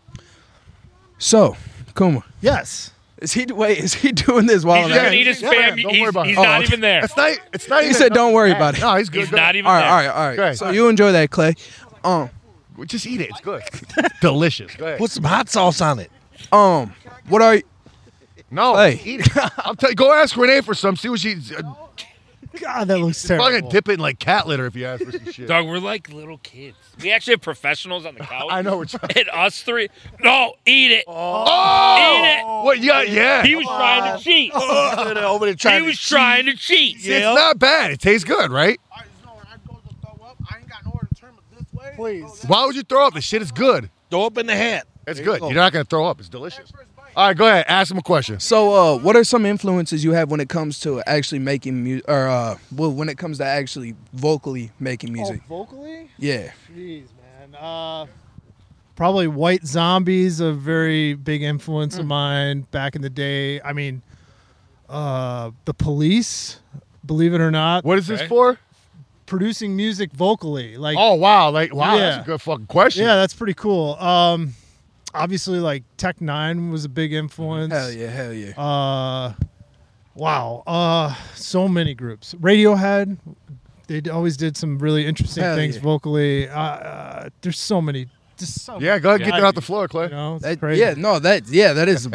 So, Kuma, Yes. is he wait? Is he doing this while He's I'm just at gonna it? eat his Yeah, yeah, spam. don't He's, worry about it. he's Oh, not okay. even there. It's not. It's not. He even- said, "Don't worry about it." No, he's good. He's go not ahead. even All right, there. all right, all right. Okay. So you enjoy that, Clay. Um, Just eat it. It's good. Delicious. Go ahead. Put some hot sauce on it. um, what are you? No, Hey. eat it. I'll tell you. Go ask Renee for some. See what she. Uh, God, that looks probably terrible. gonna dip it in like cat litter if you ask for some shit. Dog, we're like little kids. We actually have professionals on the couch. I know we're trying. And us three. No, eat it. Oh, what? Yeah, yeah. He was trying to cheat. Over there He trying was to trying to cheat. See, It's not bad. It tastes good, right? Please. Why would you throw up? The shit is good. Throw up in the hat. It's There good. go. You're not gonna throw up. It's delicious. All right, go ahead. Ask him a question. So, uh, what are some influences you have when it comes to actually making music, or uh, well, when it comes to actually vocally Oh, making music? vocally? Yeah. Jeez, man. Uh, Probably White Zombies, a very big influence Hmm. of mine back in the day. I mean, uh, the Police, believe it or not, What is this Okay. for? producing music vocally. Like, Oh wow, like wow, that's Yeah. a good fucking question. yeah, that's pretty cool. Um, obviously, like Tech Nine was a big influence. Hell yeah, hell yeah. Uh, wow. Uh, so many groups. Radiohead. They d- always did some really interesting Hell things yeah. vocally. Uh, uh, there's so many. Just so Yeah, go ahead. Yeah. Get that out the floor, Clay. You know, it's That- crazy. yeah, no, that yeah, that is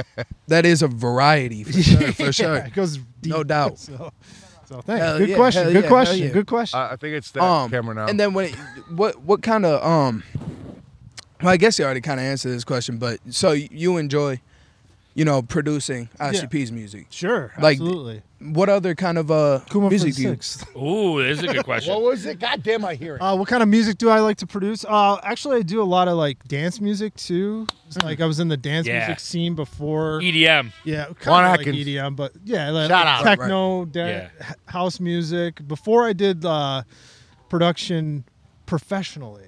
that is a variety for sure, for sure. it goes deep. No doubt. So, so thanks. Hell good, yeah, question. hell good yeah, hell question. yeah. Good question. I I think it's that um, camera now. And then when, it, what what kind of um, well, I guess you already kind of answered this question, but so you enjoy, you know, producing ICP's music. Sure. Like, absolutely. what other kind of uh, music do you? Ooh, this is a good question. What was it? God damn, I hear it. Uh, what kind of music do I like to produce? Uh, actually, I do a lot of like dance music too. It's like I was in the dance Yeah. music scene before EDM. Yeah, kind Juan of like Atkins. EDM, but yeah, like Shout out. techno, Right. da- h- house music. Before I did uh, production professionally,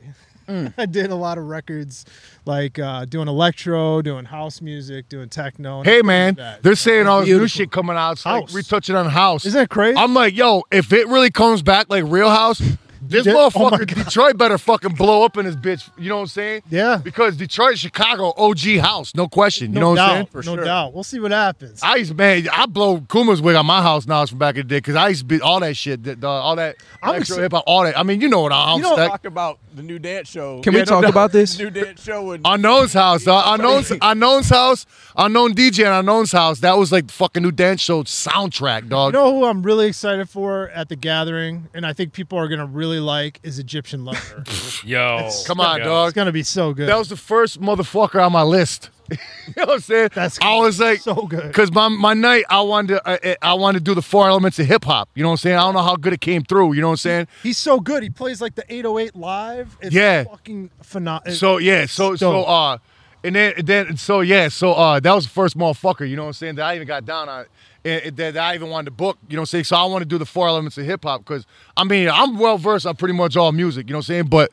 Mm. I did a lot of records, like uh, doing electro, doing house music, doing techno. and Hey everything man, like that. they're saying all this new Beautiful. shit coming out. It's like House. retouching on house. Isn't that crazy? I'm like, yo, if it really comes back like Real House, this Yeah, oh my motherfucker Detroit better fucking blow up in this bitch. You know what I'm saying? Yeah. Because Detroit, Chicago, OG house, no question. You No know what doubt, I'm saying? no doubt. We'll see what happens. I used man, I blow Kuma's wig on my house knowledge from back in the day because I used to be all that shit, that- dog, all that I'm I'm electro exci- hip hop, all that. I mean, you know what I'm you know, stack- talk about the new dance show. Can we Yeah, talk no, about this? New dance show would. Unknown's house, dog. Unknown's, unknown's house, unknown DJ, and unknown's house. That was like fucking new dance show soundtrack, You dog. know who I'm really excited for at the gathering, and I think people are gonna really like is Egyptian Lover. Yo, come on, dog. It's gonna be so good. That was the first motherfucker on my list. you know what I'm saying? That's I was like so good because my my night I wanted to I, I wanted to do the four elements of hip hop. You know what I'm saying? I don't know how good it came through. You know what I'm saying? He's so good. He plays like the 808 live. It's Yeah. fucking phenomenal. So yeah, so so uh, and then and then so yeah, so uh, that was the first motherfucker. You know what I'm saying? That I even got down on, and, and that I even wanted to book. You know what I'm saying? So I want to do the four elements of hip hop because I mean I'm well versed on pretty much all music. You know what I'm saying? But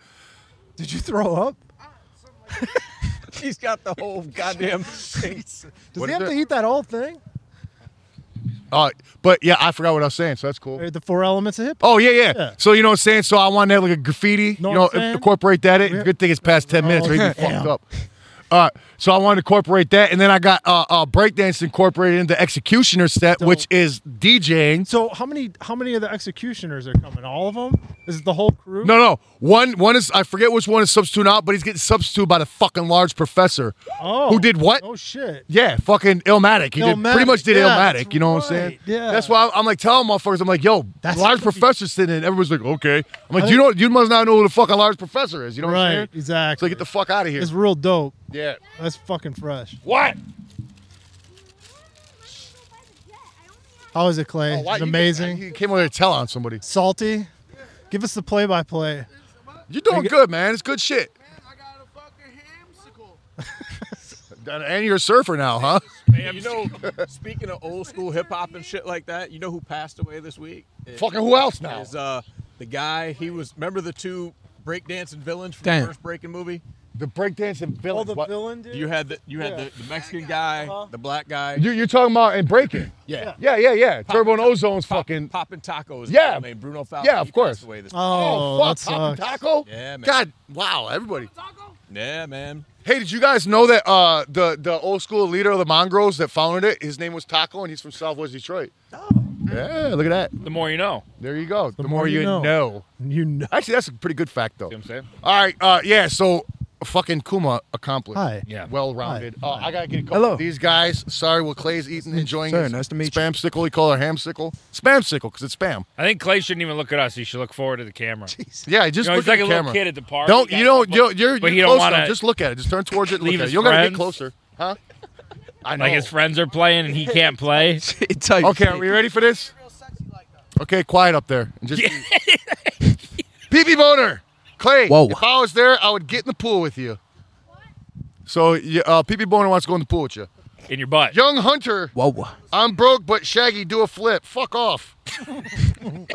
did you throw up? He's got the whole goddamn. thing. Does he have to eat that whole thing? Uh, but yeah, I forgot what I was saying, so that's cool. The four elements of hip. Oh yeah, yeah, Yeah. So you know what I'm saying? So I want to have like a graffiti. Know you what know, I'm saying? Oh, incorporate that. In. Good thing it's past ten minutes, or he'd be damn. fucked up. Uh, so I wanted to incorporate that, and then I got uh, uh, breakdance incorporated into executioner set, which is DJing. So how many how many of the executioners are coming? All of them? Is it the whole crew? No, no. One one is I forget which one is substitute out, but he's getting substituted by the fucking large professor. Oh. Who did what? Oh shit. Yeah, fucking Illmatic. He did pretty Illmatic, much did yeah, Illmatic. that's You know what I'm right, saying? yeah. That's why I'm, I'm like telling motherfuckers, I'm like, yo, large professor's sitting in. Everyone's like, okay. I'm like, I you know, you must not know who the fucking large professor is. You know what I'm right. saying? Exactly. So get the fuck out of here. It's real dope. Yeah. That's fucking fresh. What? How is it, Clay? Oh, why- It's you- amazing. You came over to tell on somebody. Salty. Give us the play by play. You're doing good, man. It's good shit. And you're a surfer now, huh? Man, you know, speaking of old school hip hop and shit like that, you know who passed away this week? Fucking who else now? Is uh the guy he was remember the two breakdancing villains from Damn. the first breaking movie? Oh, The breakdancing villain. the What- villain dude? You had the you had Yeah. the, the Mexican guy, the black guy. You, you're talking about and breaking. Yeah. Yeah, yeah, yeah. Turbo and Ozone's fucking. Poppin' Tacos. Yeah. Named Bruno Falcon. Yeah, of he passed course. Away this Oh, week. fuck, Papa Taco. Yeah, man. God, wow, everybody. Yeah, man. Hey, did you guys know that uh, the the old school leader of the Mongrels that founded it, his name was Taco, and he's from Southwest Detroit. Oh. Yeah, look at that. The more you know. There you go. The, more, you know. You know. Actually, that's a pretty good fact, though. I'm saying? All right, uh, yeah. So, fucking Kuma accomplished. Hi. Yeah. Well rounded. Uh, I gotta get a couple Hello. of these guys. Sorry, well Clay's eating, enjoying sir. his Nice to meet spam sickle. He called her ham sickle. Spam sickle because it's spam. I think Clay shouldn't even look at us. He should look forward to the camera. Yeah, just you know, look he's like a at the little camera. kid at the park. Don't He you got don't the you're book, you're, but you're he close don't want enough. Just look at it. Just turn towards it. And leave look at it. his You don't gotta get friends. closer, huh? I know. Like his friends are playing and he can't play. okay, are we ready for this? Okay, quiet up there. And just PB Boner, Clay. Whoa. If I was there, I would get in the pool with you. So you- uh, PB Boner wants to go in the pool with you. In your butt. Young Hunter, Whoa. I'm broke but Shaggy do a flip. Fuck off.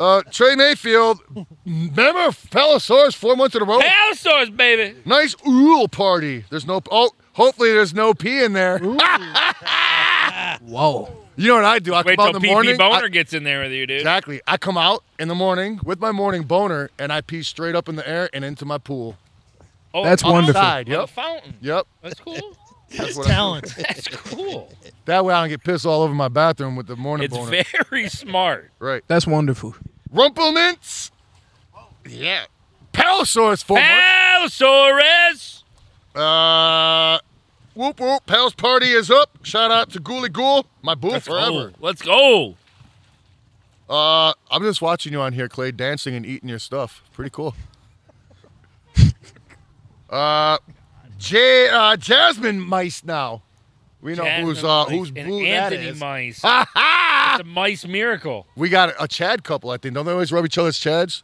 uh, Trey Mayfield, remember Palosaurus four months in a row. Allosaurus, baby. Nice ool party. There's no oh, hopefully there's no pee in there. Whoa. You know what I do? I Wait come out till in the PP morning. I- Boner gets in there with you, dude. Exactly. I come out in the morning with my morning boner and I pee straight up in the air and into my pool. Oh, That's on the wonderful. side, on Side, the yep. fountain. Yep. That's cool. That's what I do. Talent. That's cool. That way I don't get pissed all over my bathroom with the morning It's boner. very smart. right. That's wonderful. Rumpelmints. Yeah. Palosaurus for Allosaurus. Uh whoop whoop. Pal's party is up. Shout out to Ghoulie Ghoul, my boo Let's forever. go. Let's go. Uh I'm just watching you on here, Clay, dancing and eating your stuff. Pretty cool. uh J uh Jasmine mice now. We know who's uh Jasmine who's Mice and boo that Anthony is. Mice. Ha ha! It's a mice miracle. We got a Chad couple, I think. Don't they always rub each other's Chads?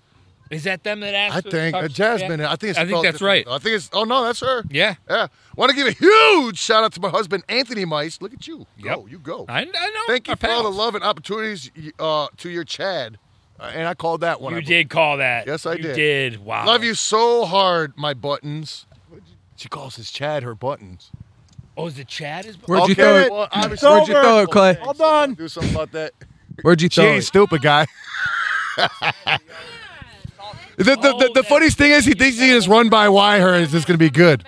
Is that them that asked? I to think uh, touch- Jasmine. yeah. I think it's I think spelled that's right. different, though. I think it's. Oh no, that's her. Yeah. Yeah. Want to give a huge shout out to my husband Anthony Mice. Look at you. Yep. Go, you go. I- I know, Thank you our for all the pals. love and opportunities y- uh, to your Chad, Uh, and I called that one. You I did call that. Yes, I You did. did. Wow. Love you so hard, my buttons. She calls his Chad her buttons. Oh, is it Chad? Is Where'd you Okay, throw it? well, obviously- Where'd you throw it, Clay? All done. Do something about that. Where'd you She throw ain't it? stupid, guy. the the, the, the funniest thing is he thinks he can just run by why her and it's just gonna be good.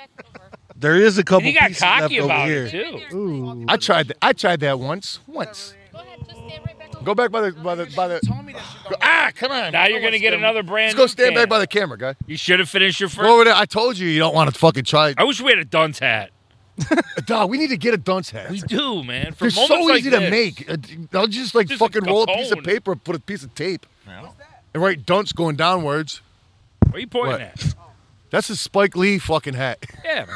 There is a couple he got pieces cocky left about over it here. too. I tried that. I tried that once. Once. Go back by the by the by the. Ah, come on. Now you're gonna get another brand. Let's go new stand can. back by the camera, guy. You should have finished your first. Go over there. I told you you don't want to fucking try. I wish we had a dunce hat. Dog, Uh, we need to get a dunce hat. We do, man. For They're moments so like easy to this. make. Uh, I'll just like Just a fucking roll a piece Capone. of paper, put a piece of tape, and write dunce going downwards. What are you pointing What? at? That's his Spike Lee fucking hat. Yeah,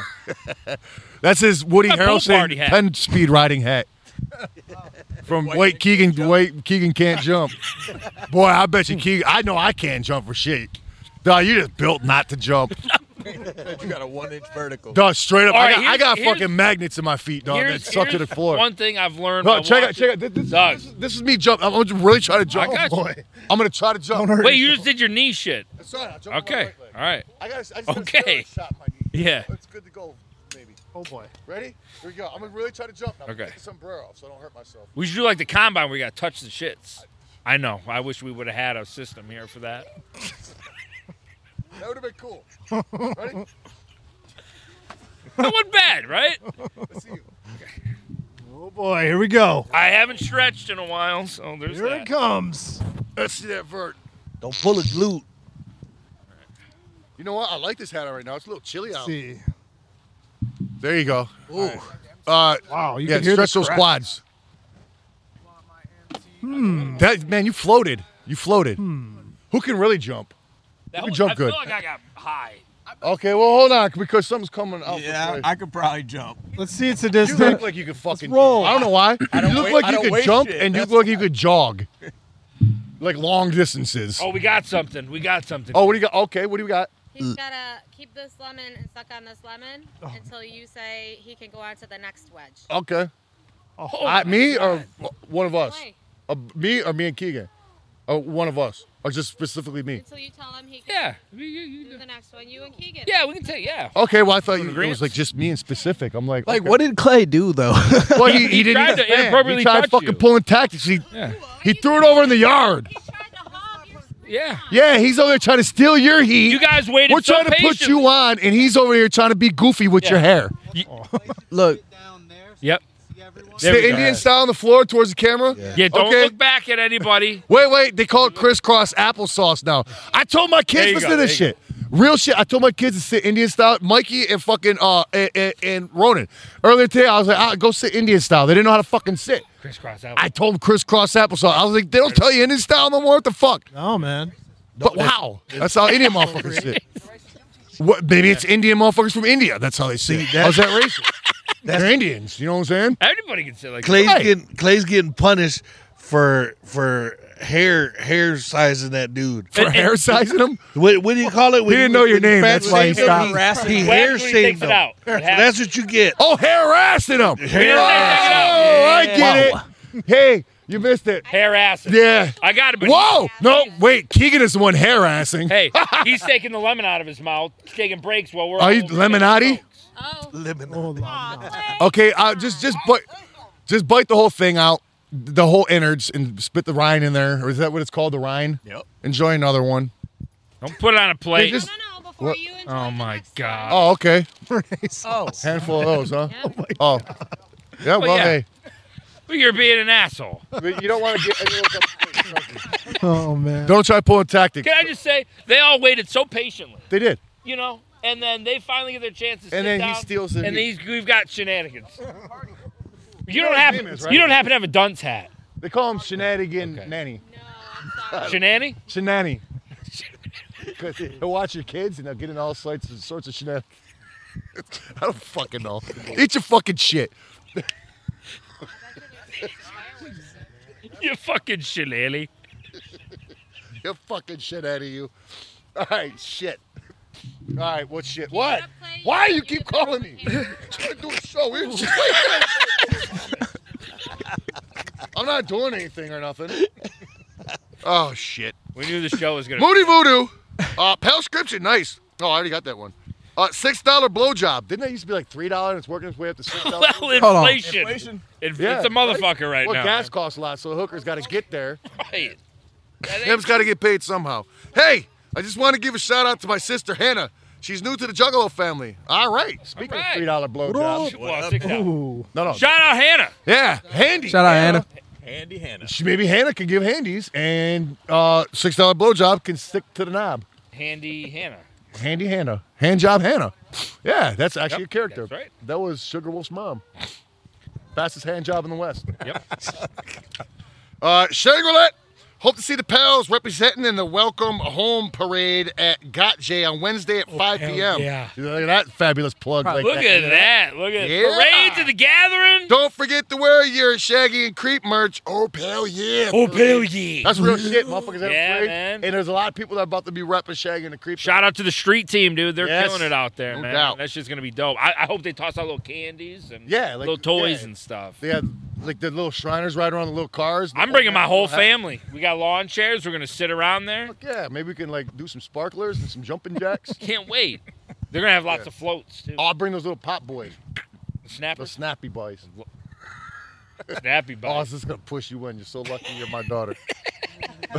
man. That's his Woody My pool Harrelson party hat. pen speed riding hat. From White Keegan, White Keegan can't jump. Boy, I bet you Keegan. I know I can't jump for shit. Dog, you just built not to jump. you got a one inch vertical. Dog, straight up, All I right, got, I here's- got here's- fucking magnets in my feet, dog. That Here's- suck to the here's floor. One thing I've learned. No, by check out, watching- check out. This, this, Doug. this, this is me jump. I'm, I'm really trying to jump. I got you. I'm gonna try to jump. Wait, you just did your knee shit. That's right, I jumped on my Okay. right leg. All right. I got. I just Okay. Shot my knee. Yeah. It's good to go, maybe. Oh boy. Ready? Here we go. I'm gonna really try to jump. Now. Okay. Take the sombrero off so I don't hurt myself. We should do like the combine. We got to touch the shits. I know. I wish we would have had a system here for that. That would have been cool. Ready? That wasn't bad, right? Oh boy, here we go. I haven't stretched in a while, so there's Here that. it comes. Let's see that vert. Don't pull it glute. You know what? I like this hat on right now. It's a little chilly out. see. There you go. Ooh. Uh, wow. You yeah. can hear the stretch those crack. quads. Hmm. That man, you floated. You floated. Who can really jump? That Who can was- jump I good? feel like I got high. Okay, well, hold on, because something's coming out. Yeah, I could probably jump. Let's see it's a You distance. look like you could fucking roll. I don't know why. I don't you look weigh- I like you don't could weigh jump shit, and you that's look like you could jog, like long distances. Oh, we got something. We got something. Oh, what do you got? Okay, what do we got? He's gotta keep this lemon and suck on this lemon until you say he can go on to the next wedge. Okay. Oh, my I, me God. or w- one of us? Wait, Uh, me or me and Keegan? Uh, one of us, or just specifically me? until you tell him he can Yeah. do the next one. You and Keegan. Yeah, we can take. Yeah. Okay, well I thought you, it Agreements. was like just me and specific. I'm like, Like, okay. what did Clay do though? Well, he, he, He didn't tried to understand. inappropriately He tried touch fucking you. pulling tactics. He, Yeah. he threw it over in the yard. Yeah. Yeah, he's over there trying to steal your heat. You guys waited. We're so trying to put patiently. you on, and he's over here trying to be goofy with Yeah. your hair. Look, Yep. There we Stay go. Indian style on the floor towards the camera. Yeah. Don't okay. look back at anybody. Wait, wait. They call it crisscross applesauce now. I told my There kids you listen go, to this there you shit. Real shit. I told my kids to sit Indian style. Mikey and fucking uh and, and, and Ronan. Earlier today, I was like, ah, go sit Indian style. They didn't know how to fucking sit. Crisscross out. I told them crisscross applesauce. I was like, they don't tell you Indian style no more. What the fuck? Oh man. But wow, that's how Indian motherfuckers sit. What, maybe it's Indian motherfuckers from India. That's how they sit. that- How's that racist? They're Indians. You know what I'm saying? Everybody can sit like Clay's that. getting Clay's getting punished for for hair hair sizing that dude. For hair sizing them. What, what do you call it? When He didn't you- know your when you name, fat that's why he shamed him, stopped. He, he Well, hair after he shamed takes it him. out. It So happens. that's what you get. Oh, harassing them. Hair oh, I ass. get Wow. it. Hey, you missed it. Hair asses. Yeah. I got it. but- Whoa. No, wait. Keegan is the one harassing. Hey, he's taking the lemon out of his mouth. He's taking breaks while we're. Are you all- lemonade? Oh. Lemon. Okay, uh, just just bite, just bite the whole thing out, the whole innards, and spit the rind in there. Or is that what it's called, the rind? Yep. Enjoy another one. Don't put it on a plate. They just- No, no, before What? you enjoy oh my god. Oh, okay. oh, Handful of those, huh? Oh. Yeah, well, yeah. hey. Well, you're being an asshole. But you don't want to get Oh man. Don't try pulling tactics. Can I just say they all waited so patiently, They did. you know, and then they finally get their chance to sit And then he down, steals it. and these we've got shenanigans. You don't his happen. name is, right? You don't happen to have a dunce hat, They call him Shenanigan Okay. Nanny. Uh, Shenani? Shenani. 'Cause They'll watch your kids and they'll get in all sorts of, sorts of shenanigans. I don't fucking know. Eat your fucking shit. you fucking shillelagh. You're fucking shit out of you. All right, shit. All right, what shit? What? Why you keep calling me? Trying to do a show. We're just- I'm not doing anything or nothing. Oh shit. We knew the show was gonna. Moody Voodoo. Uh, Pale Scripture, nice. Oh, I already got that one. Uh, six dollar blowjob. Didn't that used to be like three dollars? and It's working its way up to six dollars. Well, inflation. It- It's a motherfucker right well, now. gas costs a lot, so the hookers got to get there. Right. Them's got to get paid somehow. Hey, I just want to give a shout out to my sister Hannah. She's new to the Juggalo family. All right. Speaking of three dollar blowjobs, Well, six dollars. no, Oh, no. Shout out Hannah. Yeah, Handy. Shout out Hannah. Handy Hannah. She, maybe Hannah can give handies, and uh, six dollar blowjob can stick to the knob. Handy Hannah. Handy Hannah, hand job Hannah. Yeah, that's actually Yep, a character. that's right. That was Sugar Wolf's mom. Fastest hand job in the West. Yep. uh, Shangri-La. Hope to see the pals representing in the Welcome Home Parade at Got J on Wednesday at 5 Oh, hell p.m. yeah. Look at that fabulous plug. Like Look at that. Look at Yeah. Parade to the Gathering. Don't forget to wear your Shaggy and Creep merch. Oh, pal, yeah. Oh, parade. pal, yeah. That's real shit, motherfuckers. at Yeah, parade. man. And there's a lot of people that are about to be repping Shaggy and the Creep. Shout out to the street team, dude. They're Yes, killing it out there, no man. doubt. That shit's gonna be dope. I, I hope they toss out little candies and Yeah, like, little toys yeah. and stuff. They have like the little Shriners right around the little cars. I'm bringing my whole family. We got lawn chairs. We're gonna sit around there. Yeah, maybe we can like do some sparklers and some jumping jacks. Can't wait. They're gonna have lots of floats too. I'll bring those little pop boys, those Snappers, snappy boys. snappy Oh, it's balls. just gonna push you in. You're so lucky you're my daughter.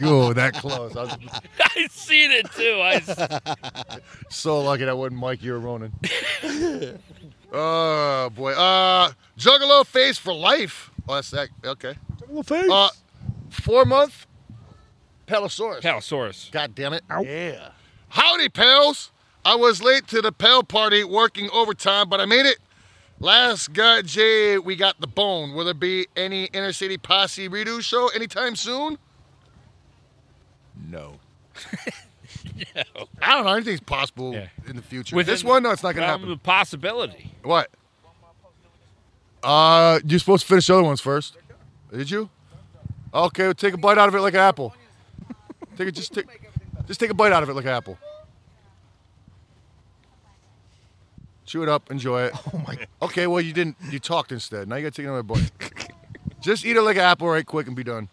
Yo, that close. I was I seen it too. I s- so lucky that wasn't Mike. You're Ronan. Oh boy. Uh, Juggalo face for life. Oh, that's that. Okay. Juggalo face. Uh, four month. Pelosaurus. Palosaurus. God damn it. Yeah. Howdy, pals. I was late to the pal party working overtime, but I made it. Last got Jay, we got the bone. Will there be any inner city posse redo show anytime soon? No. I don't know. Anything's possible in the future. With Within this one, no, it's not gonna realm happen. of possibility. What? Uh, you're supposed to finish the other ones first. Did you? Okay, well, take a bite out of it like an apple. Take it, just take, just take a bite out of it like an apple. Chew it up, enjoy it. Oh my. Okay, well you didn't. You talked instead. Now you gotta take another bite. just eat it like an apple, right quick, and be done.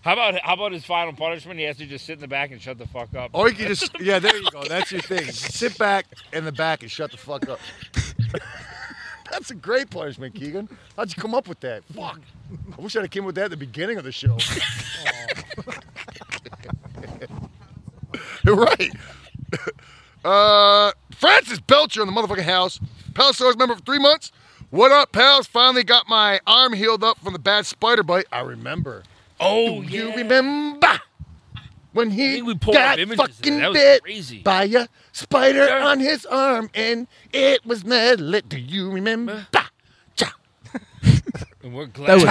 How about how about his final punishment? He has to just sit in the back and shut the fuck up. Or you can just, yeah, there you go. That's your thing. Sit back in the back and shut the fuck up. That's a great punishment, Keegan. How'd you come up with that? Fuck. I wish I'd have came with that at the beginning of the show. You're right. Uh, Francis Belcher in the motherfucking house. Palisaurus member for three months. What up, pals? Finally got my arm healed up from the bad spider bite. I remember. Oh, Do you remember when he pulled up got images of fucking that. That was bit crazy. by a spider on his arm and it was metal? Do you remember? And we're glad. was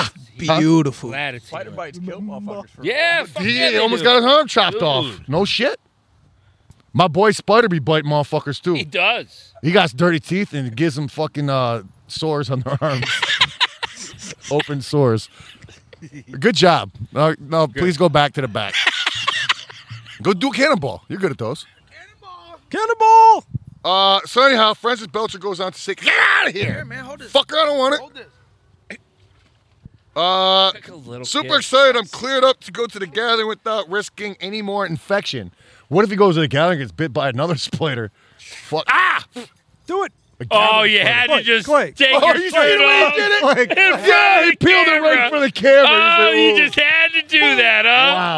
Huh? beautiful. Glad it's Spider bites kill motherfuckers. For Yeah, fuck He yeah, they almost do. got his arm chopped Dude, off. No shit. My boy Spider be biting motherfuckers too. He does. He got dirty teeth and it gives them fucking uh, sores on their arms. Open sores. Good job. No, no please go back to the back. go do cannonball. You're good at those. Cannonball! Uh, so anyhow, Francis Belcher goes on to say, "Get out of here, man! Hold this. Fucker, I don't want it." Uh, little super kid. excited. I'm cleared up to go to the gathering without risking any more infection. What if he goes to the gathering and gets bit by another spider? Fuck. Ah! Do it. Oh, you had to just take Oh, your you shirt straight away off. did it? Like, in front yeah, of he the peeled it right camera. for the camera. Oh, He's like, you "Ooh." just had to do that, huh?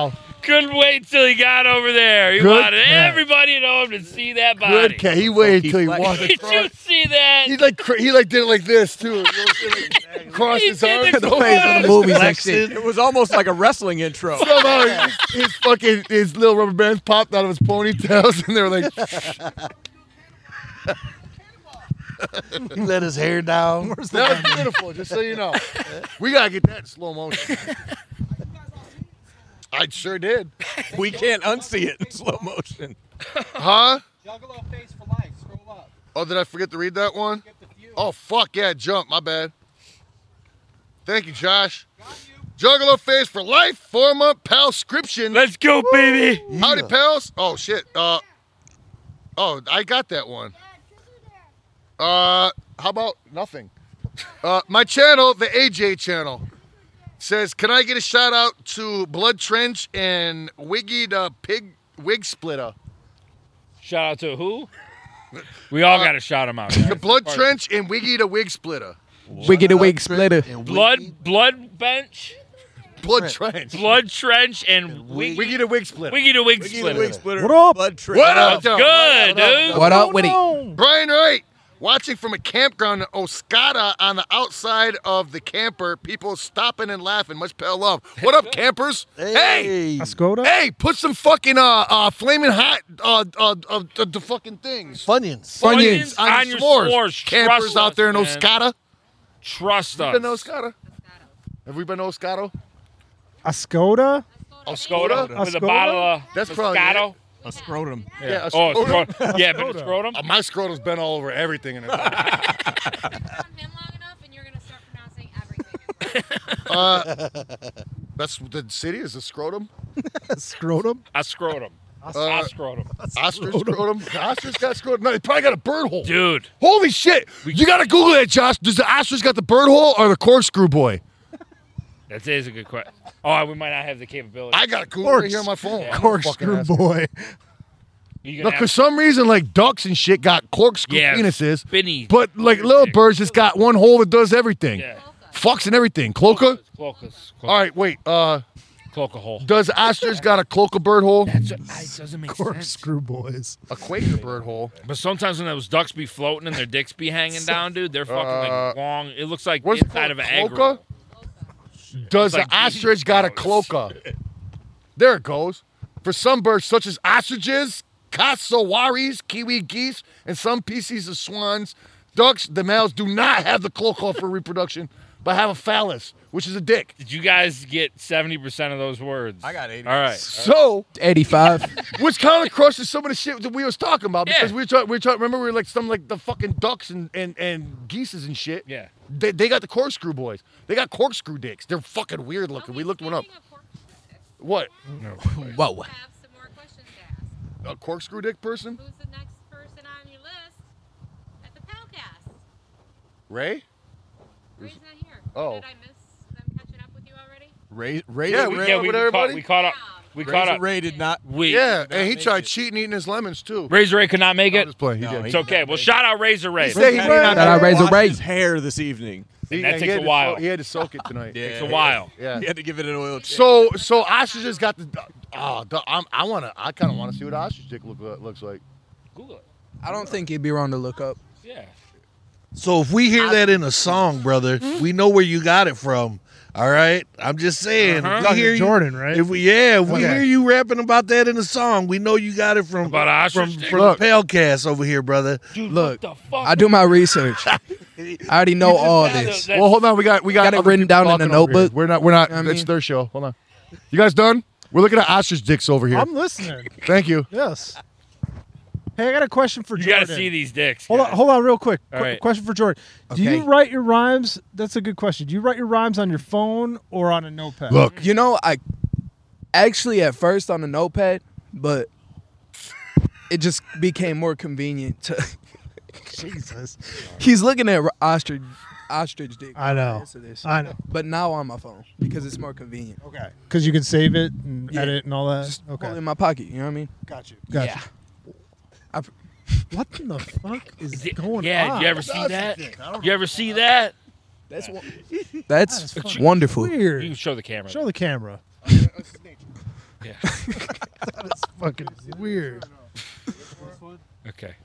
Wow. Couldn't wait till he got over there. He Good wanted catch. everybody to know him to see that body. Good cat. He waited till he walked Did you across. see that? He like cr- he like did it like this too. Crossed He his did arms. the cross. The movies I've seen. It was almost like a wrestling intro. Somehow his, his fucking his little rubber bands popped out of his ponytails, and they were like, He let his hair down. "That was beautiful." Just so you know, we gotta get that in slow motion. I sure did. We can't unsee it in slow motion. Huh? Juggalo face for life. Scroll up. Oh, did I forget to read that one? Oh fuck yeah, jump. My bad. Thank you, Josh. Juggalo face for life, four month palscription. Let's go, baby. Howdy, pals. Oh shit. Uh, oh, I got that one. Uh, how about nothing? Uh, my channel, the AJ channel, says, "Can I get a shout out to Blood Trench and Wiggy the Pig Wig Splitter?" Shout out to who? We all got to shout him out. guys. The Blood Trench and Wiggy the Wig Splitter. Wiggy the wig splitter. Blood, blood bench. Blood trench. Blood trench and wiggy, the wig splitter. Wiggy the wig Wiggy the splitter. wig splitter. What up? Blood trench. What up? Good, dude. What up with it? Brian Wright, watching from a campground in Oscata on the outside of the camper. People stopping and laughing. Much pale love. What up, campers? Hey, Escoda? Hey, put some fucking uh, uh flaming hot uh, uh, uh, uh the fucking things. Funyuns. Funyuns on, on your your s'mores. s'mores. Campers Trust out there in us, man. Oscata. Trust Have we been to us. Oscata? Have we been to Oscata? Ascoda? Oscoda with a Oscoda? bottle of That's probably Moscato. A scrotum. Yeah, Yeah. a Oh, a scrotum. scrotum. Yeah, but a scrotum? Uh, my scrotum's been all over everything in it. Uh, that's the city is a scrotum. scrotum. A scrotum. Uh, a scrotum. Ostrich scrotum. Ostrich got scrotum. No, they probably got a bird hole. Dude. Holy shit! You gotta Google that, Josh. Does the ostrich got the bird hole or the corkscrew boy? That is a good question. Oh, we might not have the capability. I got a Google right here on my phone. I'm gonna fucking Corkscrew ask it. boy. You No, gonna for have, some reason, like ducks and shit got corkscrew Yeah, penises, spinny. but like little birds just got one hole that does everything. Yeah. Fucks and everything. Cloaca. Cloacas. Cloaca, All right, wait. Uh, cloaca hole. does ostrich got a cloaca bird hole? That's what, I- it doesn't make sense. Corkscrew boys. A quaker bird hole. But sometimes when those ducks be floating and their dicks be hanging down, dude, they're fucking uh, like long. It looks like what's inside of an egg roll. It's Does the like- ostrich got a cloaca? There it goes. For some birds, such as ostriches, cassowaries, kiwi geese, and some species of swans, ducks, the males do not have the cloaca for reproduction, but have a phallus, which is a dick. Did you guys get 70% of those words? I got 80. All right. So, 85. which kind of crushes some of the shit that we was talking about because Yeah. we were talking, we were talking, remember we were like some like the fucking ducks and and and geeses and shit. Yeah. They, they got the corkscrew boys. They got corkscrew dicks. They're fucking weird looking. we looked one up. What? Whoa. A corkscrew dick person? Who's the next person on your list at the Palcast? Ray? Ray's not here. Oh. Did I miss them catching up with you already? Ray, Ray, Yeah, Ray, we- Ray, Yeah, up we, with we caught, everybody? we caught up. We caught up. Ray did not. We, Yeah, and he tried cheating, eating his lemons too. Razor Ray could not make it. Just playing. He No, did. he It's okay. Well, shout out Razor Ray. said he Ray did did not Shout out not Razor wash Ray. his hair this evening. He- that he takes had a to while. soak- He had to soak it tonight. Yeah. It's a while. Yeah. He had to give it an oil check. So so ostriches got the. Oh, the, I'm, I wanna. I kind of wanna see what ostrich dick look, looks like. Google it. I don't think it'd be wrong to look up. Yeah. So if we hear that in a song, brother, Hmm? we know where you got it from. All right, I'm just saying. Uh-huh. If we Talking hear you, Jordan, right? If we yeah, if we Okay. hear you rapping about that in a song, we know you got it from About ostrich from, dick? from the Look. Palecast over here, brother. Dude, Look, what the fuck? I do my research. I already know all That- this. that- Well, hold on. We got we got, Got it other written people down in a talking over here. notebook. We're not. We're not. You know what I it's mean? their show. Hold on. You guys done? We're looking at ostrich dicks over here. I'm listening. Thank you. Yes. Hey, I got a question for you Jordan. got to see these dicks. Hold on, guys. hold on, real quick. All Qu- right. Question for Jordan: Do you Okay. write your rhymes? That's a good question. Do you write your rhymes on your phone or on a notepad? Look. You know, I actually at first on a notepad, but it just became more convenient to. Jesus, He's looking at ostrich, ostrich dick. I know. to this. I know. But now on my phone because it's more convenient. Okay, because you can save it and Yeah. edit and all that. Just hold it okay, in my pocket. You know what I mean? got you. Got you. What in the fuck is Di- going on? yeah, you ever see that? You ever see that? That's one, That's that's fucking wonderful. You can Weird. show the camera. Show the camera. Yeah. That's fucking weird. Okay.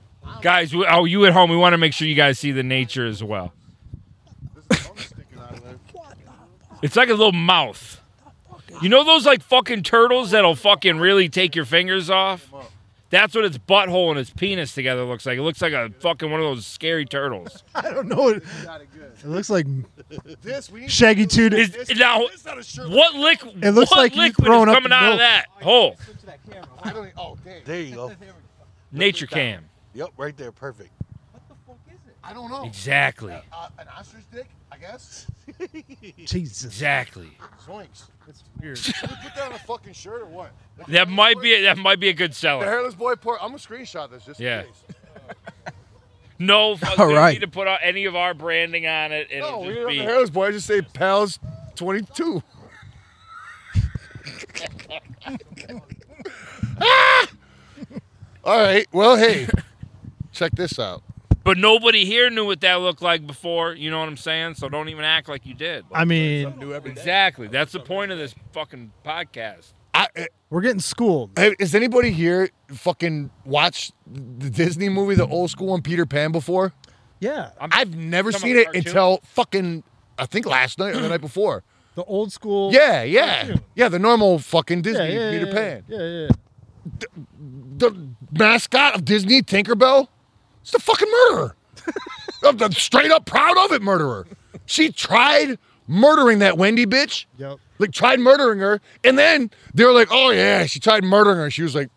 Guys, we, oh, you at home, we want to make sure you guys see the nature as well. It's like a little mouth. You know those like fucking turtles that'll fucking really take your fingers off? That's what its butthole and its penis together looks like. It looks like a fucking one of those scary turtles. I don't know. It, it looks like This we need Shaggy Two. Is, now, what lick? It looks what like you liquid throwing is up coming out of milk. that hole? Oh damn. There you go. Nature cam. Yep, right there, perfect. I don't know. Exactly. Uh, an ostrich dick, I guess. Jesus. Exactly. Zoinks. That's weird. Should we put that on a fucking shirt or what? The That hairless might boy- be that might be a good The seller. hairless boy part. I'm gonna screenshot this just Yeah. in case. No, fuck, All we don't right. need to put out any of our branding on it. And No, we it'll don't have the just hairless boy. I just say pals, 22. All right. Well, hey, check this out. be. But nobody here knew what that looked like before. You know what I'm saying? So don't even act like you did. I mean, exactly. That's the point of this fucking podcast. we're getting schooled. Hey, eh, has anybody here fucking watched the Disney movie, the old school one, Peter Pan, before? Yeah. i have never Some seen of it the cartoon? until fucking, I think last night or the night before. The old school. Yeah, yeah. cartoon. Yeah, the normal fucking Disney, yeah, yeah, Peter yeah, Pan. Yeah, yeah. The mascot of Disney, Tinkerbell, it's the fucking murderer. I'm I'm straight up proud of it, murderer. She tried murdering that Wendy bitch. Yep. Like, tried murdering her. And then they were like, oh, yeah, she tried murdering her. She was like,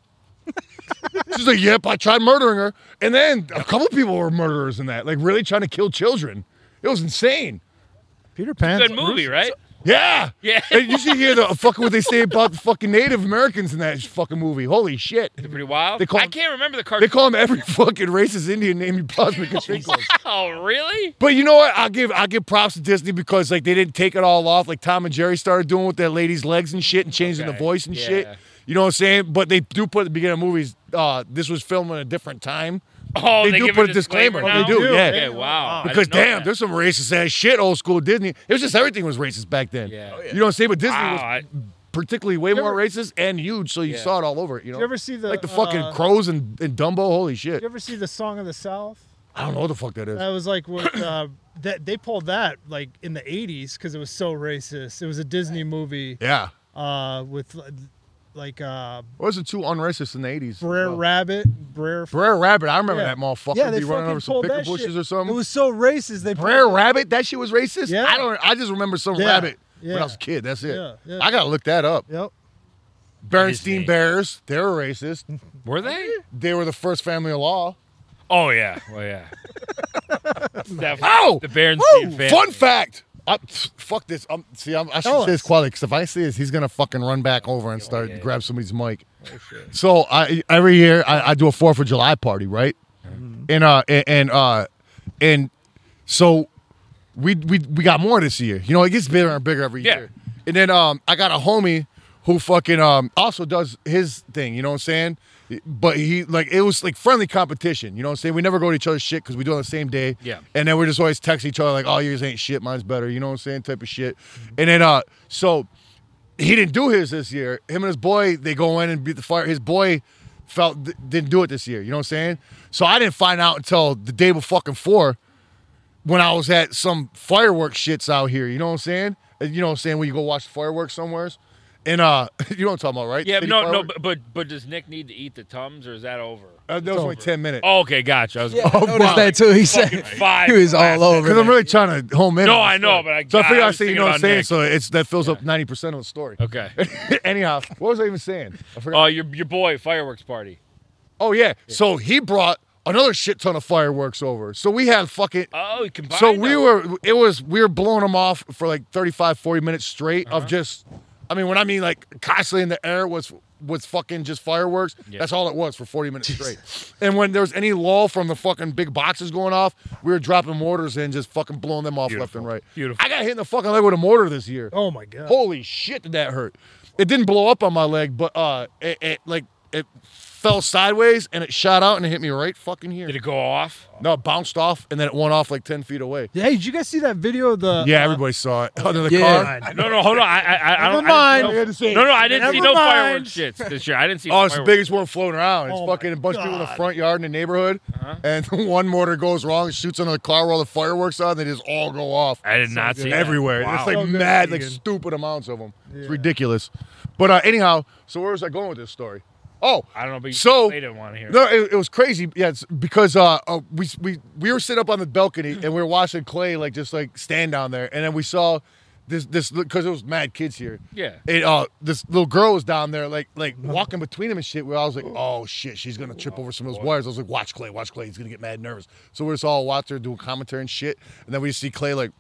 She's like, yep, I tried murdering her. And then a couple people were murderers in that, like really trying to kill children. It was insane. Peter It's a good movie, right? Yeah. Yeah. And you should hear the fucking what they say about the fucking Native Americans in that fucking movie. Holy shit. They're pretty wild. They call I them- can't remember the They cartoon. call him every fucking racist Indian name you possibly could think of. Oh, really? But you know what? I'll give I'll give props to Disney because like they didn't take it all off. Like Tom and Jerry started doing with that lady's legs and shit and changing the Okay, voice and shit. yeah. You know what I'm saying? But they do put at the beginning of movies, uh, this was filmed at a different time. Oh, they do give put a disclaimer They do, now? yeah. Okay, wow. I Because didn't know damn, that. there's some racist ass shit old school Disney. It was just everything was racist back then. Oh, Yeah. You know what I'm saying? But Disney Wow, was I- particularly way more racist and huge, so you Yeah. saw it all over it. You know, Did you ever see the, like the fucking uh, crows and, and Dumbo? Holy Did shit! you ever see the Song of the South? I don't know what the fuck that is. That was like what uh, that they pulled that like in the '80s because it was so racist. It was a Disney movie. Yeah. Uh, with like, like uh, Or was it too unracist in the 80s? Brer Rabbit, Brer. Brer Rabbit, I remember Yeah. that motherfucker Yeah, would they be running fucking over some pulled picker that shit. bushes or something. It was so racist. They Brer pulled- Rabbit, that shit was racist. Yeah. I don't. I just remember some Yeah, rabbit yeah. when I was a kid. That's it. Yeah, yeah. I gotta look that up. Yep. Bernstein Bears, they were racist. Were they? They were the first family of law. Oh yeah. Well yeah. That- Oh, the Berenstain Woo! family. Fun fact. I, fuck this. i see, I'm, I should Tell say us. this quality because if I say this, he's gonna fucking run back over and start grab somebody's mic. So I every year I, I do a Fourth of July party, right? And uh and, and uh and so we we we got more this year. You know, it gets bigger and bigger every Yeah. year. And then um I got a homie who fucking um also does his thing, you know what I'm saying? But he like it was like friendly competition, you know what I'm saying? We never go to each other's shit because we do it on the same day. Yeah. And then we're just always texting each other like, oh yours ain't shit, mine's better, you know what I'm saying? Type of shit. And then uh so he didn't do his this year. Him and his boy, they go in and beat the fire. His boy felt th- didn't do it this year. You know what I'm saying? So I didn't find out until the day before fucking four when I was at some fireworks shits out here. You know what I'm saying? Uh, You know what I'm saying? When you go watch fireworks somewheres. And uh, you know what I'm talking about, right? Yeah, City no, no, fireworks? but, but but does Nick need to eat the tums or is that over? Uh, that was only 10 minutes. Oh, okay, gotcha. I was Yeah, I noticed that too. He said- Fucking five. he was all over. Because I'm really trying to home in. No, on the I know, story. but I- so I I figured I'd was say you thinking know what I'm about saying. Nick. So it's that fills up 90 percent of the story. Okay. Anyhow, what was I even saying? I forgot. Oh, your your boy fireworks party. Oh yeah. So he brought another shit ton of fireworks over. So we had fucking. Oh, he combined. so we were. It was we were blowing them off for like 35, 40 minutes straight of just. I mean, when I mean like constantly in the air was was fucking just fireworks. That's all it was for forty minutes straight. And when there was any lull from the fucking big boxes going off, we were dropping mortars and just fucking blowing them off left and right. Beautiful. I got hit in the fucking leg with a mortar this year. Oh my god. Holy shit, did that hurt? It didn't blow up on my leg, but uh, it, it like it fell sideways and it shot out and it hit me right fucking here. Did it go off? No, it bounced off and then it went off like ten feet away. Hey, did you guys see that video of the? yeah, everybody saw it under the Yeah. car. No, no, hold on. I, I, I, I don't. Never mind. I We had didn't to see see no, no, I it. didn't see Never no mind. fireworks shits this year. I didn't see. Oh, it's the fireworks. biggest one floating around. It's Oh my fucking a bunch of people in the front yard in the neighborhood, Uh-huh. and one mortar goes wrong, it shoots under the car while the fireworks on, they just all go off. I did not see that. everywhere. Wow. It's like So good, mad, like Keegan. stupid amounts of them. Yeah. It's ridiculous. But uh, anyhow, so where was I going with this story? Oh, I don't know, but you so they didn't want to hear. No, it, it was crazy. Yeah, it's because uh, uh, we we we were sitting up on the balcony and we were watching Clay like just like stand down there, and then we saw this this because it was mad kids here. Yeah. And uh, this little girl was down there like like walking between them and shit. Where I was like, oh shit, she's gonna trip over some of those wires. I was like, watch Clay, watch Clay. He's gonna get mad nervous. So we just all watched her doing commentary and shit, and then we just see Clay like.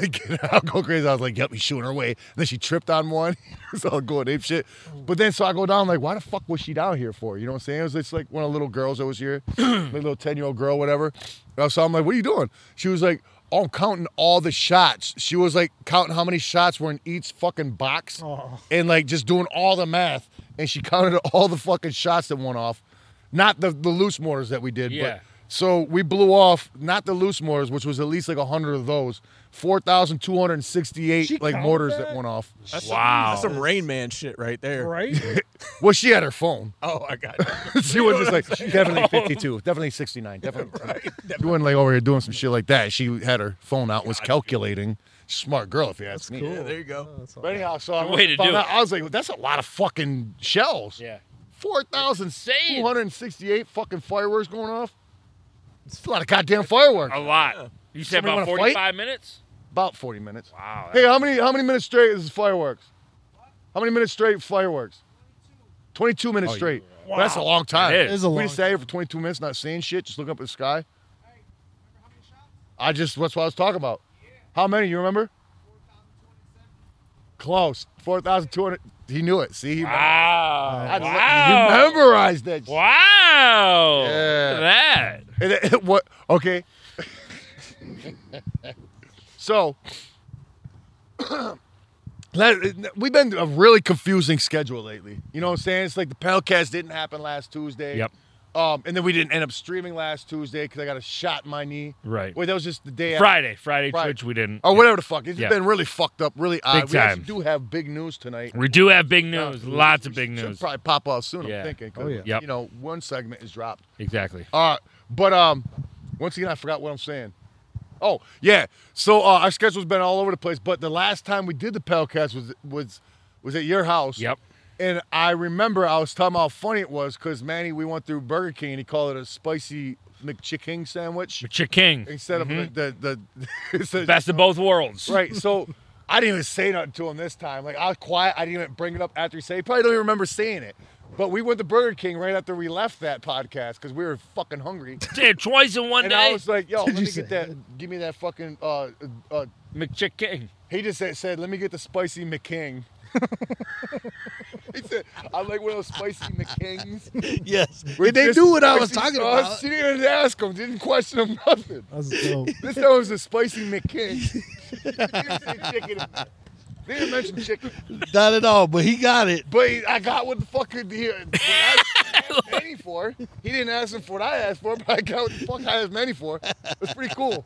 Get out, go crazy. I was like, yep, he's shooting her way. then she tripped on one. it's all going ape shit. But then so I go down, like, why the fuck was she down here for? You know what I'm saying? It was just like one of the little girls that was here, like little 10 year old girl, whatever. Uh, So I'm like, what are you doing? She was like, oh, I'm counting all the shots. She was like counting how many shots were in each fucking box and like just doing all the math. And she counted all the fucking shots that went off. Not the, the loose mortars that we did, Yeah. but so we blew off not the loose mortars, which was at least like hundred of those, four thousand two hundred and sixty-eight like counted mortars that? that went off. That's some- that's some Rain Man shit right there. Right? well, she had her phone. oh, I got she was just like definitely fifty-two, definitely sixty-nine, definitely. She wasn't like over here doing some shit like that. She had her phone out, was calculating. Smart girl, if you ask me. Yeah, there you go. But anyhow, so I Good went way and to found do out- it. I was like, well, that's a lot of fucking shells. Yeah. 4,268 fucking fireworks going off. It's a lot of goddamn fireworks. A lot. You said Somebody about wanna fight? 45 minutes? About 40 minutes. Wow. Hey, how many how many minutes straight is fireworks? How many minutes straight fireworks? 22 minutes Oh, yeah. straight. Well, that's a Wow. long time. It is. It is a we long just sat here for 22 minutes not seeing shit, just looking up at the sky. I just that's what I was talking about. How many? You remember? Close. 4,200. He knew it. See? He Wow. I just- Wow. He memorized that shit. Wow. Yeah. Look at And then- what? Okay. so, let- we've been a really confusing schedule lately. You know what I'm saying? It's like the Pelcast didn't happen last Tuesday. Yep. Um, and then we didn't end up streaming last Tuesday because I got a shot in my knee. Right. Wait, that was just the day after- Friday. Friday, Twitch, we didn't. Or whatever the fuck. It's Yeah. been really fucked up, really odd. we actually time. do have big news tonight. We do have big Uh, news. Lots of we big should news. Probably pop off soon, Yeah. I'm thinking. 'cause, Oh, yeah. Yep. You know, one segment is dropped. Exactly. Uh, but um, once again, I forgot what I'm saying. Oh yeah, so uh, our schedule's been all over the place. But the last time we did the Pelcast was was was at your house. Yep. And I remember I was talking about how funny it was because Manny, we went through Burger King and he called it a spicy McChicken sandwich. McChicken. Instead Mhm. of the the, the, it's a- Best of both worlds. Right. So I didn't even say nothing to him this time. Like I was quiet. I didn't even bring it up after he said. He probably don't even remember saying it. But we went to Burger King right after we left that podcast because we were fucking hungry. Damn, twice in one and day? I was like, "Yo, Did let you me say get that. Give me that fucking uh, uh, McChicken." He just said, said, "Let me get the spicy McKing." he said, "I like one of those spicy McKings." Yes. With they this knew what I was spicy talking sauce. about. She didn't even ask him. Didn't question him nothing. This guy was a spicy McKing. They didn't say chicken. They didn't mention chicken. Not at all, but he got it. But he- I got what the fuck he he- what I asked Manny for. He didn't ask him for what I asked for, but I got what the fuck I asked Manny for. It's pretty cool.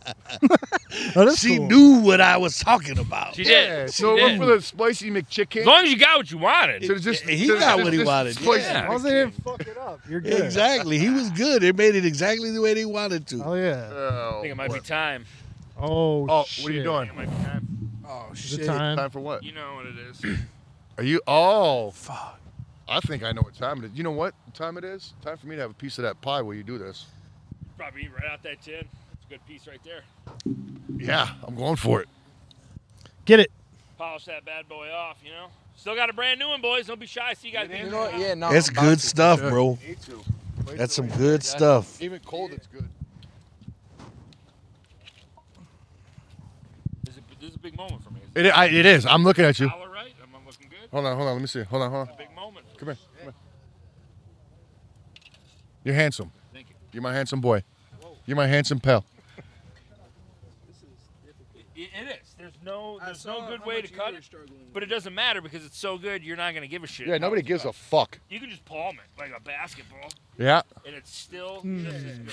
she knew what I was talking about. She did. Yeah, She so did. we're for the spicy McChicken. As long as you got what you wanted. So just- he so got just- what he just wanted. spicy Yeah. As long as they didn't fuck it up, you're good. Exactly. He was good. It made it exactly the way they wanted to. Oh yeah. I think it might be time. Oh. Oh, shit. what are you doing? It might be time. Oh, Is it shit. time? for what? You know what it is. Are you? Oh, fuck. I think I know what time it is. You know what time it is? Time for me to have a piece of that pie while you do this. Probably eat right out that tin. It's a good piece right there. Yeah, I'm going for it. Get it. Polish that bad boy off, you know? Still got a brand new one, boys. Don't be shy. See you guys. You know what? Yeah, no. That's I'm good about to, stuff, sure. bro. That's some good stuff. Even cold, it's good. This is a, this is a big moment for me. It, I, it is. I'm looking at you. All right. Am I looking good? Hold on, hold on. Let me see. Hold on, hold on. A big moment. Come here. Come here. You're handsome. Thank you. You're my handsome boy. You're my handsome pal. It, it is. There's no there's no good way to cut it. But it doesn't matter because it's so good, you're not going to give a shit. Yeah, nobody gives a fuck. You can just palm it like a basketball. Yeah. And it's still just as good.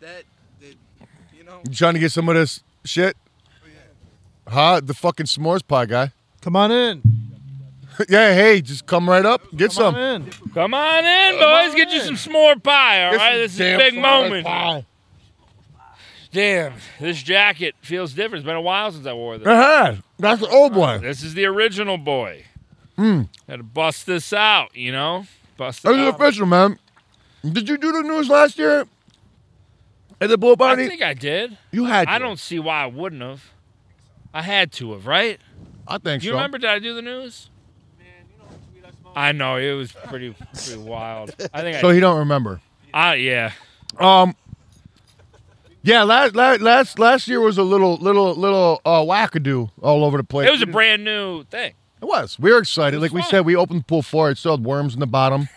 That, that, you know. You trying to get some of this shit? Oh, Huh? The fucking s'mores pie guy. Come on in. yeah, hey, just come right up. Get some. Come on in, boys. Get you some s'more pie, all right? This is a damn big s'more moment. pie. Damn, this jacket feels different. It's been a while since I wore this. Uh-huh. That's the old boy. Uh, This is the original boy. Mm. Had to bust this out, you know? Bust it That's out. official, man. Did you do the news last year? At the bull I Barney? think I did. You had I to. don't see why I wouldn't have. I had to have, right? I think Do you so. remember? Did I do the news? I know it was pretty pretty wild. I Ah, think I So he don't remember. Ah, yeah. Um, Yeah, last last last last year was a little little little uh, wackadoo all over the place. It was a brand new thing. It was. We were excited. Like we said, we opened pool four. It still had worms in the bottom.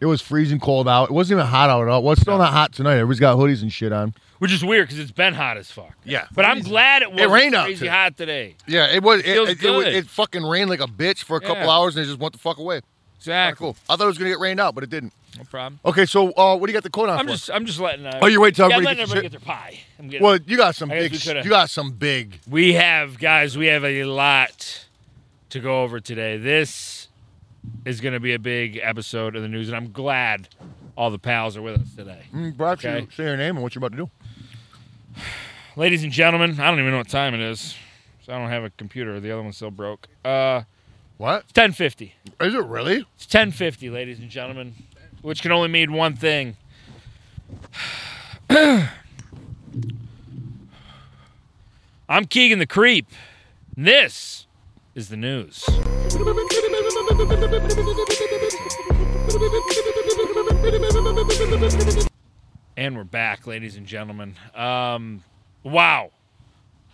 It was freezing cold out. It wasn't even hot out at all. Well, it's still not hot tonight. Everybody's got hoodies and shit on. Which is weird because it's been hot as fuck. Yeah. But I'm glad it was It rained out crazy today. hot today. Yeah, it was. It, Feels it, it, was- good. it fucking rained like a bitch for a couple Yeah. hours and it just went the fuck away. Exactly. Cool. I thought it was gonna get rained out, but it didn't. No problem. Okay, so uh, what do you got the coat on I'm for? just I'm just letting uh, Oh, you're waiting till yeah, I'm everybody letting gets everybody their get their pie. I'm getting- well, you got some I guess big. we sh- coulda- You got some big. We have, guys, we have a lot to go over today. This is going to be a big episode of the news, and I'm glad all the pals are with us today. Mm, brought you. Okay. Say your name and what you're about to do. Ladies and gentlemen, I don't even know what time it is, so I don't have a computer. The other one's still broke. Uh, what? It's 10.50. Is it really? It's 10.50, ladies and gentlemen, which can only mean one thing. I'm Keegan the Creep. and This is the news. And we're back, ladies and gentlemen. Um, wow.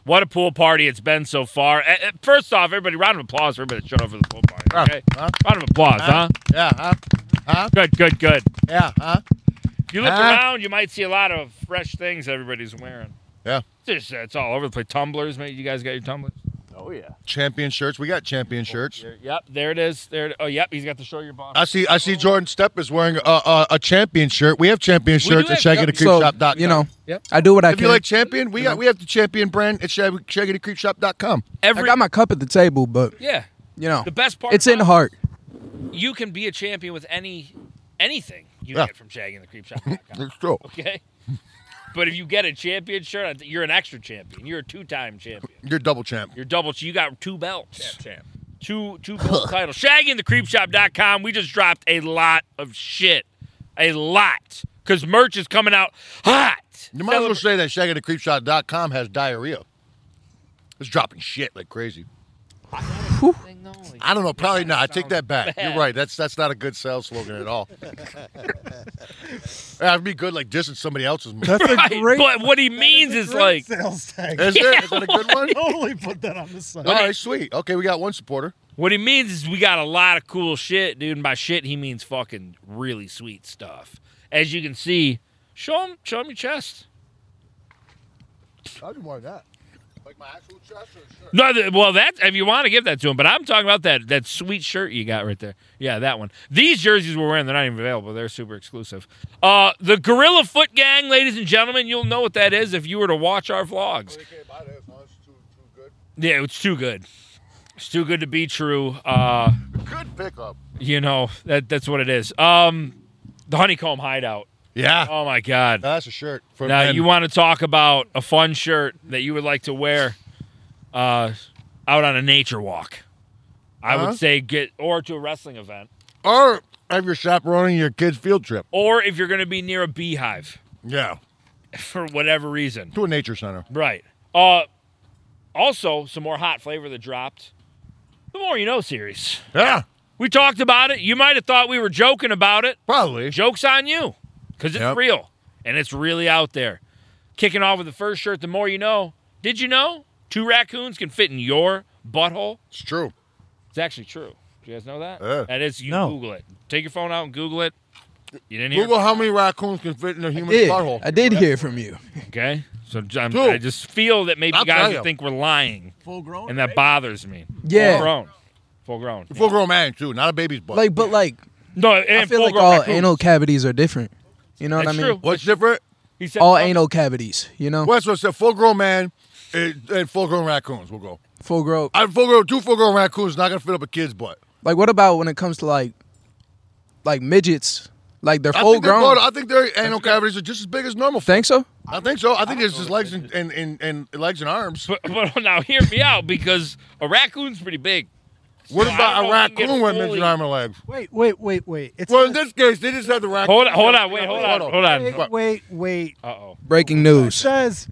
What a pool party it's been so far. Eh, eh, First off, everybody, round of applause for everybody that showed up for the pool party. Okay? round of applause, huh? Huh? Yeah, huh? Huh? Good, good, good. Yeah, huh? You look Huh? around, you might see a lot of fresh things everybody's wearing. Yeah. It's, just, it's all over the place. Tumblers, mate. You guys got your tumblers? Oh, yeah. Champion shirts. We got champion shirts. Yep, there it is. There. It, oh, yep, he's got the show your boss. I see. I see. Jordan Stepp is wearing a, a, a champion shirt. We have champion shirts have- at shaggythecreepshop.com. you know, I do what I if can. you like champion, we got, we have the champion brand at shag- shaggythecreepshop.com. Every I got my cup at the table, but Yeah. you know, The best part It's in about- heart. You can be a champion with any anything you Yeah. get from Shaggy and the Creep Shop. It's true. Okay? but if you get a champion shirt, I think you're an extra champion. You're a two-time champion. You're double champ. You're double. You got two belts. champ. Two two belt titles. Shaggy and the Creepshop.com. We just dropped a lot of shit. A lot. Because merch is coming out hot. You might as well say that shaggythecreepshop.com has diarrhea. It's dropping shit like crazy. I don't know. Probably not. I take that back. bad. You're right. That's that's not a good sales slogan at all. That'd be good, like dissing somebody else's. Movie. Right, But what he means is great like sales tag. Is there- is that a good one? totally put that on the side. All right, sweet. Okay, we got one supporter. What he means is we got a lot of cool shit, dude. And by shit, he means fucking really sweet stuff. As you can see, show him, show him your chest. I didn't want that. Like my actual chest or shirt? No, th- well, that if you want to give that to him, but I'm talking about that that sweet shirt you got right there. Yeah, that one. These jerseys we're wearing, they're not even available. They're super exclusive. Uh, the Gorilla Foot Gang, ladies and gentlemen, you'll know what that is if you were to watch our vlogs. Yeah, it's too good. It's too good to be true. Uh, Good pickup. you know that that's what it is. Um, the honeycomb hideout. Yeah. Oh my god. that's a shirt. for now men. you want to talk about a fun shirt that you would like to wear, uh, out on a nature walk. I Huh? would say get or to a wrestling event, Or have your chaperoning your kid's field trip. or if you're going to be near a beehive Yeah. for whatever reason. To a nature center. Right. Uh, also some more hot flavor that dropped. The more you know series. Yeah. We talked about it. You might have thought we were joking about it. Probably. Joke's on you because it's Yep. real and it's really out there. Kicking off with the first shirt, the more you know. Did you know two raccoons can fit in your butthole? It's true. It's actually true. Do you guys know that? Yeah. That is, you Google it. Take your phone out and Google it. You didn't hear Google it? how many raccoons can fit in a human did. butthole. I did hear from you. Okay. So I'm, Dude. I just feel that maybe I'll tell guys you. would think we're lying. Full grown. And that bothers me. Yeah. Full grown. Full grown. Full grown man too, not a baby's butt. Like, but like, No, and I feel full like grown all raccoons. anal cavities are different. You know what I mean? What's different? He All anal cavities. You know, Well, that's what I said. Full grown man and, and full grown raccoons. We'll go. full grown. I full grown two full grown raccoons not gonna fit up a kid's butt. Like, what about when it comes to like, like midgets? Like they're I full think their grown. butt- I think their anal cavities are just as big as normal. Think so? I think so. I think it's just legs and, and, and, and legs and arms. But, but now hear me out because a raccoon's pretty big. What So I about don't know if a you can raccoon get with midget fully- arm and legs? Wait, wait, wait, wait. It's Well, in this case, they just had the raccoon. Hold on, hold on, wait, hold on, hold on. Wait, wait, wait. Uh oh. Breaking news. Says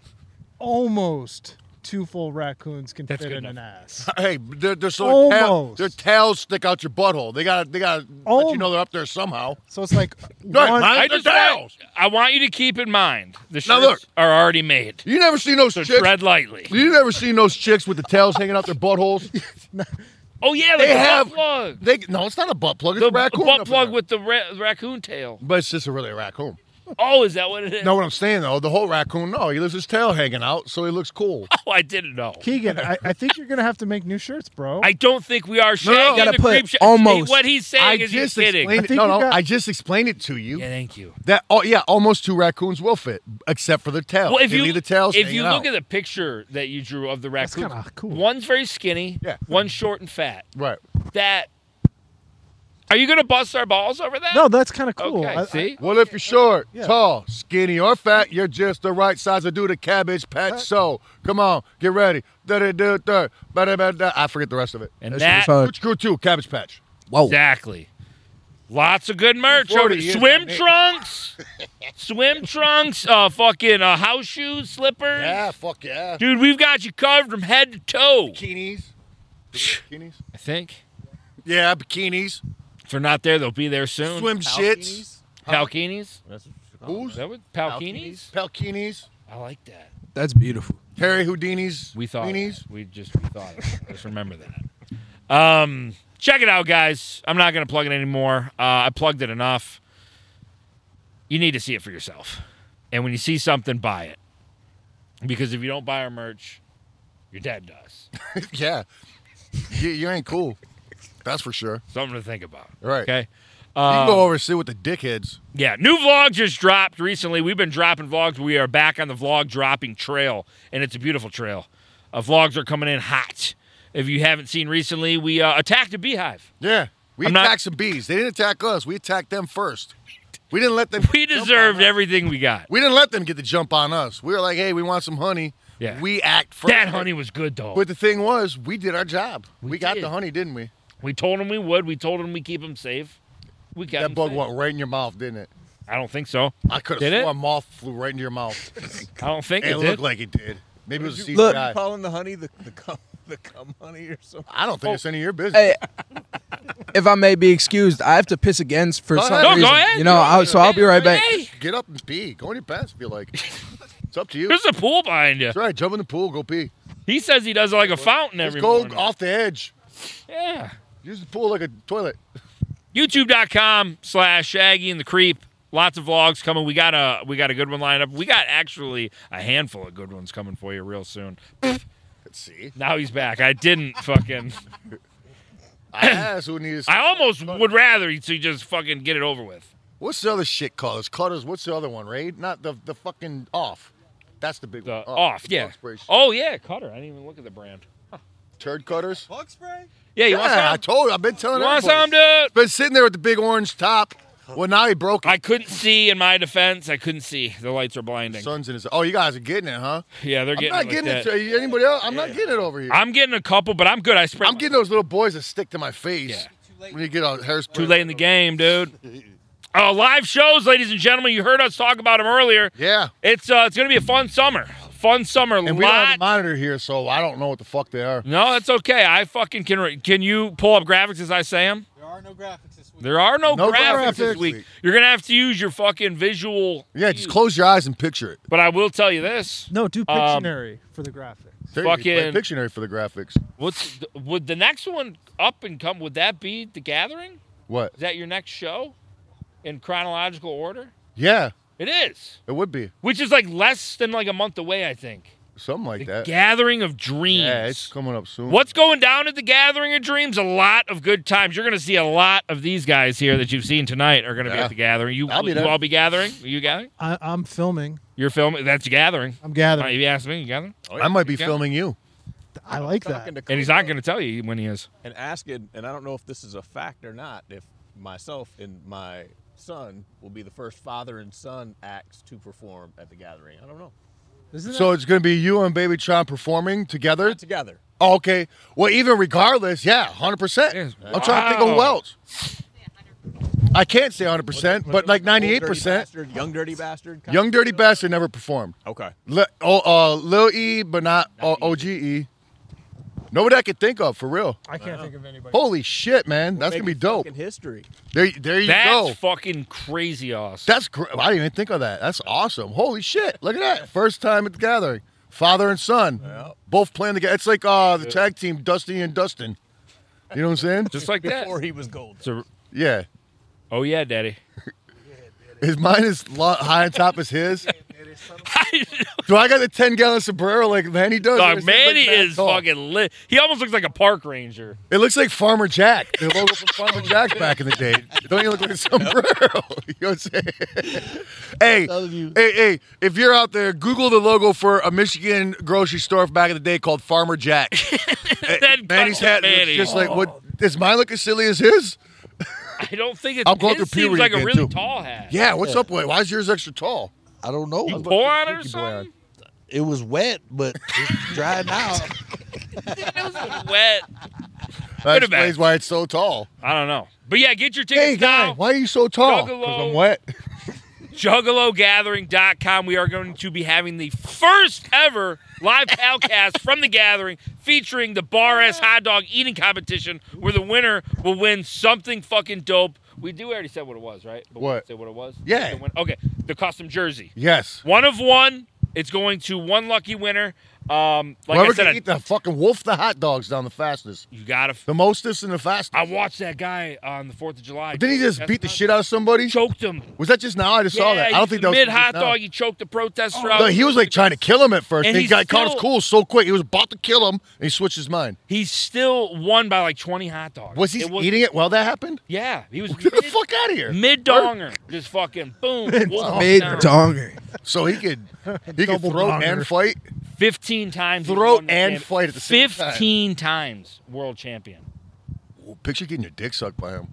almost two full raccoons can fit in an ass. Hey, they're, they're so their, tail, Almost. their tails stick out your butthole. They got they got let you know they're up there somehow. So it's like One- I, just want, I want you to keep in mind the shirts are already made. You never seen those so chicks. tread lightly. You never seen those chicks with the tails hanging out their buttholes. Oh yeah, the They butt have- plug. They no, it's not a butt plug. It's the a raccoon. butt up plug there. with the ra- raccoon tail. But it's just a really a raccoon. Oh, is that what it is? Know what I'm saying though? The whole raccoon. No, he leaves his tail hanging out, so he looks cool. Oh, I didn't know. Keegan, I, I think you're gonna have to make new shirts, bro. I don't think we are No, no, shagging gotta the put creep show. almost. What he's saying I is he's just kidding. explained it. No, no, I just explained it to you. Yeah, thank you. That oh yeah, almost two raccoons will fit, except for the tail. Well, if They you leave the tails, if you look at the picture that you drew of the raccoon, one's very skinny, yeah. one's short and fat. Right. That are you going to bust our balls over that? No, that's kind of cool. Okay, see? Well, if you're short, Yeah. tall, skinny, or fat, you're just the right size to do the cabbage patch. So come on, get ready. Da-da-da-da, ba-da-ba-da. I forget the rest of it. And It's that- Scrooge Scrooge two, cabbage patch. Whoa. Exactly. Lots of good merch. Over 40 there. years swim on me. trunks, swim trunks, uh, fucking uh, house shoes, slippers. Yeah, fuck yeah. Dude, we've got you covered from head to toe. Bikinis. Bikinis. I think. Yeah, bikinis. If they're not there, they'll be there soon. Swim shits. Palkinis. Who's? that what? Palkinis? Palkinis. I like that. That's beautiful. Harry Houdini's. We thought. of Beanies. that. We just we thought. Of it. Just remember that. Um, check it out, guys. I'm not gonna plug it anymore. Uh, I plugged it enough. You need to see it for yourself, and when you see something, buy it. Because if you don't buy our merch, your dad does. yeah. You, you ain't cool. That's for sure. Something to think about. Right. Okay. you can Um, go over and sit with the dickheads. Yeah, new vlog just dropped recently. We've been dropping vlogs. We are back on the vlog dropping trail, and it's a beautiful trail. Uh, vlogs are coming in hot. If you haven't seen recently, we uh, attacked a beehive. Yeah, we I'm not- attacked some bees. They didn't attack us. We attacked them first. We didn't let them. We deserved everything we got. We didn't let them get the jump on us. We were like, hey, we want some honey. Yeah. We act first. That honey was good though. But the thing was, we did our job. We, got did. the honey, didn't we? we told him we would. We told him we keep him safe. We got That him bug safe. went right in your mouth, didn't it? I don't think so. I could Did have it? sworn a moth flew right into your mouth. I don't think it, it looked did. like it did. Maybe it was a you, CGI. you calling the honey the the cum, the cum honey or something? I don't think Oh. it's any of your business. If I may be excused, I have to piss again for Go some ahead. No, go reason. ahead. You know, Go I'll, so I'll be right back. Get up and pee. Go in your pants if you like. It's up to you. There's a pool behind you. That's right. Jump in the pool. Go pee. He says he does it like a fountain Just every go morning. off the edge. Yeah. Use the pool like a toilet. youtube.com slash shaggy and the creep lots of vlogs coming we got a we got a good one lined up we got actually a handful of good ones coming for you real soon let's see now he's back i didn't fucking I asked who needs. i almost would rather you to just fucking get it over with What's the other shit called? It's Cutters. What's the other one, Raid? Not the the fucking off. That's the big one. off the yeah bug spray shit. oh yeah cutter i didn't even look at the brand Turd cutters. Bug spray? Yeah, you want some? I told. I've been telling. You want everybody. some, dude? Been sitting there with the big orange top. Well, now he broke it. i couldn't see in my defense i couldn't see the lights are blinding Sun's in his. Oh, you guys are getting it, huh? yeah they're I'm getting it not like getting that. it. To anybody else? I'm not getting it over here. i'm getting a couple but i'm good i spray I'm getting those little boys that stick to my face when you get all hairspray. Too late in the game, dude. Uh, live shows, ladies and gentlemen. You heard us talk about them earlier. Yeah. It's uh, it's gonna be a fun summer. Fun summer. And we don't have a lot. monitor here, so I don't know what the fuck they are. No, that's okay. I fucking can. Re- can you pull up graphics as I say them? There are no graphics this week. There are no, No graphics, graphics. this week. You're gonna have to use your fucking visual. Yeah, just close your eyes and picture it. But I will tell you this. No, do Um, Pictionary for the graphic. There you go. Fucking- Play Pictionary for the graphics. what's th- would the next one up and come? Would that be the Gathering? What? Is that your next show? In chronological order, Yeah, it is. it would be Which is like less than like a month away, I think. something like that. Gathering of Dreams. Uh, Yeah, it's coming up soon. What's going down at the Gathering of Dreams? A lot of good times. You're going to see a lot of these guys here that you've seen tonight are going to be Yeah. at the Gathering. You, I'll be you there. all be gathering? Are you gathering? I, I'm filming. You're filming? That's a gathering. I'm gathering. Uh, you asked me, you gathering? Oh, I might be You gathering? filming you. I like that. And he's not going to tell you when he is. and asking, and I don't know if this is a fact or not, if myself and my son will be the first father and son acts to perform at the gathering. I don't know. So it's gonna be you and Baby Tron performing together. together. Oh, okay. Well, even regardless, yeah, hundred percent. I'm trying to think of who Wow. else. I can't say 100, percent but like 98. percent Bastard, young dirty bastard. kinda? Young Dirty Bastard never performed. Okay. Li- oh, uh, Lil E, but not uh, OGE. Nobody I could think of for real. I can't think of anybody. Holy shit, man! That's gonna be dope. history. There, there you That's go. fucking crazy awesome. That's great. I didn't even think of that. That's awesome. Holy shit! Look at that. First time at the gathering. Father and son, both playing together. It's like uh, the tag team, Dusty and Dustin. You know what I'm saying? Just like that. Before he was gold. Yeah. Oh yeah, daddy. His mine is lo- high on top as his. Do I got the ten gallon sombrero like Manny does? Or Dog, is it, like, Manny that is tall? fucking lit. He almost looks like a park ranger. It looks like Farmer Jack. The logo for Farmer Jack back in the day. Don't you look like a sombrero? you know what I'm saying? hey, hey, hey, if you're out there, Google the logo for a Michigan grocery store back in the day called Farmer Jack. Then Manny's cut to hat looks Manny. just like what does mine look as silly as his? Oh, I don't think it's. I'm going his through seems puberty like a again, really too. tall hat. Yeah, what's up with why is yours extra tall? I don't know. You pour on it or something? It was wet, but it's dry now. Wet. That Put it back. explains why it's so tall. I don't know. But yeah, get your tickets hey, now. Why are you so tall? Because I'm wet. JuggaloGathering.com. We are going to be having the first ever live palcast from the gathering featuring the bar ass hot dog eating competition where the winner will win something fucking dope. We do already said what it was, right? But we What? Say what it was? Yeah. The win- okay. The custom jersey. Yes. One of one. It's going to one lucky winner. Um, like Whoever I said, can I- eat the fucking wolf the hot dogs down the fastest. You gotta the mostest and the fastest. I watched that guy on the 4th of July. Didn't he just That's beat the not- shit out of somebody? Choked him. Was that just now? I just saw Yeah, that. I don't think that was mid hot just now. dog. He choked the protester out. No, Oh. he was like trying to kill him at first. And And he he's got caught still- his cool so quick. He was about to kill him, and he switched his mind. He still won by like 20 hot dogs. Was he It was- eating it while that happened? Yeah, he was Get the fuck out of here. mid donger. Just fucking boom. wolf down. So he could he could Double throw donger. and fight. 15 times. he Throw won the and champ- fight at the same time. 15 times world champion. Ooh, Picture getting your dick sucked by him.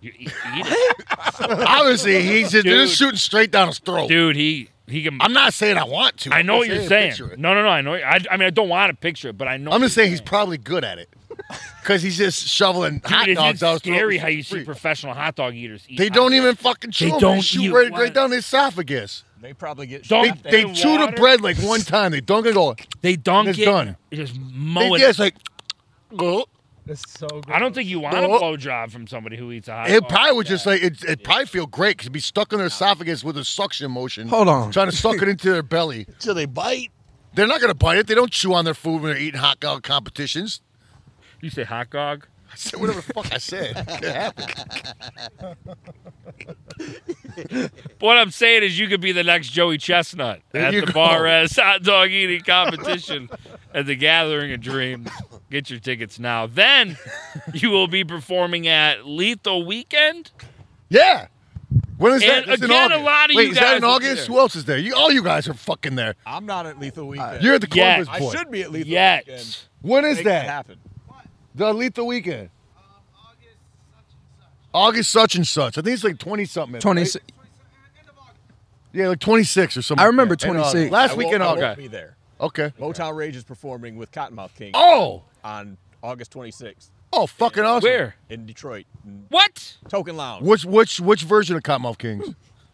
You eat, eat it. Obviously, he's just, they're Dude. just shooting straight down his throat. Dude, he he can. I'm not saying I want to. I know I'm what you're saying. picture it. No, no, no. I know. I, I mean, I don't want to picture it, but I know. I'm just saying he's probably good at it because he's just shoveling Dude, hot it's- dogs it's out. his throat. scary how you see professional hot dog eaters eat. They hot don't dogs. even fucking chew. They them. don't eat shoot right, one. right down the esophagus. They probably get They, shot. they chew the bread like one time. They dunk it all. They dunk it's it. done. You Just They, mow it. yeah, it's like. "Ugh." It's so good. I don't think you want a Well- blowjob from somebody who eats a hot It dog. probably would just like it. It probably feel great because be stuck in their esophagus with a suction motion. Hold on. trying to suck it into their belly. Till they bite. They're not gonna bite it. They don't chew on their food when they're eating hot dog competitions. You say hot dog? I said whatever the fuck I said. It happened. What I'm saying is, you could be the next Joey Chestnut There at you the go. bar as hot dog eating competition at the Gathering of Dreams. Get your tickets now. Then you will be performing at Lethal Weekend. Yeah. When is And that? It's in again, a August. lot of Wait, you is that guys will in be August? there. Who else is there? You, all you guys are fucking there. I'm not at Lethal Weekend. Uh, You're at the Yes. Columbus I Point. should be at Lethal Yet. Weekend. When is Make it that? happen. The Lethal Weekend. August such and such. I think it's like twenty something. 26 Yeah, like twenty six or something. I remember like that. In August. 26. uh, I Last won't- weekend, I won't August. Be there. Okay. Motown Rage is performing with Cottonmouth King. Oh. On August 26th Oh, fucking awesome. Where? in Detroit. in What? Token Lounge. Which which which version of Cottonmouth Kings?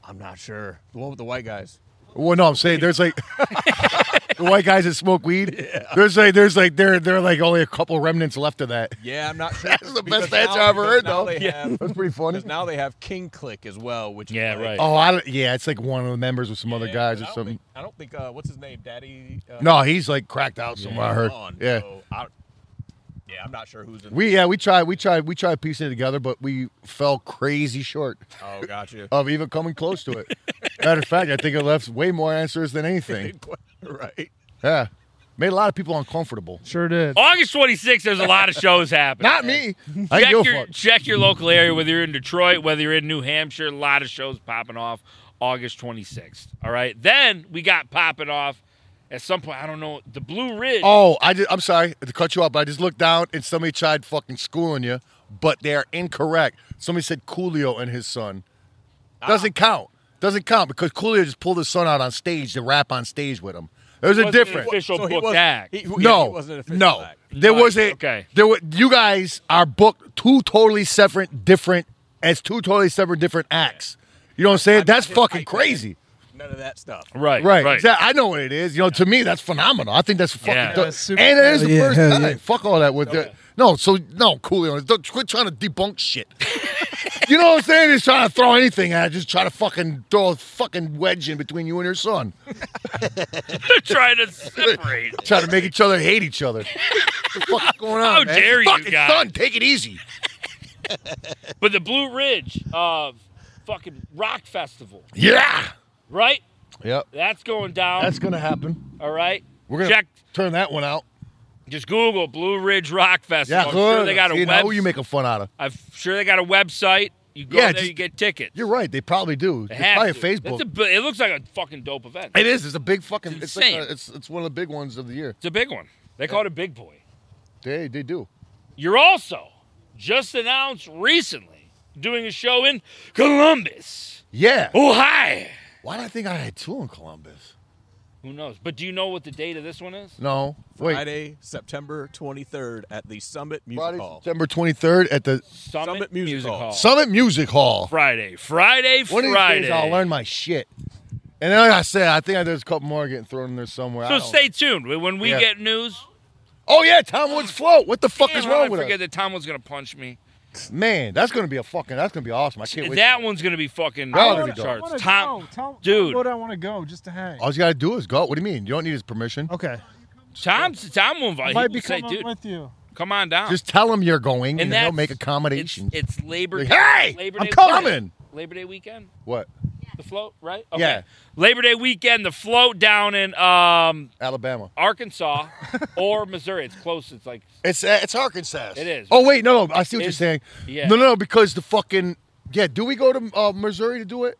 I'm not sure. The one with the white guys. Well, no, I'm saying there's like the white guys that smoke weed. There's like there's like there there are like only a couple remnants left of that. Yeah, I'm not sure. That's the Because best answer now- I've ever because heard, now though. they Yeah. have- That's pretty funny. Because now they have King Click as well, which Yeah, is like- right. Oh, I don't, yeah, it's like one of the members with some other Yeah, guys but or I don't something. think- I don't think uh, what's his name, Daddy. Uh, no, he's like cracked out somewhere. I heard. on, yeah. so I, yeah, I'm not sure who's in. We yeah we tried we tried we tried piecing it together, but we fell crazy short Oh, gotcha. of even coming close to it. Matter of fact, I think it left way more answers than anything. right. Yeah, made a lot of people uncomfortable. Sure did. August 26th, there's a lot of shows happening. Not me. I Check didn't give a your, fuck. check your local area, whether you're in Detroit, whether you're in New Hampshire. A lot of shows popping off August 26th. All right. Then we got popping off at some point. I don't know. The Blue Ridge. Oh, I did. I'm sorry to cut you off, but I just looked down and somebody tried fucking schooling you, but they are incorrect. Somebody said Coolio and his son. Ah. Doesn't count. Doesn't count because Coolio just pulled his son out on stage to rap on stage with him. There's a Wasn't an difference. official So he booked was- act. he- yeah, he no, wasn't an official no, act. there Right, was a okay. There were you guys are booked two totally separate, different as two totally separate different acts. You know what I'm saying? That's fucking crazy. None of that stuff. Right, right. right. Exact- I know what it is. You know, to me, that's phenomenal. I think that's fucking Yeah. dope. Yeah, super- and it is the Yeah, first hell time. yeah. Fuck all that with the No, so no, Coolio. Don't, quit trying to debunk shit. you know what I'm saying? Just trying to throw anything at it. Just try to fucking throw a fucking wedge in between you and your son. They're trying to separate. try to make each other hate each other. What's going on? How man? dare you fucking guys. son, take it easy. but the Blue Ridge uh, fucking rock festival. Yeah. Right? Yep. That's going down. That's gonna happen. All right. We're gonna check. turn that one out. Just Google Blue Ridge Rock Festival. Yeah, I'm good. sure they got a See, now web. who you making fun out of? I'm sure they got a website. You go Yeah, there, just- you get tickets. You're right. They probably do. They It's have probably to. a Facebook. That's a bu- it looks like a fucking dope event. it is. It's a big fucking. It's, like insane. a- it's it's one of the big ones of the year. It's a big one. They call it a big boy. They they do. You're also just announced recently doing a show in Columbus. Yeah. Oh hi. Why do I think I had two in Columbus? Who knows? But do you know what the date of this one is? No. Wait. Friday, September 23rd at the Summit Music Hall. September 23rd at the Summit, Music, Hall. Summit Music Hall. Friday. Friday, One of these Friday. days I'll learn my shit. And then, like I said, I think there's a couple more getting thrown in there somewhere. I So don't- stay tuned. When we Yeah. get news, oh yeah, Tom Woods float. What the fuck Damn, is how did wrong I with forget us? that Tom was gonna punch me. Man, that's gonna be a fucking. That's gonna be awesome. I can't wait. That one's gonna be fucking That off one'll the be dope. charts. wanna Tom, go. Tell- dude. What I want to go just to hang. All you gotta do is go. What do you mean? You don't need his permission. Okay. Tom, Tom will invite. I He might will be say, coming dude, with you. come on down. Just tell him you're going, and, And he'll that's- make accommodations. it's Labor. Like, Day, hey, Labor I'm Day coming. weekend. Labor Day weekend. What? The float, right? Yeah. Labor Day weekend, the float down in um, Alabama, Arkansas or Missouri. It's close. It's like It's uh, it's Arkansas. It is. Oh wait, no, no. I see what you're It's- saying. yeah. No, no, no, because the fucking yeah. Do we go to uh, Missouri to do it?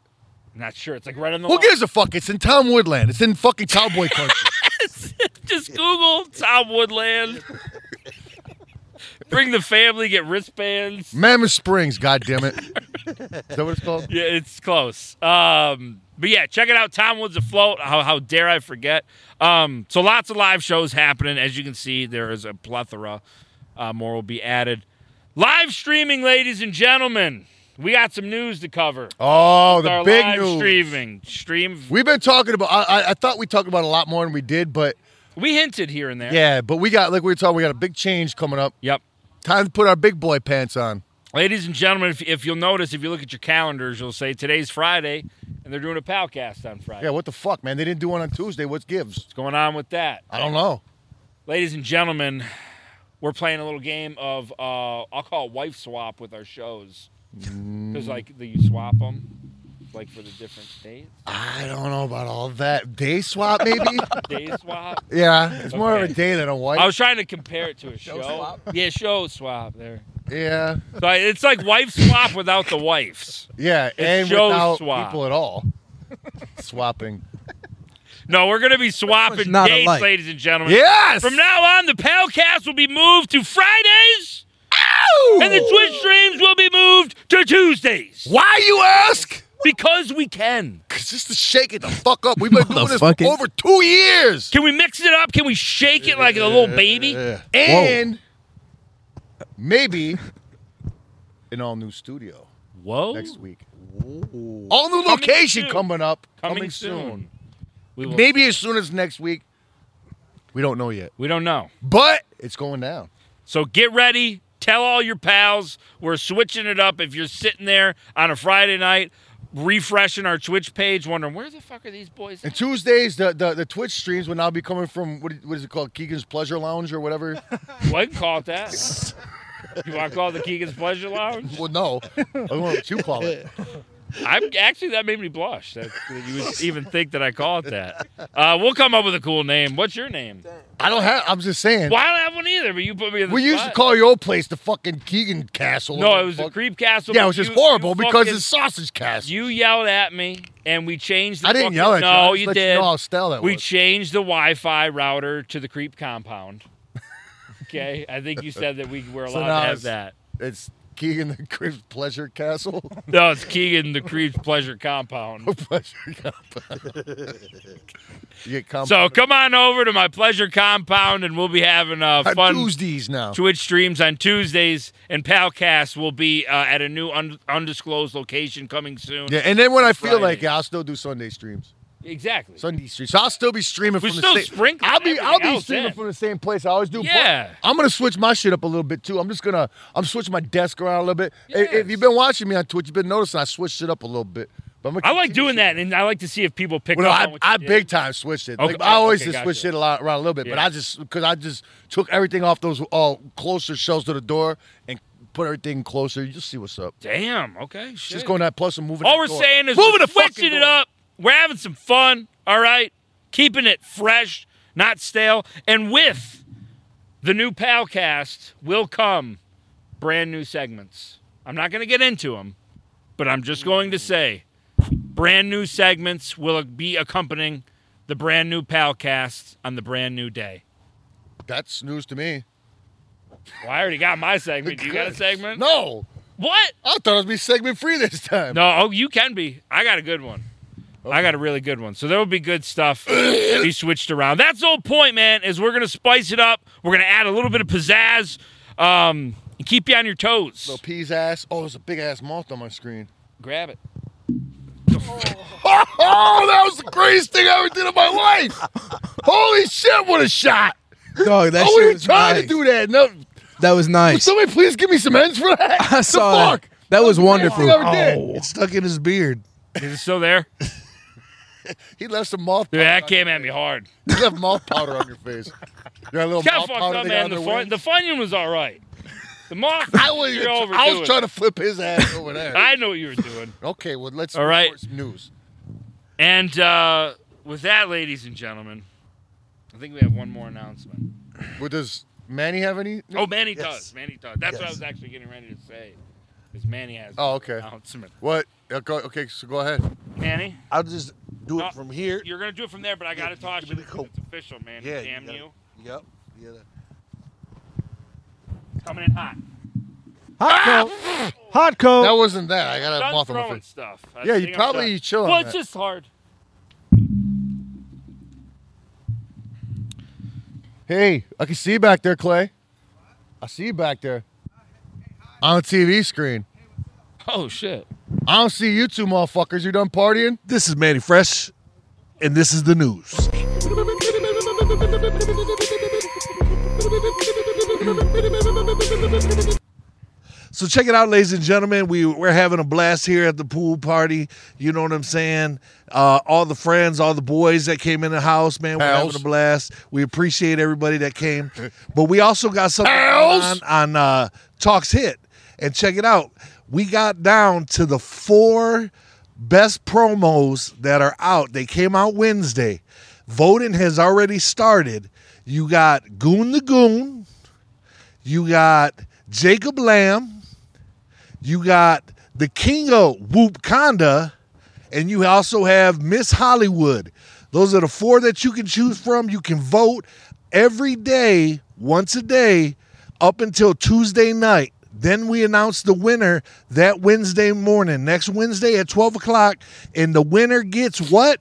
Not sure. It's like right on the. Who line. gives a fuck? It's in Tom Woodland. It's in fucking cowboy country. Just Google Tom Woodland. Bring the family. Get wristbands. Mammoth Springs. God damn it. Is that what it's called? Yeah, it's close. Um, but yeah, check it out. Tom Woods afloat. How, how dare I forget? Um, so lots of live shows happening. As you can see, there is a plethora. Uh, more will be added. Live streaming, ladies and gentlemen. We got some news to cover. Oh, With the our big live news. streaming stream. We've been talking about. I, I, I thought we talked about a lot more than we did, but We hinted here and there. yeah. But we got like we were talking. We got a big change coming up. Yep. Time to put our big boy pants on. Ladies and gentlemen, if, if you'll notice, if you look at your calendars, you'll say today's Friday, and they're doing a Palcast on Friday. Yeah. What the fuck, man? They didn't do one on Tuesday. What gives? What's going on with that? I don't know. Ladies and gentlemen, we're playing a little game of uh, I'll call it wife swap with our shows. Because like the, you swap them, like for the different days. I don't know about all that. Day swap, Ah, maybe? Day swap. Yeah, it's more of Okay. a day than a wife. I was trying to compare it to a show. swap? Yeah, show swap there. yeah, So I- it's like wife swap without the wives. yeah, It's and show without swap. people at all. Swapping. No, we're gonna be swapping not dates, alike. ladies and gentlemen. Yes! From now on, the Palcast will be moved to Fridays, and the Twitch streams will be moved to Tuesdays. Why you ask? Because we can. Cause just to shake it the fuck up. We've been doing this for Motherfucking- over two years. Can we mix it up? Can we shake it like a little baby? And maybe an all new studio. Whoa! Next week. All new location coming up. Coming soon. We will- Maybe as soon as next week. We don't know yet. We don't know. But it's going down. So get ready. Tell all your pals we're switching it up. If you're sitting there on a Friday night, refreshing our Twitch page, wondering where the fuck are these boys? And Tuesdays, the, the, the Twitch streams will now be coming from what is, what is it called, Keegan's Pleasure Lounge or whatever. Well, I can call it that. you want to call it the Keegan's Pleasure Lounge? well, no, I don't know what you call it. I'm actually that made me blush that, that you would even think that I call it that. Uh, we'll come up with a cool name. What's your name? I don't have. I'm just saying. Well, I don't have one either, but you put me in the We used to spot. call your old place the fucking Keegan Castle. No, it was the Creep Castle. Yeah, but it was just you- horrible you because fucking- it's sausage castle. You yelled at me, and we changed. The I didn't fucking- yell at you. I No, just you let you did. know how stale that we was. changed the Wi-Fi router to the Creep compound. okay, I think you said that we were allowed now to have it's- that. It's Keegan the Creep's Pleasure Castle? No, it's Keegan the Creep's pleasure compound. pleasure compound. you get compound. So come on over to my pleasure compound, and we'll be having uh, On fun Tuesdays now. Twitch streams on Tuesdays, and Palcast will be uh, at a new un- undisclosed location coming soon. yeah, and then when I feel Friday. like it, I'll still do Sunday streams. exactly Sunday streams. So I'll still be streaming We're from still the same. sprinkling I'll be I'll everything be else streaming in. from the same place I always do. but Yeah. I'm gonna switch my shit up a little bit too. I'm just gonna I'm switching my desk around a little bit. I- If you've been watching me on Twitch, you've been noticing I switched it up a little bit. But I'm gonna I like doing that, and I like to see if people pick Well, up. I, on what you I did. big time switched it. Okay, Like, I always okay, just gotcha. switch shit a lot, around a little bit, but Yeah. I just because I just took everything off those uh, closer shelves to the door and put everything closer. You just see what's up. Damn. Okay. Shit. Just going that plus and moving. All that we're door. saying is moving we're the fucking switching it door. up. We're having some fun. All right, keeping it fresh, not stale. And with the new Palcast will come brand new segments. I'm not going to get into them, but I'm just going to say brand new segments will be accompanying the brand new Palcast on the brand new day. That's news to me. Well, I already got my segment. Do you got a Good. segment? No. What? I thought it would be segment free this time. No, oh, you can be. I got a good one. I got a really good one. So there will be good stuff to be switched around. That's the whole point, man, is we're going to spice it up. We're going to add a little bit of pizzazz um, and keep you on your toes. Little peas ass. Oh, there's a big ass moth on my screen. Grab it. Oh, that was the greatest thing I ever did in my life. Holy shit, what a shot. Dog, that shit I wasn't even was trying nice. to do that. No, That was Would nice. somebody please give me some ends for that? I saw the fuck? that. That was wonderful. thing I ever did. It's Oh. stuck in his beard. Is it still there? He left some moth Dude, that came at me hard. You have mouth powder on your face. You got a little It's kind mouth of fucked powder up, thing man. on The, the fun, wing. the Funyun was all right. The moth, I was, you're I overdoing was trying it. to flip his ass over there. I know what you were doing. okay, well let's All right. report some news. And uh, with that, ladies and gentlemen, I think we have one more announcement. Well, does Manny have any? Oh, Manny Yes. does. Manny does. That's what I Yes. was actually getting ready to say. Is Manny has Oh, okay. announcement. What? Yeah, go- Okay, so go ahead. Manny? I'll just do it No, from here. You're gonna do it from there, but I gotta toss you. because It's official, man. Yeah, Damn you you. Yep. Yeah. Coming in hot. Hot Ah! coat. Hot coat. That wasn't that. I got Done a moth on my throwing face. stuff. I Yeah, you think I'm probably done. chill on Well, it's that. just hard. Hey, I can see you back there, Clay. I see you back there. On the TV screen. Oh shit. I don't see you two motherfuckers. You done partying? This is Manny Fresh, and this is the news. So check it out, ladies and gentlemen. We we're having a blast here at the pool party. You know what I'm saying? Uh, all the friends, all the boys that came in the house, man, we're Pals. having a blast. We appreciate everybody that came, but we also got something going on Pals. on uh, Talks Hit. And check it out. We got down to the four best promos that are out. They came out Wednesday. Voting has already started. You got Goon the Goon. You got Jacob Lamb. You got the King of Whoopconda. And you also have Miss Hollywood. Those are the four that you can choose from. You can vote every day, once a day, up until Tuesday night. Then we announce the winner that Wednesday morning, next Wednesday at 12 o'clock. And the winner gets what?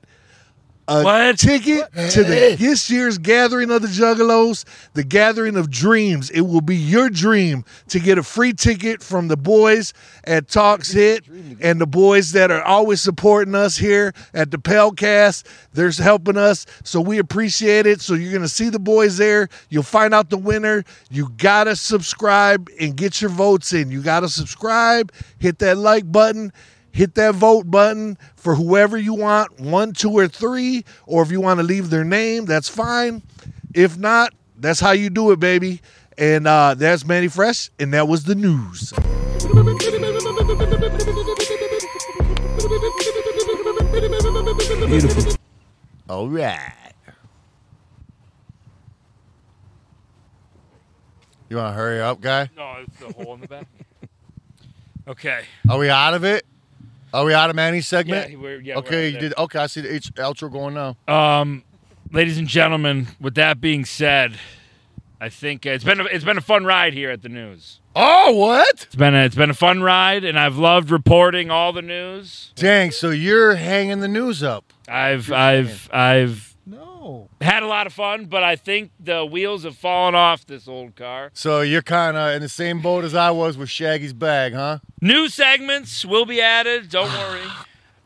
a ticket to the this year's gathering of the Juggalos, the gathering of dreams. It will be your dream to get a free ticket from the boys at Talks Hit and the boys that are always supporting us here at the Pelcast. They're helping us, so we appreciate it. So you're gonna see the boys there. You'll find out the winner. You gotta subscribe and get your votes in. You gotta subscribe, hit that like button hit that vote button for whoever you want one two or three or if you want to leave their name that's fine if not that's how you do it baby and uh, that's manny fresh and that was the news Beautiful. All right. You want to hurry up, guy? No, it's the hole in the back. Okay. Are we out of it? Are we out of Manny's segment? Yeah, we're- yeah, we're out okay, of you there. did. Okay, I see the H- outro going now. Um, ladies and gentlemen, with that being said, I think uh, it's been a, it's been a fun ride here at the news. Oh, what? It's been a, it's been a fun ride, and I've loved reporting all the news. Dang, so you're hanging the news up. I've I've I've no had a lot of fun, but I think the wheels have fallen off this old car. So you're kind of in the same boat as I was with Shaggy's bag, huh? New segments will be added. Don't worry,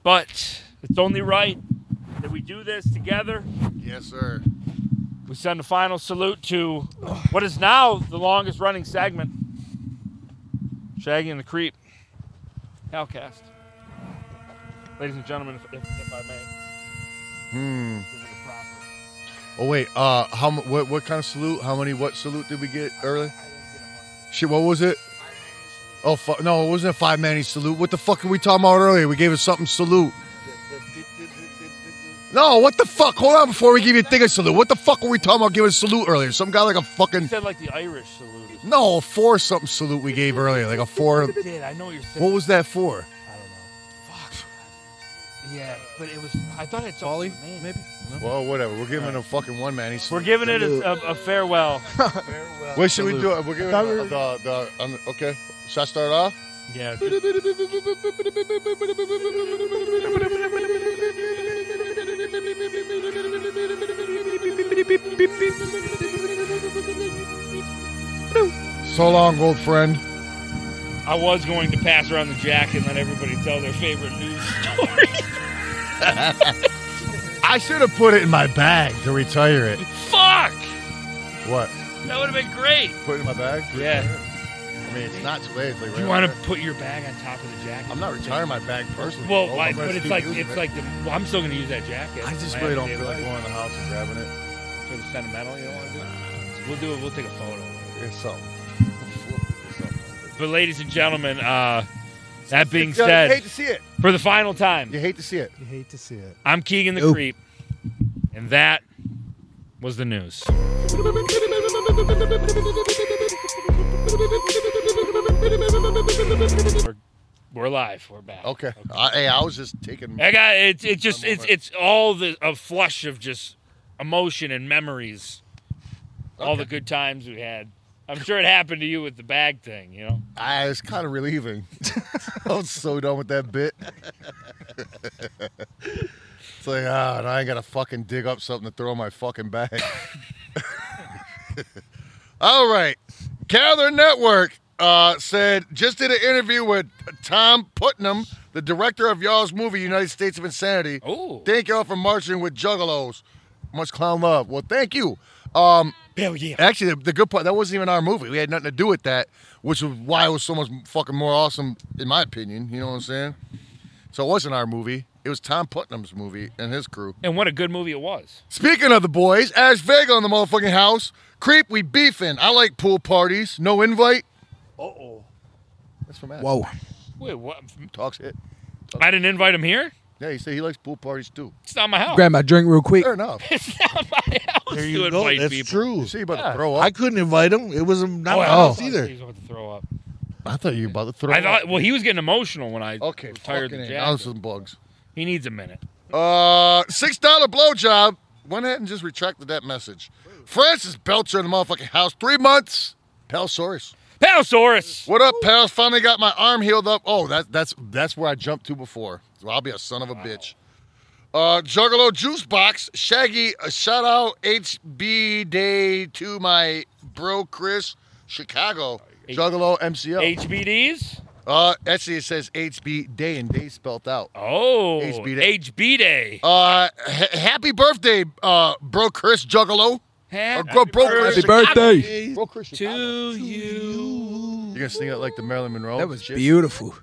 but it's only right that we do this together. Yes, sir. We send a final salute to what is now the longest running segment Shaggy and the Creep, Hellcast. Ladies and gentlemen, if, if, if I may, Hmm. this is a proper. Oh wait, uh, how mu- what what kind of salute? How many what salute did we get early? Shit, what was it? Oh fu- no, it wasn't a five man salute. What the fuck are we talking about earlier? We gave it something salute. No, what the fuck? Hold on before we give you a thing a salute. What the fuck were we talking about giving a salute earlier? Some guy like a You fucking said like the Irish salute. no a four something salute we gave earlier, like a four. You did. I know what you're saying. What was that for? Yeah, but it was. I thought it's Ollie, maybe. Well, whatever. We're giving it a fucking one man. We're giving it a, a, a farewell. What should we do? We're giving uh, the, the, um, okay. Should I start off? Yeah. So long, old friend. I was going to pass around the jack and let everybody tell their favorite news story. I should have put it in my bag to retire it. Fuck! What? That would have been great. Put it in my bag? Yeah. I mean, it's not too late. It's like You right want to there. put your bag on top of the jacket? I'm not retiring my bag personally. Well, Oh, I'm like, gonna but it's keep like using it's it. like the. Well, I'm still gonna use that jacket. I just My really don't everyday feel life. like going to the house and grabbing it. for the sentimental. You don't want to do it. We'll do it. We'll take a photo. It's something. But ladies and gentlemen, uh, that being You said, hate to see it. for the final time, You hate to see it. You hate to see it. I'm Keegan the Nope. Creep, and that was the news. We're, we're live. We're back. Okay. I, hey, I was just taking. I got it. It just it's it's all the a flush of just emotion and memories, all the good times we had. I'm sure it happened to you with the bag thing, you know. I was kind of relieving. I was so done with that bit. it's like, ah, now I gotta fucking dig up something to throw in my fucking bag. All right, Gather Network uh, said just did an interview with Tom Putnam, the director of y'all's movie United States of Insanity. Oh, thank y'all for marching with Juggalos. Much clown love. Well, thank you. Um, Hell yeah. Actually, the, the good part that wasn't even our movie. We had nothing to do with that, which was why it was so much fucking more awesome, in my opinion. You know what I'm saying? So it wasn't our movie. It was Tom Putnam's movie and his crew. And what a good movie it was. Speaking of the boys, Ash Vega on the motherfucking house. Creep, we beefing. I like pool parties. No invite. Uh oh. That's from Ash. Whoa. Wait, what? Talks it. I didn't invite him here. Yeah, he said he likes pool parties too. It's not my house. Grab my drink real quick. Fair enough. It's not my house. There to you invite That's people. true. See, you about Yeah. to throw up. I couldn't invite him. It was not Oh, my I house thought either. He was about to throw up. I thought you were about to throw I up. thought. Well, he was getting emotional when I Okay, retired fucking the A. Now jacket. some bugs. He needs a minute. Uh, six dollar blowjob. Went ahead and just retracted that message. Francis Belcher in the motherfucking house. Three months. Palsaurus. Palsaurus. What up, pals? Finally got my arm healed up. Oh, that, that's that's where I jumped to before. So I'll be a son of a bitch. Uh, Juggalo Juice Box. Shaggy. A shout out HB Day to my bro Chris Chicago. Juggalo MCO. HBDs. Uh, actually, it says HB Day and Day spelt out. Oh, HB Day. HB Day. Uh, ha- happy birthday, uh, bro Chris Juggalo. Or bro, bro Chris Happy birthday. Chicago. Bro Chris To you. You're gonna sing it like the Marilyn Monroe. That was shit? beautiful.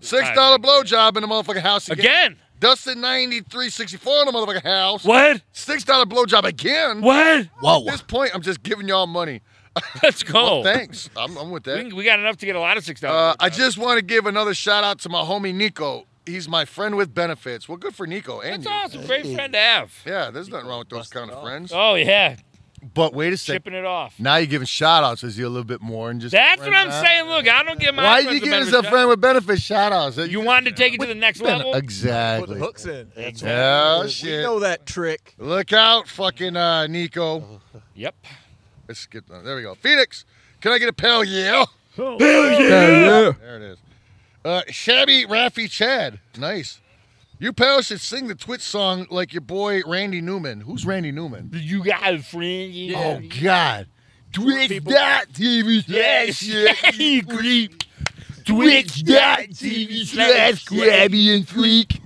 Six dollar blowjob in the motherfucking house again. Again. Dustin ninety three sixty four in the motherfucking house. What? Six dollar blowjob again. What? Whoa. At this point, I'm just giving y'all money. Let's go. Well, thanks. I'm, I'm with that. We, we got enough to get a lot of six Uh, dollars. I just want to give another shout out to my homie Nico. He's my friend with benefits. Well, good for Nico and That's you. awesome. Great friend to have. Yeah, there's nothing wrong with those kind of friends. Oh yeah, But wait a second. chipping it off. Now you're giving shout outs as you a little bit more and just. That's what friends I'm out. saying. Look, I don't get my. Why friends you a giving us benefit a shot. friend with benefits shout outs? You wanted to take it to the next level. Exactly. Put the hooks in. That's Yeah, what we do. shit. We know that trick. Look out, fucking uh, Nico. Yep. Let's skip that. There we go. Phoenix, can I get a pal? Yeah. Hell yeah. There it is. Uh, Shabby Raffy Chad. Nice. You pal should sing the Twitch song like your boy Randy Newman. Who's Randy Newman? You got a friend. Oh, God. Twitch dot TV. Yes, yes, you creep. Twitch.tv slash crabby and freak.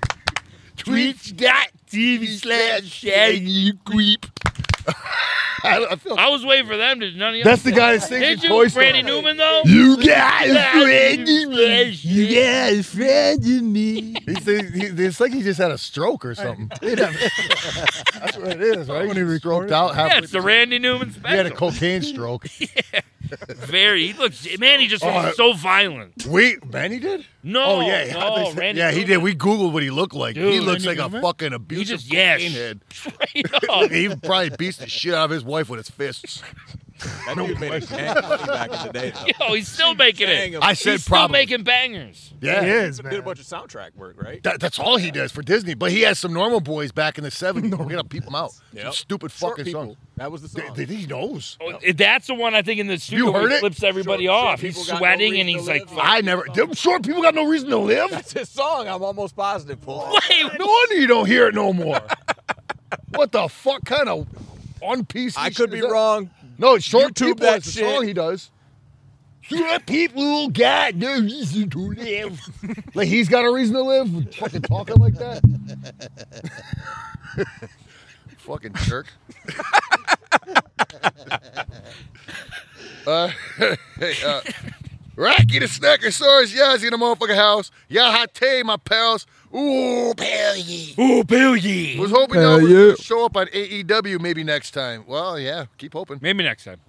Twitch.tv slash shaggy creep. I, I feel I was waiting for them to none of you. That's the guy that sings Did in you, Toy Story. Randy Newman though? You got a friend in me. You got a friend in me. He's, he, it's like he just had a stroke or something. That's what it is, right? When he stroked out halfway. Yeah, it's the Randy Newman special. He had a cocaine stroke. Very. He looks. Man, he just looks Oh, so violent. We Manny did? No. Oh yeah, No, I think so. Randy yeah, he did. Newman. We googled what he looked like. he Dude. looks Randy like a Newman? fucking abusive just- yeah, cocaine head. Straight up. he probably beats the shit out of his wife with his fists. That No dude made a question. gang money back in the day. Though. Yo, he's still making Gang it. of- I said he's probably. still making bangers. Yeah. He is, Did a bunch of soundtrack work, right? That, that's all he does for Disney. But he has some normal boys back in the 70s. We're going to peep them out. Some Yep. stupid Short fucking people. song. That was the song. Th- th- he knows. Oh, That's the one I think in the studio where heard he it? flips everybody Short- short off. He's people got no sweating reason and to he's like, live. I never. Them short people got no reason to live. That's his song. I'm almost positive. Paul. No wonder you don't hear it no more. what the fuck kind of on piece? I shit could is be that? wrong. No, it's short YouTube people. that That's the shit. song he does. Short people got no reason to live. like he's got a reason to live. Fucking talking like that. fucking jerk. uh, hey, uh, Rocky the Snackosaurus, Yazzie in the motherfucking house. Yahate, my pals. Ooh, pal yeah. Ooh, Bill, yeah. Was hoping Hell y'all would yeah. show up on AEW maybe next time. Well, yeah, keep hoping. Maybe next time.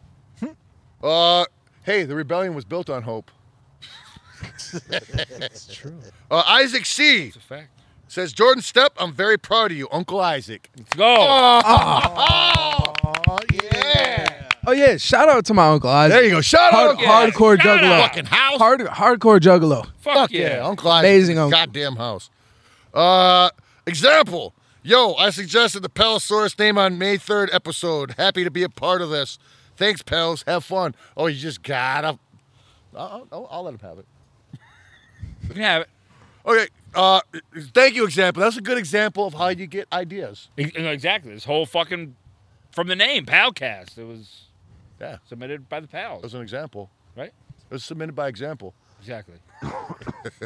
Uh, hey, the rebellion was built on hope. That's true. Uh, Isaac C. That's a fact. Says Jordan Step, I'm very proud of you, Uncle Isaac. Let's go. Ah. Oh yeah, shout out to my uncle Isaac. There you go. Shout Hard- out, Uncle hardcore Isaac. Shout juggalo. out. Fucking house. Hard, hardcore juggalo. Fuck, yeah. Uncle Isaac. Amazing is a uncle. Goddamn house. Uh, example. Yo, I suggested the Palisaurus name on May 3rd episode. Happy to be a part of this. Thanks, pals. Have fun. Oh, you just gotta. I'll, I'll, I'll let him have it. You can have it. Okay. Uh, thank you, example. That's a good example of how you get ideas. Ex- Exactly. This whole fucking from the name Palcast. It was yeah submitted by the pals. As an example, right? It was submitted by example. Exactly.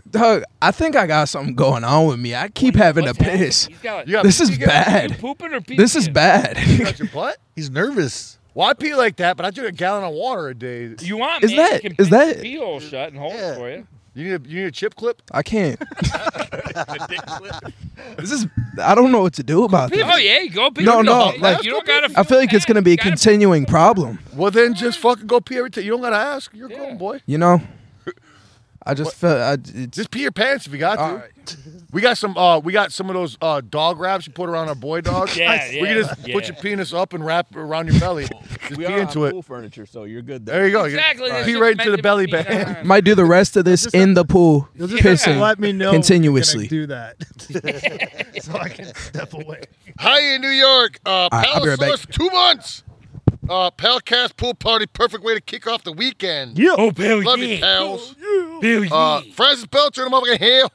Doug, I think I got something going on with me. I keep having to piss. He's got- This is You got- bad. you pooping or This is bad. You got your butt? He's nervous. Well, I pee like that, but I drink a gallon of water a day. You want Is me? I that- can is pick that- the pee hole shut and hold it for you? You need a, you need a chip clip? I can't. This is. I don't know what to do about this. Oh yeah, go pee. Uh, No, You no. don't- Like you don't gotta. I feel like it's gonna be a continuing problem. Well, then just fucking go pee every time. You don't gotta ask. You're a grown boy. You know. I just felt. I, it's, Just pee your pants if you got to. We got some. Uh, we got some of those uh, dog wraps you put around our boy dogs. Yeah, We can yeah, just yeah. put your penis up and wrap around your belly. Just we pee are on into it. pool furniture, so you're good. There, There you go. You Pee right into the belly I might do the rest of this in the pool, You'll just have to pissing let me know when you're gonna continuously. do that. so I can step away. Hi in New York. Uh, right, I'll be right back. Palisaurus, two months. Uh, Palcast pool party, perfect way to kick off the weekend. Yeah. Oh, Bill, Love yeah. you, pals. Bill, yeah. Uh, Francis Belcher, I'm over here.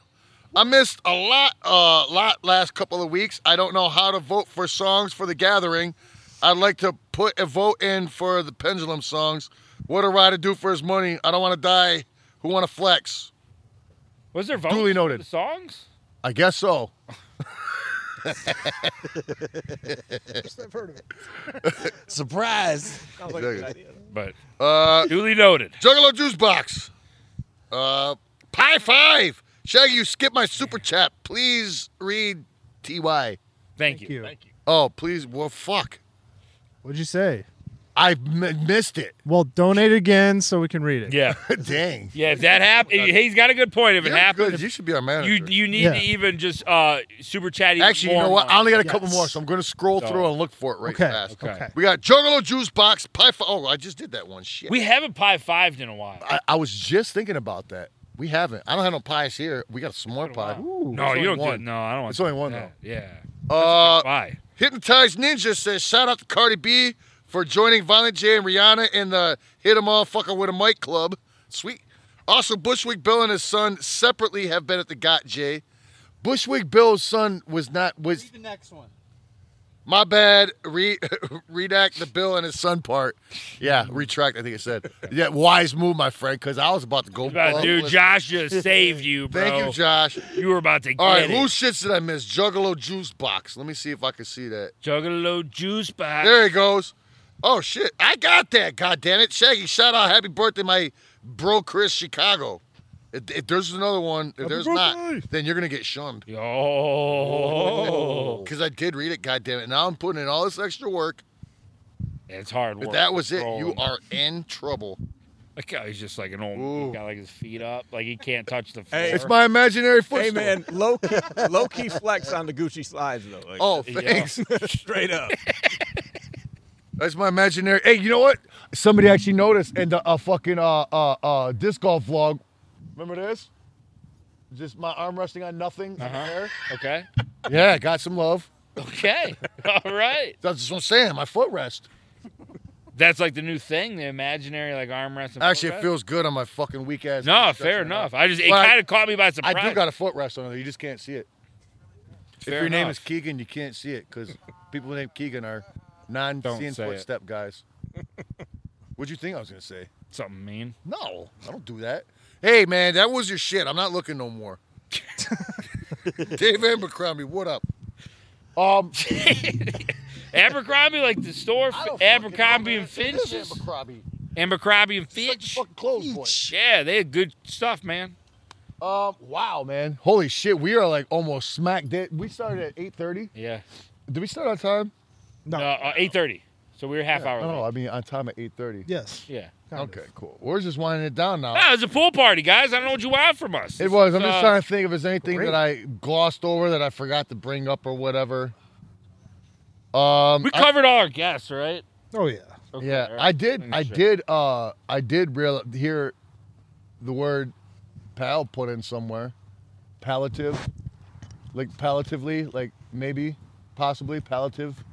I missed a lot, uh, lot last couple of weeks. I don't know how to vote for songs for the gathering. I'd like to put a vote in for the Pendulum songs. What a ride to do for his money. I don't want to die. Who want to flex? Was there votes? Duly The noted. songs? I guess so. Surprise. Sounds like a good idea. But uh, duly noted. Juggalo Juice Box. Uh, pie five. Shaggy, you skip my super chat. Please read TY. Thank, you. Thank you. Oh, please. Well, fuck. What'd you say? I m- missed it. Well, donate again so we can read it. Yeah. Dang. Yeah, if that happens, he's got a good point. If it You're happens, good. You should be our manager. you you need Yeah. to even just uh super chat. Even Actually, you more know what? money. I only got a couple more, so I'm going to scroll So- through and look for it right Okay, fast. okay. We got Juggalo Juice Box. Pie five. Oh, I just did that one. Shit. We haven't pie fived in a while. I, I was just thinking about that. We haven't. I don't have no pies here. We got a s'more pie. Ooh, no, it's you only don't do it. one. No, I don't want It's only one, that. Yeah. though. Uh, Why? Hypnotized Ninja says, shout out to Cardi B for joining Violent J and Rihanna in the Hit 'Em All Fucker with a Mic Club. Sweet. Also, Bushwick Bill and his son separately have been at the Got J. Bushwick Bill's son was not was The next one. my bad. Re- redact the Bill and his son part. Yeah, retract. I think it said. Yeah, wise move, my friend, because I was about to go. About- dude, Josh just saved you, bro. Thank you, Josh. You were about to All right, get it. whose shits did I miss? Juggalo Juice Box. Let me see if I can see that. Juggalo Juice Box. There it goes. Oh shit, I got that. God damn it, Shaggy! Shout out, happy birthday, my bro, Chris Chicago. If, if there's another one, if Happy there's not, then you're gonna get shunned. Oh. Yo. Because Oh. I did read it. God damn it! Now I'm putting in all this extra work. It's hard If work. that was it, bro. you are in trouble. That guy's just like an old. He got like his feet up, like he can't touch the floor. It's my imaginary Hey footstool. man, low key, low key flex on the Gucci slides though. Like, Oh, yeah. thanks. Straight up. That's my imaginary. Hey, you know what? Somebody actually noticed in the uh, fucking uh, uh, uh, disc golf vlog. Remember this? Just my arm resting on nothing in the air. Okay. Yeah, got some love. Okay. All right. That's just what I'm saying. My foot rest. That's like the new thing, the imaginary like arm rest. And Actually, foot it rest. feels good on my fucking weak ass. No, Stretching fair it out. enough. I just it Well, kind of caught me by surprise. I do got a foot rest on there. You just can't see it. Fair if your name enouged. is Keegan, you can't see it because people named Keegan are say non-seeing it. footstep guys. What'd you think I was gonna say? Something mean? No, I don't do that. Hey man, that was your shit. I'm not looking no more. Dave Abercrombie, what up? Um, Abercrombie, like the store, Abercrombie and Finch. Abercrombie. Abercrombie and Finch. Fucking clothes boy. Yeah, they had good stuff, man. Um, wow, man, holy shit, we are like almost smack dead. We started at 8:30. Yeah. Did we start on time? No, uh, eight thirty. So we were half hour. No, late. I mean on time at 8:30. Yes. Yeah. Okay, cool. We're just winding it down now. No, it was a pool party, guys. I don't know what you want from us. It was. I'm It's, just uh, trying to think if there's anything that I glossed over that I forgot to bring up or whatever. Um, We I- covered all our guests, right? Oh yeah. yeah, I did. I did. Uh, I did real hear the word "pal" put in somewhere. Palliative, like palliatively, like maybe, possibly palliative.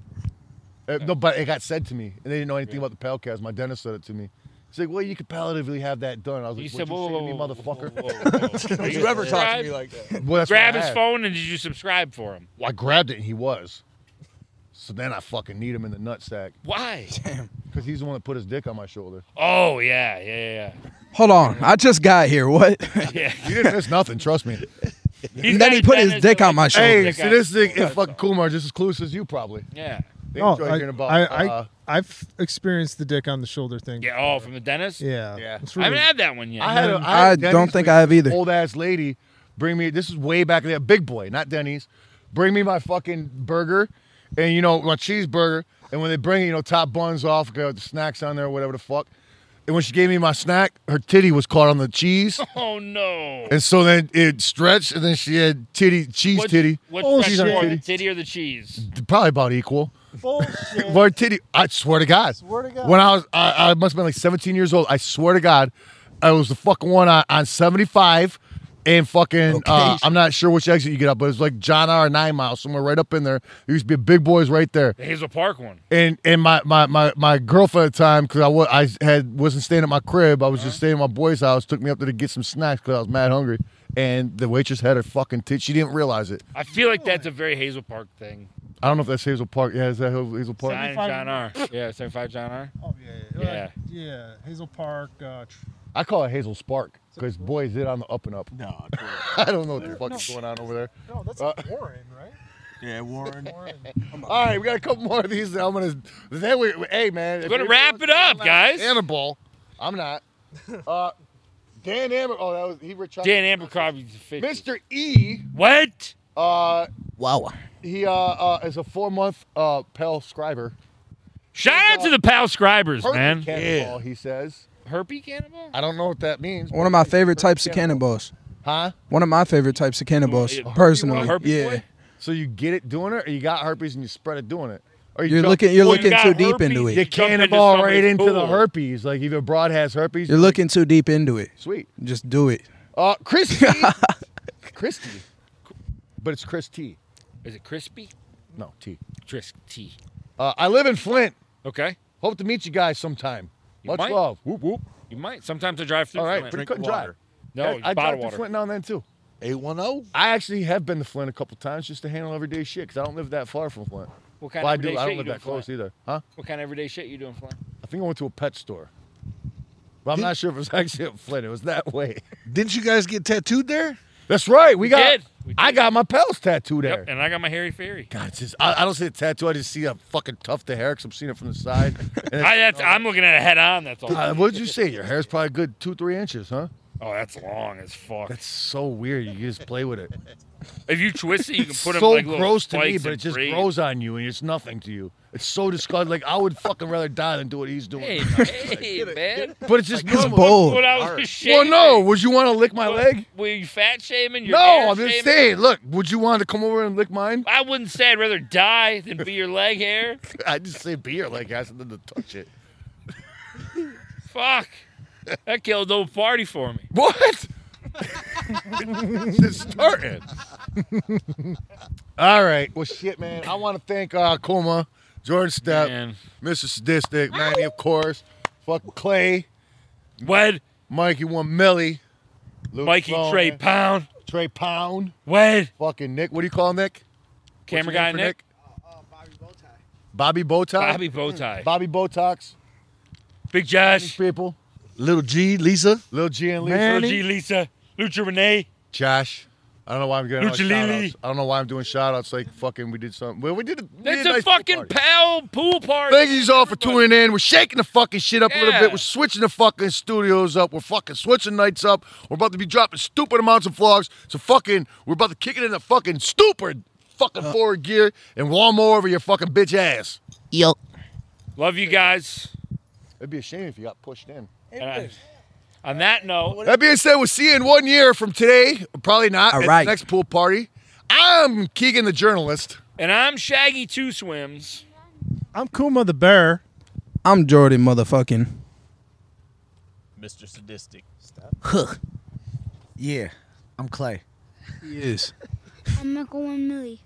Uh, no, but it got said to me, and they didn't know anything about the palcast. My dentist said it to me. He's like, "Well, you could palliatively have that done." I was You like, said, "What you "Whoa, say to whoa, me, whoa, motherfucker?" Don't you ever talk to me like that? Well, that's what Grab I his had. phone and did you subscribe for him? Well, I grabbed it and he was. So then I fucking need him in the nutsack. Why? Damn. Because he's the one that put his dick on my shoulder. Oh yeah, yeah, yeah. Hold on, I just got here. What? Yeah. You didn't miss nothing, trust me. and then he put his dick on my shoulder. Hey, see this thing is fucking Kumar just as clueless as you probably. Yeah. They Oh, enjoy I, hearing about I, uh, I, have experienced the dick on the shoulder thing. Yeah. Oh, from the dentist. Yeah. Yeah. It's I haven't really- had that one yet. I had a, I had don't Denny's think with I have either. Old ass lady, bring me. This is way back there. Big boy, not Denny's. Bring me my fucking burger, and you know my cheeseburger. And when they bring it, you know top buns off, got the snacks on there, whatever the fuck. And when she gave me my snack, her titty was caught on the cheese, Oh no. and so then it stretched, and then she had titty cheese What- titty. What Oh, stretch she's on more, the titty. titty or the cheese? Probably about equal. Bullshit. Lord Titty, I swear to God. Swear to God. When I was, I, I must have been like 17 years old. I swear to God, I was the fucking one on, on 75 and fucking, uh, I'm not sure which exit you get up, but it's like John R. Nine Mile, somewhere right up in there. There used to be a big boys right there. The Hazel Park one. And and my my my, my girlfriend at the time, because I was I had wasn't staying at my crib, I was just staying at my boy's house. Took me up there to get some snacks because I was mad hungry. And the waitress had her fucking tit. She didn't realize it. I feel like that's a very Hazel Park thing. I don't know if that's Hazel Park. Yeah, is that Hazel Park? John, John R. Yeah, 75 John R. Oh yeah. Yeah. Yeah. yeah. Hazel Park. Uh, tr- I call it Hazel Spark because boy, is it on the up and up. No, I don't know what the fuck is going on over there. no, that's Uh, Warren, right? Yeah, Warren. All right, we got a couple more of these. And I'm gonna. Then we, hey man, We're gonna wrap it up, guys. Hannibal, I'm not. Uh, Dan Amber. Oh, that was he. Retired. Dan Abercrombie's a fish. Mr. E. What? Uh, Wow. he uh, uh is a four month uh pal scriber. Shout out to the pal scribers, Herpy man. cannonball, he says. Herpy cannibal? I don't know what that means. One of my favorite types of cannonballs. Huh? One of my favorite types of cannonballs, Herpes- personally. herpes Yeah. boy? So you get it doing it, or you got herpes and you spread it doing it? Or You're jump- looking- you're Well, you looking got too deep into herpes, it. You you jump into cannonball right somebody's into pool. the herpes. Like if a broad has herpes, You're looking too deep into it. Sweet. Just do it. Uh, Christy. Christy. But it's Chris T. Is it crispy? No, T. Trisk T. Uh, I live in Flint. Okay. Hope to meet you guys sometime. You Much might. love. Whoop whoop. You might. Sometimes I drive through. All right, Flint. but you couldn't drive. No, I, I drive bottled to water. Flint now and then too. Eight one oh? zero. I actually have been to Flint a couple times just to handle everyday shit because I don't live that far from Flint. What kind well, of everyday I do. I shit don't you live do in that close Flint? either, huh? What kind of everyday shit you doing, Flint? I think I went to a pet store, but I'm not sure if it was actually at Flint. It was that way. Didn't you guys get tattooed there? That's right. We, We got. did. We I got my pals tattooed there. Yep, and I got my hairy fairy. God, it's just, I, I don't see the tattoo. I just see a fucking tuft of hair because I'm seeing it from the side. And I, that's, I'm looking at it head on. That's all. Uh, what did you say? Your hair's probably a good two, three inches, huh? Oh, that's long as fuck. That's so weird. You just play with it. If you twist it, you can put them so like little gross to me, spikes but it and just braids. grows on you and it's nothing to you. It's so disgusting. Like I would fucking rather die than do what he's doing. Hey, hey, man. But it's just normal. bold. When I was just Well, no. Would you want to lick my leg? Were you fat shaming? Your No, hair I'm just shaming? saying. Look, would you want to come over and lick mine? I wouldn't say I'd rather die than be your leg hair. I just say beer like I said to touch it. Fuck. That killed the whole party for me. What? it's starting. All right. Well, shit, man. I want to thank uh, Kuma, Jordan Step, Mr. Sadistic, Manny, of course, fucking Clay, Wed, Mikey One Millie, Luke Mikey Sloan, Trey Pound. Trey Pound, Wed, fucking Nick. What do you call Nick? What's your Camera guy name for Nick. Bobby Bowtie. Bobby Bowtie. Bobby Botox. Big Josh. People. Little G, Lisa. Little G and Lisa. Manny. G, Lisa. Lucha Renee. Josh. I don't know why I'm getting all Lucha shout Lili. outs. I don't know why I'm doing shout outs like fucking we did something. Well, we did we That's did a nice fucking pal pool party. Thank you all for tuning in. We're shaking the fucking shit up a little Yeah. bit. We're switching the fucking studios up. We're fucking switching nights up. We're about to be dropping stupid amounts of vlogs. So fucking, we're about to kick it in the fucking stupid fucking forward gear and warm more over your fucking bitch ass. Yo. Love you guys. It'd be a shame if you got pushed in. And I- on that note, That being said, we'll see you in one year from today. Probably not. All right. At the next pool party. I'm Keegan the journalist. and I'm Shaggy Two Swims. I'm Kuma the Bear. I'm Jordan motherfucking. Mr. Sadistic. Huh. Yeah, I'm Clay. He is. I'm Michael One Millie.